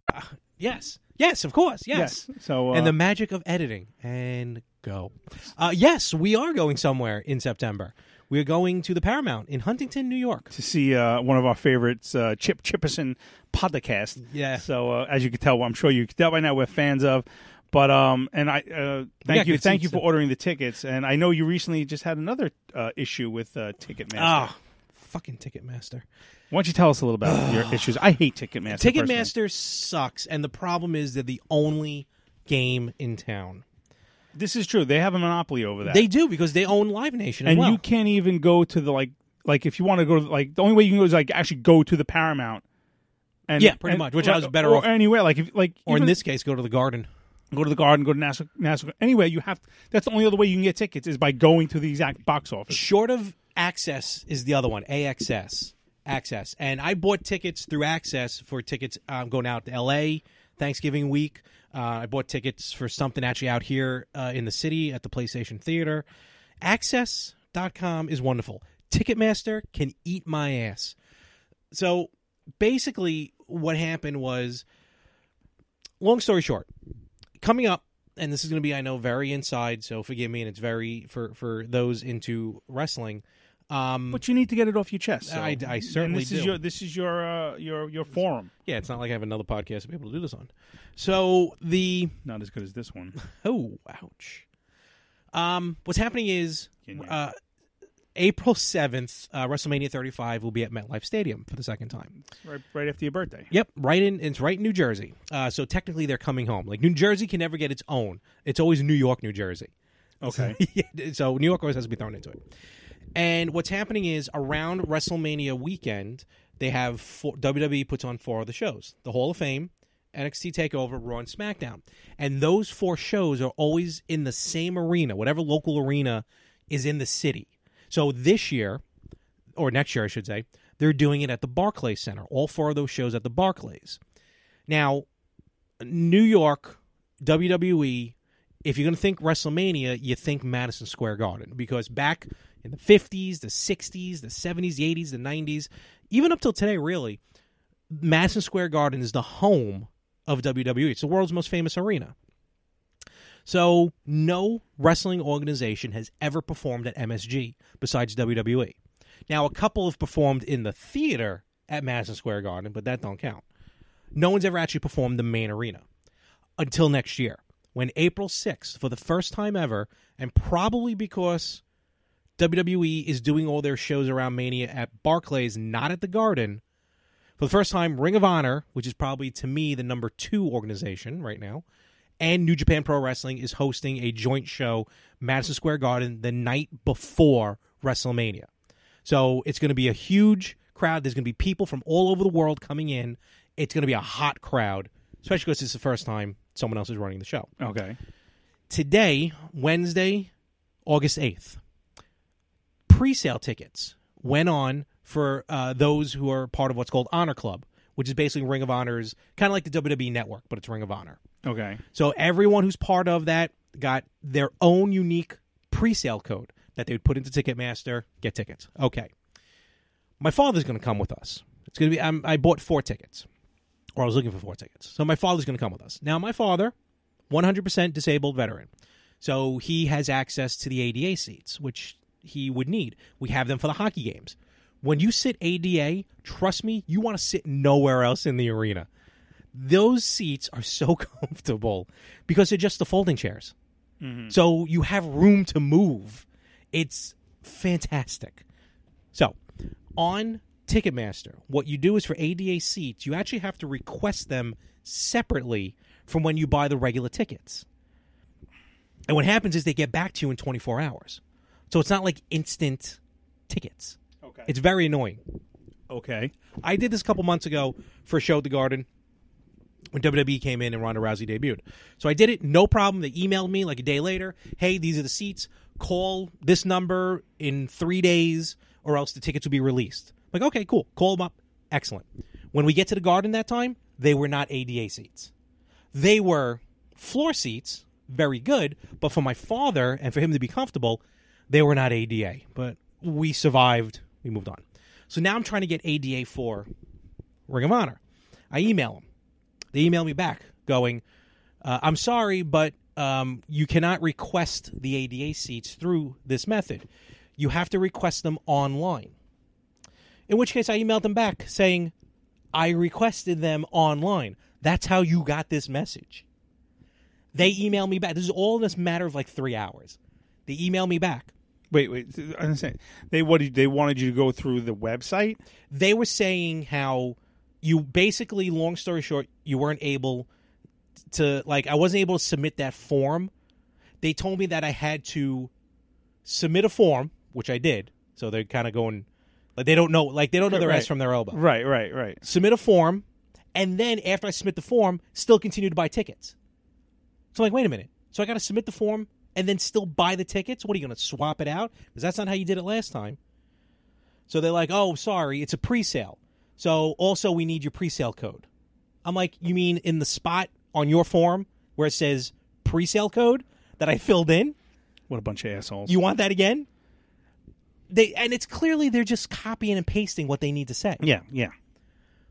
Yes. Yes, of course. Yes.
Yes. So, uh,
and the magic of editing and go. Uh, yes, we are going somewhere in September. We are going to the Paramount in Huntington, New York.
to see uh, one of our favorites, uh, Chip Chipperson podcast.
Yeah.
So uh, as you can tell, I'm sure you can tell by now we're fans of. But um, and I uh, thank
got
you,
good
thank you
seats
for ordering the tickets. And I know you recently just had another uh, issue with uh, Ticketmaster.
Ah, fucking Ticketmaster.
Why don't you tell us a little about your issues? I hate Ticketmaster. personally.
Ticketmaster sucks, and the problem is they're the only game in town.
This is true. They have a monopoly over that.
They do because they own Live Nation as
and
well.
you can't even go to the like like if you want to go to like the only way you can go is like actually go to the Paramount. And,
Yeah, pretty
and-
much, which I was better
or
off-
anywhere. Like if like
or in
even-
this case, go to the Garden.
go to the garden, go to Nassau, Nassau. Anyway, you have that's the only other way you can get tickets is by going to the exact box office.
Short of Access is the other one. AXS. Access. And I bought tickets through Access for tickets um, going out to LA Thanksgiving week. Uh, I bought tickets for something actually out here uh, in the city at the PlayStation Theater. Access.com is wonderful. Ticketmaster can eat my ass. So basically, what happened was long story short, coming up, and this is going to be I know very inside, so forgive me, and it's very for for those into wrestling. Um,
But you need to get it off your chest. so-
I- I
And
certainly
this is
do.
your this is your uh, your your forum.
yeah, it's not like I have another podcast to be able to do this on. So the
Not as good as this one.
oh ouch, um, what's happening is uh, April seventh, uh, WrestleMania thirty five will be at MetLife Stadium for the second time.
Right, right after your birthday.
Yep, right in it's right in New Jersey. Uh, so technically they're coming home. Like New Jersey can never get its own. It's always New York, New Jersey.
Okay.
Yeah, so New York always has to be thrown into it. And what's happening is around WrestleMania weekend, they have four, WWE puts on four of the shows: the Hall of Fame, NXT Takeover, Raw, and SmackDown. And those four shows are always in the same arena, whatever local arena is in the city. So this year, or next year, I should say, they're doing it at the Barclays Center. All four of those shows at the Barclays. Now, New York, E, WWE, if you're going to think WrestleMania, you think Madison Square Garden because back in the 50s, the 60s, the 70s, the 80s, the 90s, even up till today, really, Madison Square Garden is the home of WWE. It's the world's most famous arena. So, no wrestling organization has ever performed at MSG besides WWE. Now, a couple have performed in the theater at Madison Square Garden, but that don't count. No one's ever actually performed the main arena until next year, when April 6th, for the first time ever, and probably because WWE is doing all their shows around Mania at Barclays, not at the Garden. For the first time, Ring of Honor, which is probably to me the number two organization right now, and New Japan Pro Wrestling is hosting a joint show, Madison Square Garden, the night before WrestleMania. So it's going to be a huge crowd. There's going to be people from all over the world coming in. It's going to be a hot crowd, especially because it's the first time someone else is running the show.
Okay.
Today, Wednesday, August 8th, pre sale tickets went on for uh, those who are part of what's called Honor Club, which is basically Ring of Honor's kind of like the WWE network, but it's Ring of Honor.
Okay.
So everyone who's part of that got their own unique pre-sale code that they would put into Ticketmaster, get tickets. Okay. My father's going to come with us. It's going to be I'm, I bought four tickets, or I was looking for four tickets. So my father's going to come with us. Now my father, 100% disabled veteran, so he has access to the ADA seats, which he would need. We have them for the hockey games. When you sit ADA, trust me, you want to sit nowhere else in the arena those seats are so comfortable because they're just the folding chairs.
Mhm.
So you have room to move. It's fantastic. So on Ticketmaster, what you do is for ADA seats, you actually have to request them separately from when you buy the regular tickets. And what happens is they get back to you in 24 hours. So it's not like instant tickets. Okay. It's very annoying. Okay. I did this a couple months ago for a show at the Garden when WWE came in and Ronda Rousey debuted. So I did it, no problem. They emailed me like a day later, hey, these are the seats. Call this number in three days, or else the tickets will be released. Like, okay, cool. Call them up. Excellent. When we get to the garden that time, they were not ADA seats. They were floor seats, very good, but for my father and for him to be comfortable, they were not ADA. But we survived. We moved on. So now I'm trying to get ADA for Ring of Honor. I email them. They email me back going, uh, I'm sorry, but um, you cannot request the ADA seats through this method. You have to request them online. In which case, I emailed them back saying, I requested them online. That's how you got this message. They email me back. This is all in this matter of like three hours. They email me back.
Wait, wait. I understand. They what they wanted you to go through the website.
They were saying how you basically, long story short, you weren't able to like I wasn't able to submit that form. They told me that I had to submit a form, which I did. So they're kind of going like they don't know like they don't know their ass
Right.
from their elbow.
Right, right, right.
Submit a form, and then after I submit the form, still continue to buy tickets. So I'm like, wait a minute. So I got to submit the form and then still buy the tickets? What are you going to swap it out? Because that's not how you did it last time. So they're like, oh, sorry, it's a pre sale. So also, we need your pre sale code. I'm like, you mean in the spot on your form where it says pre sale code that I filled in?
What a bunch of assholes.
You want that again? They and it's clearly they're just copying and pasting what they need to say.
Yeah, yeah.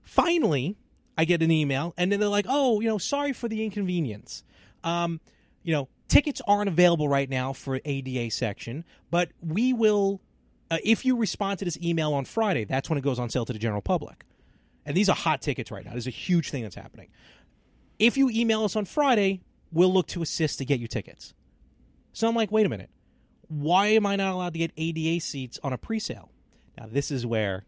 Finally, I get an email and then they're like, "Oh, you know, sorry for the inconvenience. Um, you know, tickets aren't available right now for ADA section, but we will uh, if you respond to this email on Friday, that's when it goes on sale to the general public." And these are hot tickets right now. There's a huge thing that's happening. If you email us on Friday, we'll look to assist to get you tickets. So I'm like, wait a minute. Why am I not allowed to get ADA seats on a pre-sale? Now this is where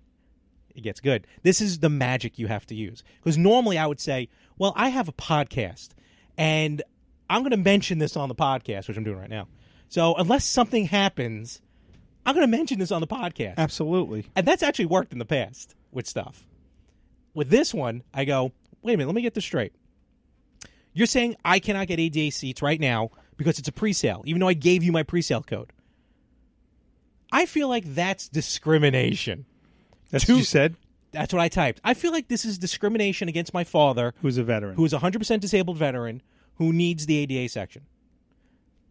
it gets good. This is the magic you have to use. Because normally I would say, well, I have a podcast and I'm going to mention this on the podcast, which I'm doing right now. So unless something happens, I'm going to mention this on the podcast.
Absolutely.
And that's actually worked in the past with stuff. With this one, I go, wait a minute, let me get this straight. You're saying I cannot get ADA seats right now because it's a pre sale, even though I gave you my pre sale code. I feel like that's discrimination.
That's what you said?
That's what I typed. I feel like this is discrimination against my father,
who's a veteran,
who is a 100% disabled veteran, who needs the ADA section.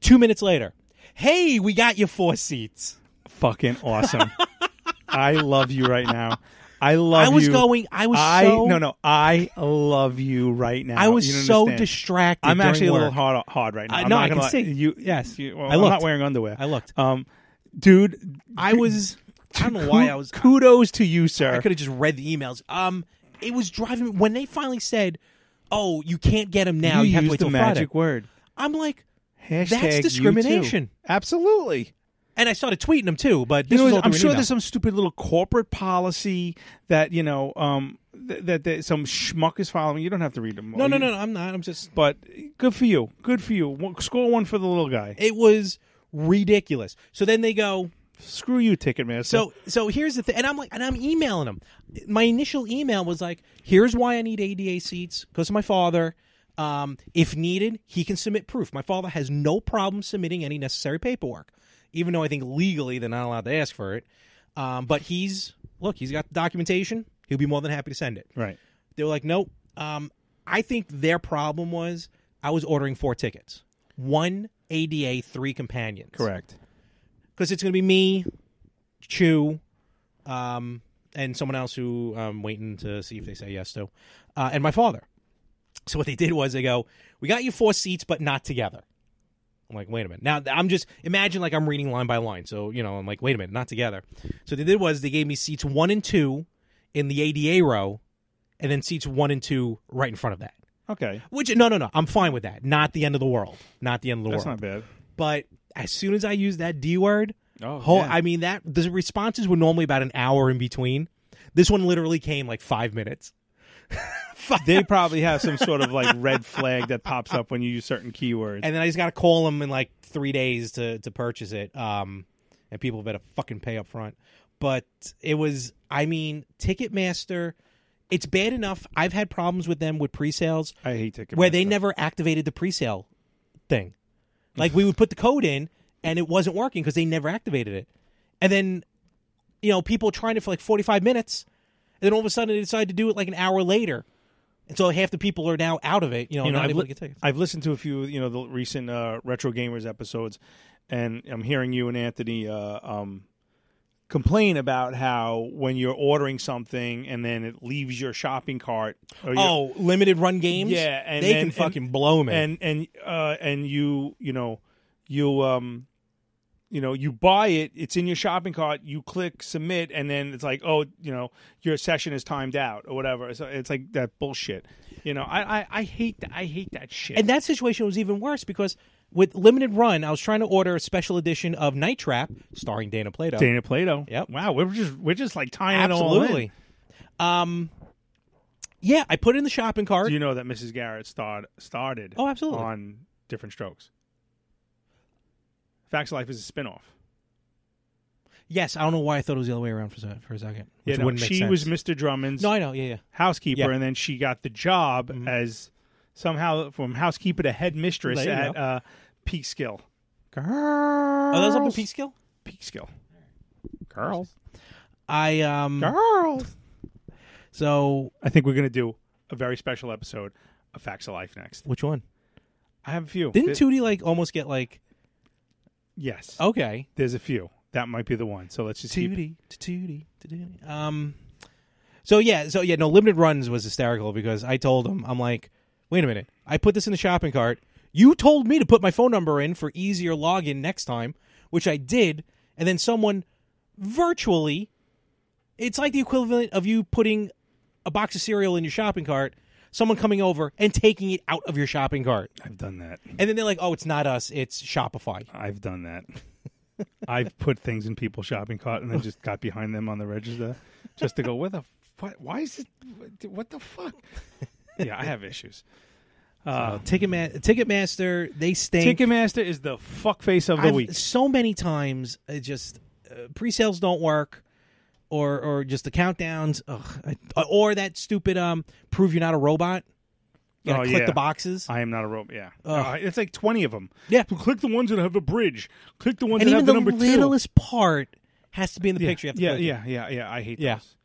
Two minutes later, hey, we got you four seats.
Fucking awesome. I love you right now. I love
I was
you.
going- I was so-
no no I love you right now.
I was
You don't
so
understand.
distracted
I'm
during
actually a little
work.
hard hard right now.
I-
I'm
no,
not
I
gonna
can
lie.
see.
you. Yes, you, well,
I
I'm
looked.
not wearing underwear.
I looked.
Um, dude,
I was. I don't know why I was.
Kudos to you, sir.
I could have just read the emails. Um, it was driving me when they finally said, "Oh, you can't get them now. You,
You
have to
used
wait
the
till
magic
Friday."
word.
I'm like,
Hashtag you
that's discrimination.
too. Absolutely.
And I started tweeting them too, but
You
this
know,
was all
I'm
through an
sure
email.
there's some stupid little corporate policy that you know um, th- that, that some schmuck is following. You don't have to read them.
No, no,
You-
no, no. I'm not. I'm just.
But good for you. Good for you. One- Score one for the little guy.
It was ridiculous. So then they go,
Screw you, Ticketmaster.
So so here's the thing, and I'm like, and I'm emailing him. My initial email was like, "Here's why I need ADA seats because my father. Um, if needed, he can submit proof. My father has no problem submitting any necessary paperwork, even though I think legally they're not allowed to ask for it. Um, but he's look, he's got the documentation. He'll be more than happy to send it.
Right.
They were like, nope. Um, I think their problem was I was ordering four tickets, one ADA, three companions.
Correct.
Because it's going to be me, Chew, um, and someone else who I'm waiting to see if they say yes to, uh, and my father. So what they did was they go, "We got you four seats, but not together." I'm like, wait a minute. Now I'm just imagine like I'm reading line by line. So you know, I'm like, wait a minute, not together. So what they did was they gave me seats one and two in the ADA row, and then seats one and two right in front of that.
Okay.
Which no, no, no, I'm fine with that. Not the end of the world. Not the end of the
That's not
world.
bad.
But as soon as I use that D word,
Oh,
whole,
yeah.
I mean that the responses were normally about an hour in between. This one literally came like five minutes.
they probably have some sort of like red flag that pops up when you use certain keywords.
and then I just got to call them in like three days to to purchase it. Um, and people better fucking pay up front. But it was, I mean, Ticketmaster. It's bad enough. I've had problems with them with pre-sales.
I hate Ticketmaster
where they never activated the pre-sale thing. Like we would put the code in and it wasn't working because they never activated it. And then, you know, people tried it for like forty five minutes, and then all of a sudden they decided to do it like an hour later, and so half the people are now out of it. You know, not
I've,
able
li-
to get tickets.
I've listened to a few, you know, the recent uh, retro gamers episodes, and I'm hearing you and Anthony uh, um, complain about how when you're ordering something and then it leaves your shopping cart. Or your,
Oh, limited run games.
yeah, and
they
and-
can
and-
fucking blow me.
And and uh, and you, you know, you um. You know, you buy it, it's in your shopping cart, you click submit, and then it's like, oh, you know, your session is timed out or whatever. So it's like that bullshit. You know, I, I, I hate that I hate that shit.
And that situation was even worse because with limited run, I was trying to order a special edition of Night Trap starring Dana Plato.
Dana Plato.
Yep.
Wow, we're just we're just like tying it all in.
Absolutely. Um, yeah, I put it in the shopping cart.
Do you know that Mrs. Garrett start, started?
Oh, absolutely.
On different strokes. Facts of Life is a spinoff.
Yes, I don't know why I thought it was the other way around for, se- for a second.
Yeah,
Which
no,
wouldn't make
she
sense.
was Mr. Drummond's.
No, I know. Yeah, yeah.
Housekeeper,
Yeah. Mm-hmm.
and then she got the job as somehow from housekeeper to head mistress
There you
at
go.
uh, Peekskill.
Oh, that was up in Peekskill.
Peekskill.
Girls. I um.
Girls.
So
I think we're gonna do a very special episode of Facts of Life next.
Which one?
I have a few.
Didn't Oh.
Th-
Tootie like almost get like
Yes.
okay?
There's a few. That might be the one. So let's just keep-
Tootie, tootie, tootie. Um, so yeah, so yeah, no limited runs was hysterical because I told him, I'm like, wait a minute, I put this in the shopping cart. You told me to put my phone number in for easier login next time, which I did, and then someone virtually, it's like the equivalent of you putting a box of cereal in your shopping cart, someone coming over and taking it out of your shopping cart,
I've done that.
and then they're like, oh, it's not us, it's Shopify.
I've done that. I've put things in people's shopping cart and then just got behind them on the register just to go, where the what? Why is it? What the fuck? Yeah, I have issues. Uh,
Uh, Ticketma- Ticketmaster, they stink.
Ticketmaster is the fuck face of the
I've-
week.
So many times, it just uh, pre-sales don't work, or or just the countdowns, ugh, I- or that stupid um prove you're not a robot. You gotta
Oh,
click
yeah.
the boxes.
I am not a robot. Yeah,
Ugh.
Uh, it's like twenty of them.
Yeah,
click the ones that have a bridge. Click the ones
and
that have
even
the, number
the, littlest part has to be in the
two.
picture. You have to
yeah,
click it.
yeah, yeah, yeah. I hate
Yeah.
those.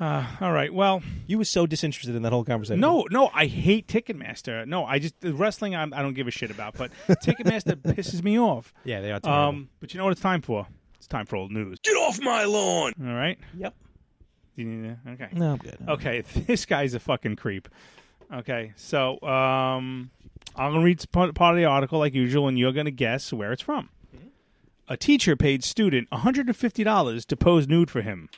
Uh, all right. Well,
you were so disinterested in that whole conversation.
No, no, I hate Ticketmaster. No, I just the wrestling I'm, I don't give a shit about, but Ticketmaster pisses me off.
Yeah, they are terrible.
Um, but you know what? It's time for it's time for old news.
get off my lawn.
All right.
Yep.
Do you need that? Okay.
No, I'm good.
Okay, this guy's a fucking creep. Okay, so um, I'm gonna read part part of the article like usual, and you're gonna guess where it's from. A teacher paid student $150 to pose nude for him.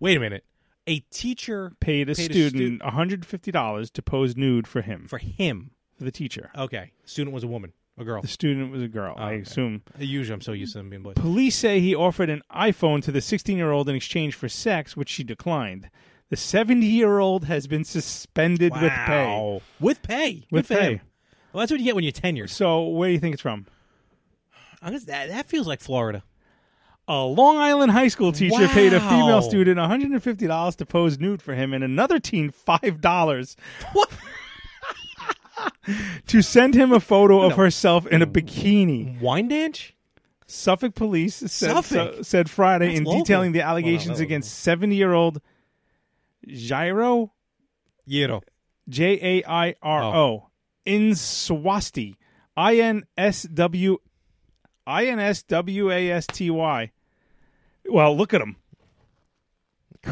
Wait a minute. A teacher
Paid a student $150 to pose nude for him.
For Oh. him.
For the teacher.
Okay, student was a woman, a girl. Uh,
The student was a girl. I assume.
Usually, I'm so used to them being boys.
Police say he offered an iPhone to the 16 year old in exchange for sex, which she declined. The 70 year old has been suspended with pay.
Wow. With pay.
With
Good for
pay.
him. Well, that's what you get when you're tenured.
So, where do you think it's from?
I'm gonna- that, that feels like Florida.
A Long Island high school teacher paid a
Wow.
female student $150 to pose nude for him and another teen $5 to send him a photo of herself in a
Mm.
bikini.
Wine dance?
Suffolk police said,
Suffolk?
so- said Friday
That's
in
local.
detailing the
Well, no, that
allegations
was-
against 70 year old Jairo
Yiro.
J A I R
Oh.
O. In Swasti. I N S W I N S W A S T Y. Well, look at him.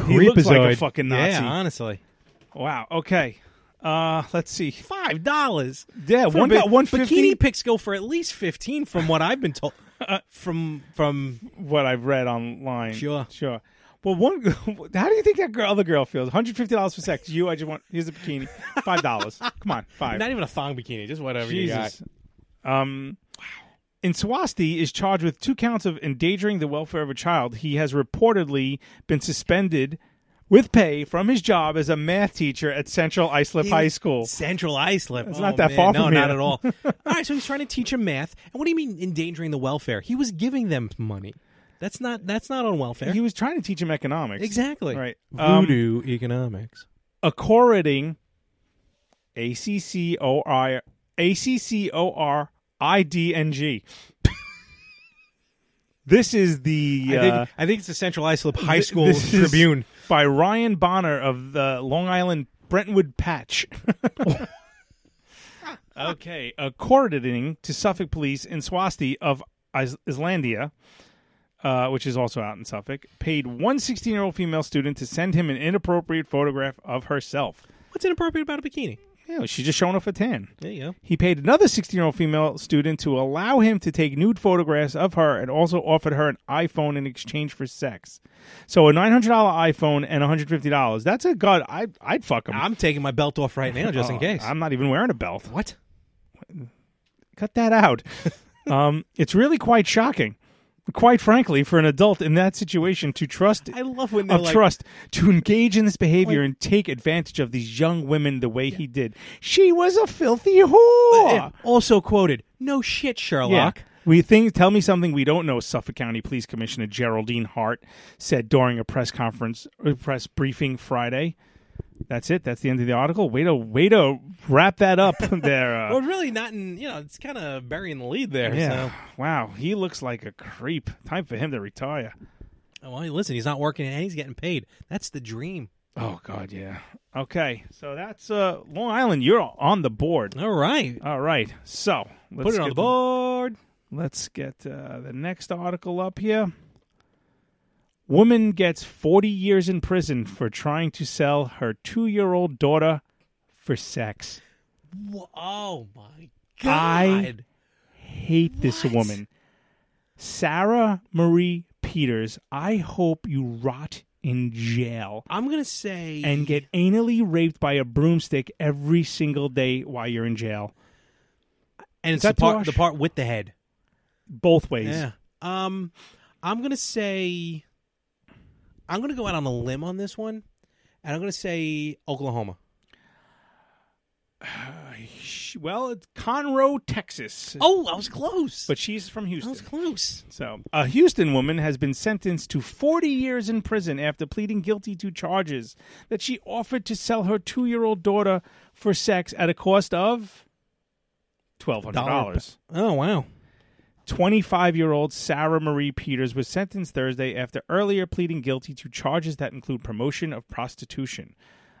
He looks like a
Creepazoid.
fucking Nazi.
Yeah, honestly.
Wow. Okay. Uh, let's see.
Five dollars.
Yeah,
For a
one
bi-
got one fifty. Uh,
Bikini pics go for at least fifteen, from what I've been told. from from
what I've read online.
Sure.
Sure. Well, one. How do you think that girl, other girl feels? One hundred fifty dollars for sex. You, I just want. Here's a bikini. Five dollars. Come on, five.
Not even a thong bikini, just whatever you got.
Jesus. Um, in Swasti is charged with two counts of endangering the welfare of a child. He has reportedly been suspended with pay from his job as a math teacher at Central Islip
He-
High School.
Central Islip.
It's
Oh,
not that
man.
far
no,
from
not
here.
at all. all right, so he's trying to teach him math. And what do you mean endangering the welfare? He was giving them money. That's not that's not on welfare.
He was trying to teach him economics.
Exactly.
Right. Um,
Voodoo economics.
according A C C O R A C C O R I D N G. This is the
I,
uh,
think, I think it's the Central Islip High
Th-
School
this is
Tribune.
by Ryan Bonner of the Long Island Brentwood Patch. okay, according to Suffolk Police in Swasti of Is- Islandia, uh, which is also out in Suffolk, paid one 16 year old female student to send him an inappropriate photograph of herself.
What's inappropriate about a bikini?
Yeah, she's just showing off a tan.
There you go.
He paid another 16 year old female student to allow him to take nude photographs of her and also offered her an iPhone in exchange for sex. So a $900 iPhone and $150. That's a god. I, I'd fuck him.
I'm taking my belt off right now just in
Oh,
case.
I'm not even wearing a belt.
What?
Cut that out. um, it's really quite shocking. Quite frankly, for an adult in that situation to trust
I love when they're
of
like-
trust to engage in this behavior and take advantage of these young women the way he did. She was a filthy whore.
And Oh, also quoted, no shit, Sherlock.
Yeah. We think tell me something we don't know. Suffolk County Police Commissioner Geraldine Hart said during a press conference, a press briefing Friday. That's it. That's the end of the article. Way to way to wrap that up there.
Well,
Uh,
really not in, you know, it's kind of burying the lead there.
yeah.
So.
Wow. He looks like a creep. Time for him to retire.
Oh, Well, listen, he's not working and he's getting paid. That's the dream.
Oh God. Yeah. Okay. So that's uh, Long Island. You're on the board.
All right.
All right. So Uh, let's
Put it on
get
the board.
Let's get uh, the next article up here. Woman gets 40 years in prison for trying to sell her two year old daughter for sex.
Wha- Oh, my God.
I Hate this woman. Sarah Marie Peters, I hope you rot in jail
I'm going to say.
and get anally raped by a broomstick every single day while you're in jail.
and it's
that
the part,
Josh?
the part with the head.
Both ways.
Yeah. Um, I'm gonna say, I'm gonna go out on a limb on this one, and I'm gonna say Oklahoma.
Sh- Well, it's Conroe, Texas.
Oh, I was close.
But she's from
I
Houston.
was close.
So, a Houston woman has been sentenced to 40 years in prison after pleading guilty to charges that she offered to sell her two year old daughter for sex at a cost of $1,200.
Oh wow.
25 year old Sarah Marie Peters was sentenced Thursday after earlier pleading guilty to charges that include promotion of prostitution.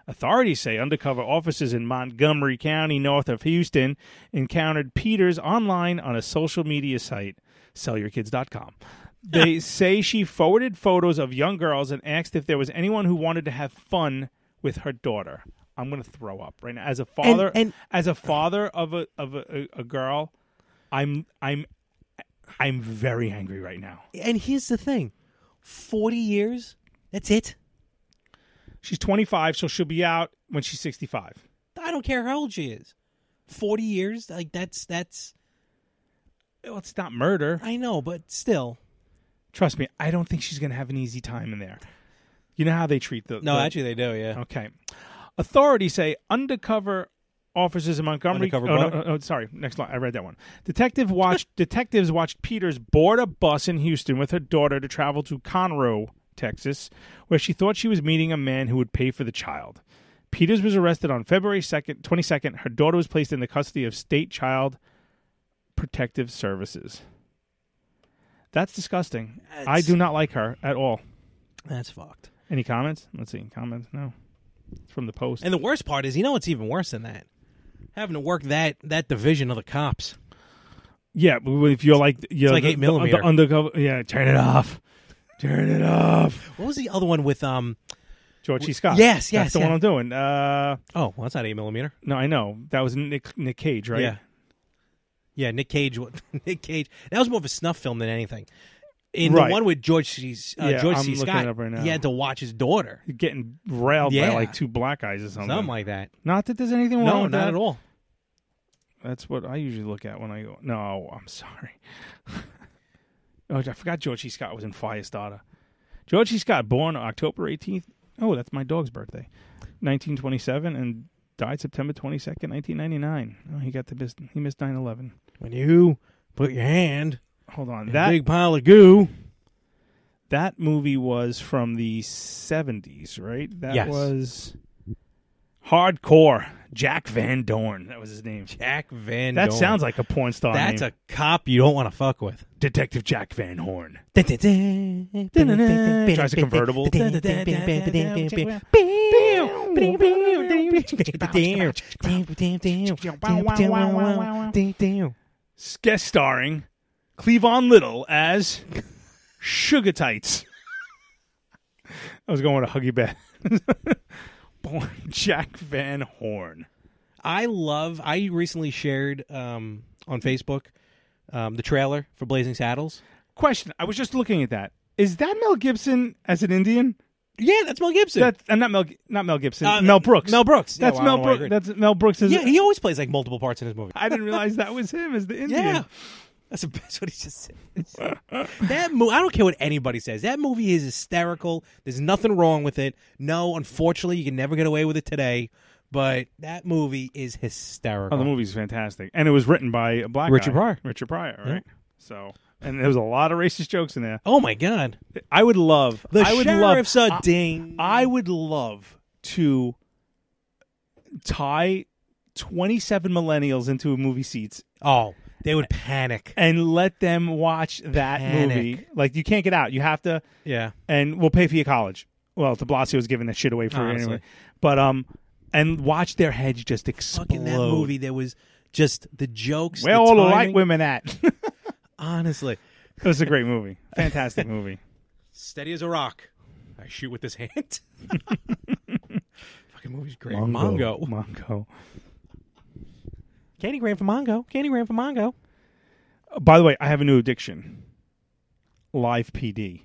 Authorities say undercover officers in Montgomery County, north of Houston, encountered Peters online on a social media site, sellyourkids.com. They say she forwarded photos of young girls and asked if there was anyone who wanted to have fun with her daughter. I'm going to throw up right now. As a father,
and-
as a father of a of a, a, a girl, I'm I'm I'm very angry right now.
And here's the thing: forty years. That's it.
She's 25, so she'll be out when she's 65.
I don't care how old she is. Forty years. Like that's that's.
Well, it's not murder.
I know, but still.
Trust me, I don't think she's going to have an easy time in there. You know how they treat the
No,
the-
actually, they do. Yeah.
Okay. Authorities say undercover officers in Montgomery.
Undercover
oh, no,
brother?
oh, oh, sorry, next line. I read that one. Detective watched detectives watched Peters board a bus in Houston with her daughter to travel to Conroe, Texas, where she thought she was meeting a man who would pay for the child. Peters was arrested on February second, twenty second. Her daughter was placed in the custody of State Child Protective Services. That's disgusting. I do not like her at all.
That's fucked.
Any comments? Let's see. Comments? No. It's from the post.
And the worst part is, you know, what's even worse than that? Having to work that that division of the cops.
Yeah, but if you're like you're
like
the-
8
the-
millimeter.
the undercover. Yeah, turn it off. Turn it off.
What was the other one with um,
Georgie
w-
Scott.
Yes, yes,
that's the
yeah.
one I'm doing. Uh,
oh, well, that's not eight millimeter.
No, I know that was Nick Nick Cage, right?
Yeah. Yeah, Nick Cage. wa- Nick Cage. That was more of a snuff film than anything. In
Right.
the one with George C. S- Uh,
Yeah,
George
I'm
C.
looking
Scott,
it up right now.
he had to watch his daughter.
Getting railed
Yeah.
by like two black guys or something.
Something like that.
Not that there's anything wrong
No,
with
not
that
at all.
That's what I usually look at when I go. No, I'm sorry. oh, I forgot Georgie Scott was in Firestarter. Georgie Scott, born October 18th. Oh, that's my dog's birthday, 1927, and died September 22nd, 1999. Oh, he got the miss. He missed 9/11.
When you put your hand,
hold on,
in a
that
big pile of goo.
That movie was from the 70s, right? That
Yes.
was hardcore. Jack Van Dorn. That was his name.
Jack Van.
That
Dorn.
sounds like a porn star.
That's
name.
a cop you don't want to fuck with.
Detective Jack Van Horn.
Dun-dun-dun.
Drives a convertible. Guest starring Cleavon Little as Sugar Tights. I was going to Huggy Bear. Born Jack Van Horn.
I love. I recently shared um, on Facebook um, the trailer for Blazing Saddles.
Question: I was just looking at that. Is that Mel Gibson as an Indian?
Yeah, that's Mel Gibson.
That, uh, not Mel, not Mel Gibson.
Uh,
Mel Brooks.
Mel Brooks. Yeah,
That's
well, I
Mel
don't know why I
Brooks.
agreed.
That's Mel Brooks. As
yeah, he always plays like multiple parts in his movie.
I didn't realize that was him as the Indian.
Yeah. That's, a, that's what he just said. that movie, I don't care what anybody says. That movie is hysterical. There's nothing wrong with it. No, unfortunately, you can never get away with it today. But that movie is
Oh,
hysterical.
the movie's fantastic, and it was written by a black
Richard
guy,
Pryor.
Richard Pryor,
Yeah.
right? So, and there was a lot of racist jokes in there.
Oh my god!
I would love.
The
I would
sheriff's
love,
a
I-
ding.
I, would love to tie twenty-seven millennials into movie seats
Oh, they would panic.
and let them watch that
Panic.
movie. Like you can't get out. You have to.
Yeah.
And we'll pay for your college. Well, De Blasio's giving that shit away for you
Honestly.
anyway. But um, and watch their heads just explode.
Fucking that movie, there was just the jokes.
Where
the
all the
timing.
white women at? it
Honestly,
was a great movie. Fantastic movie.
steady as a rock. I shoot with this hand. Fucking movie's great.
Mongo.
Mongo.
Mongo.
Candy Graham for Mongo. Candy Graham for Mongo.
Uh, By the way, I have a new addiction. Live PD.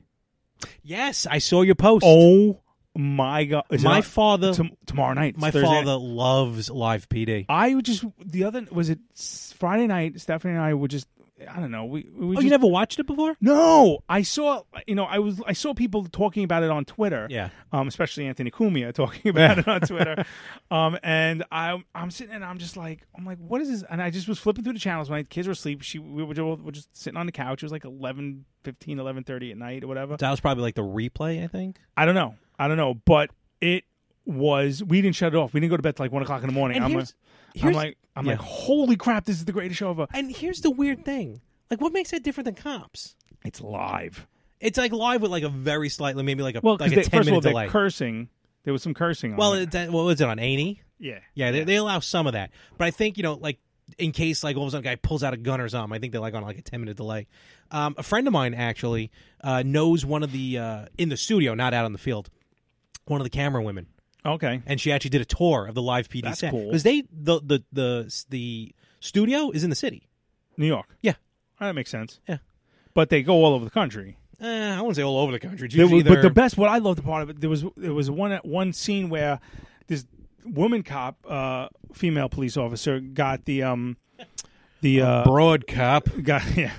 Yes, I saw your post.
Oh my god! Is it
My
on-
father-
tom- tomorrow night. it's
My
Thursday
father
night. Oh,
loves live PD.
I would just the other was it s- Friday night. Stephanie and I were just I don't know. We, we
oh,
just,
you never watched it before?
No, I saw you know I was I saw people talking about it on Twitter.
Yeah.
um, especially Anthony Cumia talking about it on Twitter. Um, and I'm I'm sitting and I'm just like I'm like what is this? And I just was flipping through the channels when my kids were asleep. She we were, just- were just sitting on the couch. It was like 11, 15, 11.30 at night or whatever.
That was probably like the replay, I think.
I don't know. I don't know. But it was we didn't shut it off. We didn't go to bed till like one o'clock in the morning.
And
I'm like,
here's-
I'm
here's-
like I'm
yeah.
like holy crap! This is the greatest show ever.
And here's the weird thing. Like what makes it different than cops?
It's live.
It's like live with like a very slightly maybe like a
Well, 'cause
like a
they-
ten
first of all,
minute
they're
delay.
cursing. There was some cursing. On
well,
it.
it, that, what was it on E? Annie?
yeah,
Yeah, they, they allow some of that, but I think you know, like in case like all of a sudden a guy pulls out a gun or something, I think they're like on like a ten minute delay. Um, a friend of mine actually uh, knows one of the uh, in the studio, not out on the field, one of the camera women,
okay.
and she actually did a tour of the live PD
That's
set
cool.
because they the the the the studio is in the city.
New York.
Yeah.
Oh, that makes sense.
Yeah.
But they go all over the country.
Uh, I wouldn't say all over the country. It's
There
usually
was- but the
either-
best, what I loved part of it, there was there was one one scene where this woman cop, uh, female police officer, got the um, the uh,
broad cop.
got yeah.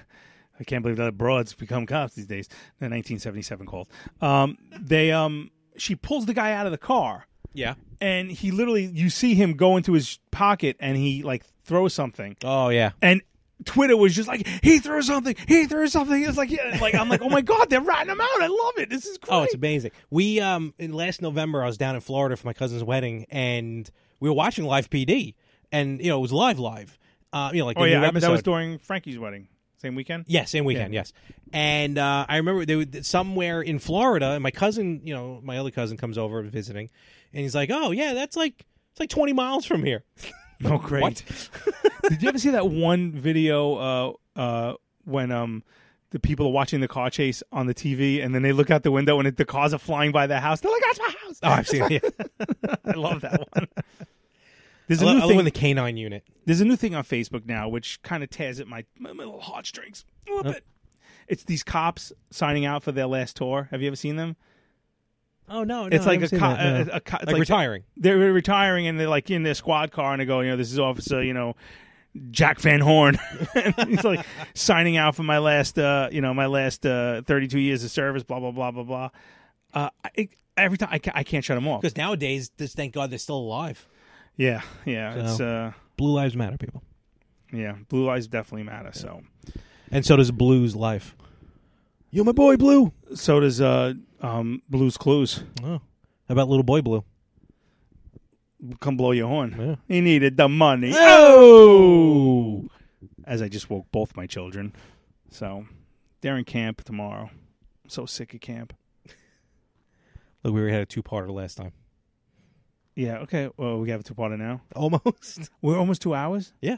I can't believe that broads become cops these days. The 1977 called. Um, they um, she pulls the guy out of the car,
Yeah.
and he literally you see him go into his pocket and he like throws something.
Oh yeah.
And Twitter was just like he threw something, he threw something. It's like yeah, like I'm like oh my god, they're ratting him out. I love it. This is great.
Oh, it's amazing. We um in last November I was down in Florida for my cousin's wedding and we were watching live PD and you know it was live live. Uh, you know like the
oh yeah, I-
new
that was
episode.
during Frankie's wedding, same weekend.
Yeah, same weekend.
Yeah.
Yes, and uh, I remember they would, somewhere in Florida, and my cousin, you know, my other cousin comes over visiting, and he's like, "Oh yeah, that's like it's like twenty miles from here."
Oh, great. Did you ever see that one video uh, uh, when um, the people are watching the car chase on the TV and then they look out the window and it, the cars are flying by their house? They're like, that's my house.
Oh, I've seen it.
I love that one. There's
I
a
lo-
new
I love
thing
when the canine unit.
There's a new thing on Facebook now which kind of tears at my, my little heartstrings a little bit. It's these cops signing out for their last tour. Have you ever seen them?
Oh no, no
it's
I
like a,
haven't seen
co-
that, no.
a, a co- it's
like, retiring.
They're retiring, and they're like in their squad car, and they go, you know, this is Officer, you know, Jack Van Horn. And he's like signing out for my last, uh, you know, my last uh, thirty-two years of service. Blah blah blah blah blah. Uh, I, every time I, ca- I can't shut them off.
Because nowadays, just thank God they're still alive.
Yeah, yeah, it's
So,
uh,
Blue lives matter, people,
yeah, blue lives definitely matter. So,
and so does blues life.
yo, my boy, Blue. So does uh, um, Blue's Clues.
Oh, how about little boy Blue?
Come blow your horn. He needed the money.
Oh!
As I just woke both my children. So they're in camp tomorrow. I'm so sick of camp.
Look, we already had a two-parter last time.
Yeah, okay. Well, we have a two-parter now.
Almost.
We're almost two hours?
Yeah.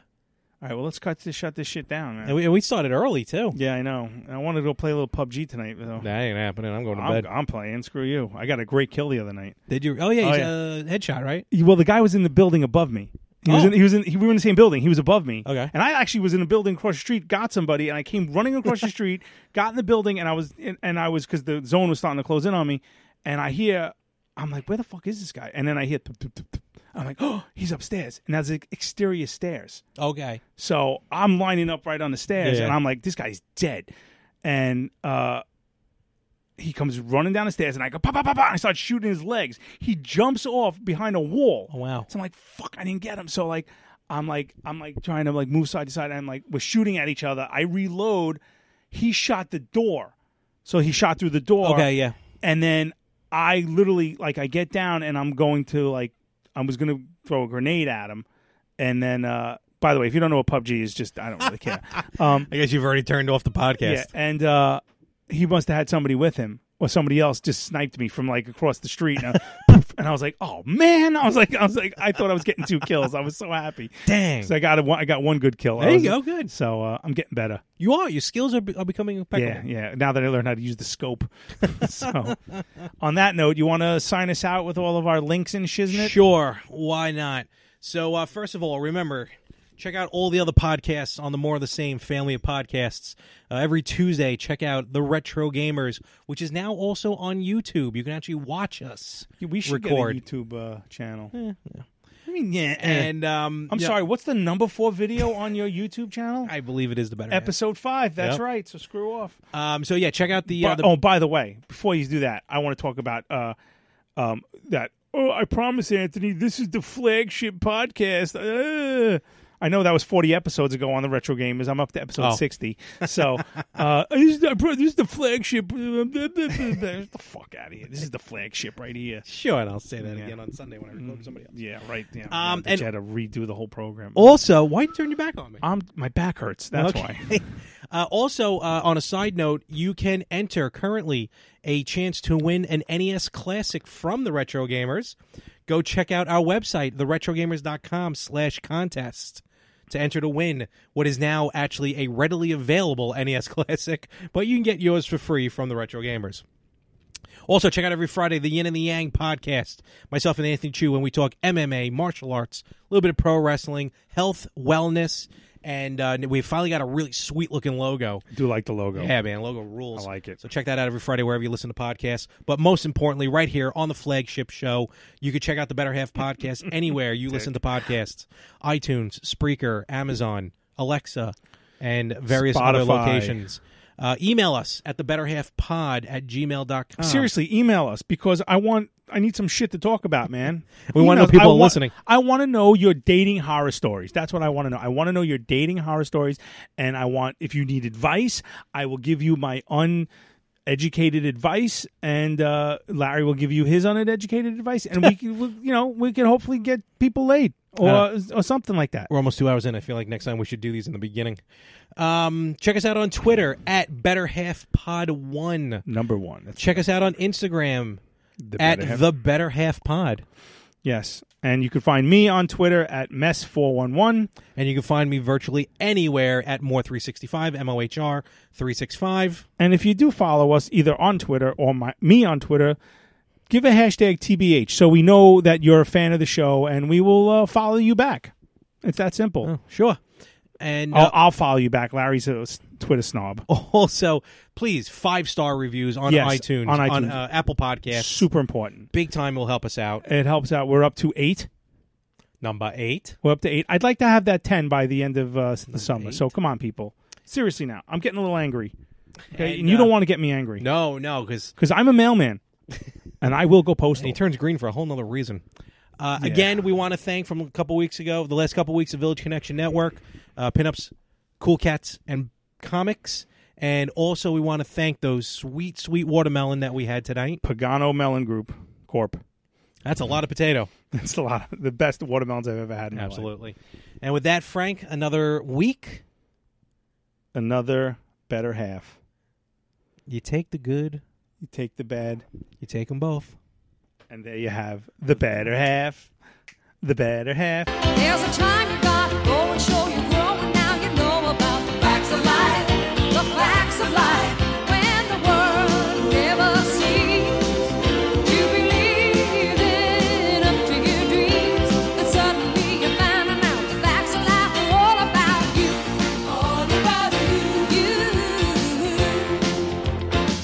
All right, well, let's cut this, shut this shit down, man.
And we, and we started early too.
yeah, I know. I wanted to go play a little PUBG tonight, though.
That ain't happening. I'm going to
I'm,
bed.
I'm playing. Screw you. I got a great kill the other night.
Did you? Oh yeah,
Oh,
he's
yeah.
Uh, headshot, right?
Well, the guy was in the building above me. He was
Oh.
in. He was in. He, we were in the same building. He was above me.
Okay.
And I actually was in a building across the street. Got somebody, and I came running across the street. Got in the building, and I was. In, and I was because the zone was starting to close in on me. And I hear. I'm like, where the fuck is this guy? And then I hear. tup, tup, tup, tup. I'm like, oh, he's upstairs, and that's like exterior stairs.
Okay.
So I'm lining up right on the stairs,
Yeah, yeah.
and I'm like, this guy's dead. And uh, he comes running down the stairs, and I go, pop, pop, pop, pop, and I start shooting his legs. He jumps off behind a wall. Oh,
wow.
So I'm like, fuck, I didn't get him. So, like, I'm like, I'm like trying to like move side to side, and I'm like, we're shooting at each other. I reload. He shot the door. So he shot through the door.
Okay, yeah.
And then I literally like I get down and I'm going to like I was gonna throw a grenade at him, and then uh by the way, if you don't know what PUBG is, just I don't really care. Um,
I guess you've already turned off the podcast.
yeah, and uh he must have had somebody with him. Or somebody else just sniped me from like across the street, and I, poof, and I was like, "Oh man!" I was like, "I was like, I thought I was getting two kills. I was so happy."
Dang.
So I got a, one- I got one good kill.
There
I
you
was-
go, good.
So uh, I'm getting better.
You are. Your skills are, be- are becoming
Yeah,
impeccable.
yeah. Now that I learned how to use the scope. so, on that note, you want to sign us out with all of our links and shiznit?
Sure. Why not? So, uh, first of all, remember, check out all the other podcasts on the More of the Same family of podcasts. Uh, every Tuesday, check out The Retro Gamers, which is now also on YouTube. You can actually watch us
We should
record.
get a YouTube uh, channel. I mean, yeah. eh.
And um,
I'm
yeah,
sorry. What's the number four video on your YouTube channel?
I believe it is the better answer.
Episode five. That's
Yep.
right. So screw off.
Um, so yeah, check out the, uh,
By-
the
oh, by the way, before you do that, I want to talk about uh, um, that. Oh, I promise, Anthony, this is the flagship podcast. Uh, I know that was 40 episodes ago on the Retro Gamers. I'm up to episode
Oh.
60. So, uh, this, is the, this is the flagship. Get the fuck out of here. This is the flagship right here.
sure, and I'll say that
Yeah. Mm.
again on Sunday when I record somebody else.
Yeah, right. Yeah.
Um,
I bet
and-
you had to redo the whole program.
Also, why did you turn your back on me?
I'm, my back hurts. That's why.
Okay. Uh, also, uh, on a side note, you can enter currently a chance to win an NES Classic from the Retro Gamers. Go check out our website, theretrogamers.com slash contest to enter to win what is now actually a readily available NES Classic, but you can get yours for free from the Retro Gamers. Also, check out every Friday the Yin and the Yang podcast. Myself and Anthony Chu, when we talk MMA, martial arts, a little bit of pro wrestling, health, wellness, and uh, we finally got a really sweet looking logo.
do like the logo.
Yeah, man, logo rules.
I like it.
So check that out every Friday wherever you listen to podcasts. But most importantly, right here on the flagship show, you can check out the Better Half podcast anywhere you listen to podcasts: iTunes, Spreaker, Amazon, Alexa, and various other
Spotify.
locations. Uh, email us at the betterhalfpod at gmail.com.
Oh. Seriously, email us because I want I need some shit to talk about, man.
We wanna know
Emails.
people
I
are
wa-
listening.
I want to know your dating horror stories. That's what I want to know. I want to know your dating horror stories, and I want if you need advice, I will give you my uneducated advice, and uh, Larry will give you his uneducated advice, and we can, we- you know, we can hopefully get people laid or
Uh,
or something like that.
We're almost two hours in. I feel like next time we should do these in the beginning. Um, check us out on Twitter at Better Half Pod One.
Number one.
check us out on Instagram at
Better Half-
the Better Half Pod.
Yes, and you can find me on Twitter at mess four one one,
and you can find me virtually anywhere at more three sixty five m o h r three six five.
And if you do follow us either on Twitter or my, me on Twitter, give a hashtag TBH so we know that you're a fan of the show and we will uh, follow you back. It's that simple.
sure. And
I'll,
uh,
I'll follow you back. Larry's a s- Twitter snob.
Oh, also, please five star reviews on
Oh. Yes,
iTunes
on
on
iTunes.
uh, Apple Podcasts.
Super important.
Big time will help us out.
It helps out. We're up to eight.
Number eight.
We're up to eight. I'd like to have that 10 by the end of uh, s- the summer. So come on, people. Seriously now. I'm getting a little angry. Okay? And,
And,
you
uh,
don't want to get me angry.
No, no, because
Because I'm a mailman and I will go postal.
he turns green for a whole nother reason. Uh, Again, we want to thank from a couple weeks ago, the last couple weeks of Village Connection Network, uh, Pinups, Cool Cats, and Comics. And also, we want to thank those sweet, sweet watermelon that we had tonight.
Pagano Melon Group Corp.
That's a lot of potato.
That's a lot. Of, the best watermelons I've ever had in my life.
Absolutely. And with that, Frank, another week.
Another better half.
You take the good,
you take the bad,
you take them both.
And there you have the better half. The better half.
There's a time you gotta go and show you're growing. Now you know about the facts of life, the facts of life. When the world never sees you believe in up to your dreams, and suddenly you're finding out the facts of life are all about you, all about you, you,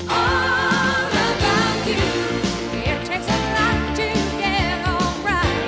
all about you. It takes a lot to get all right.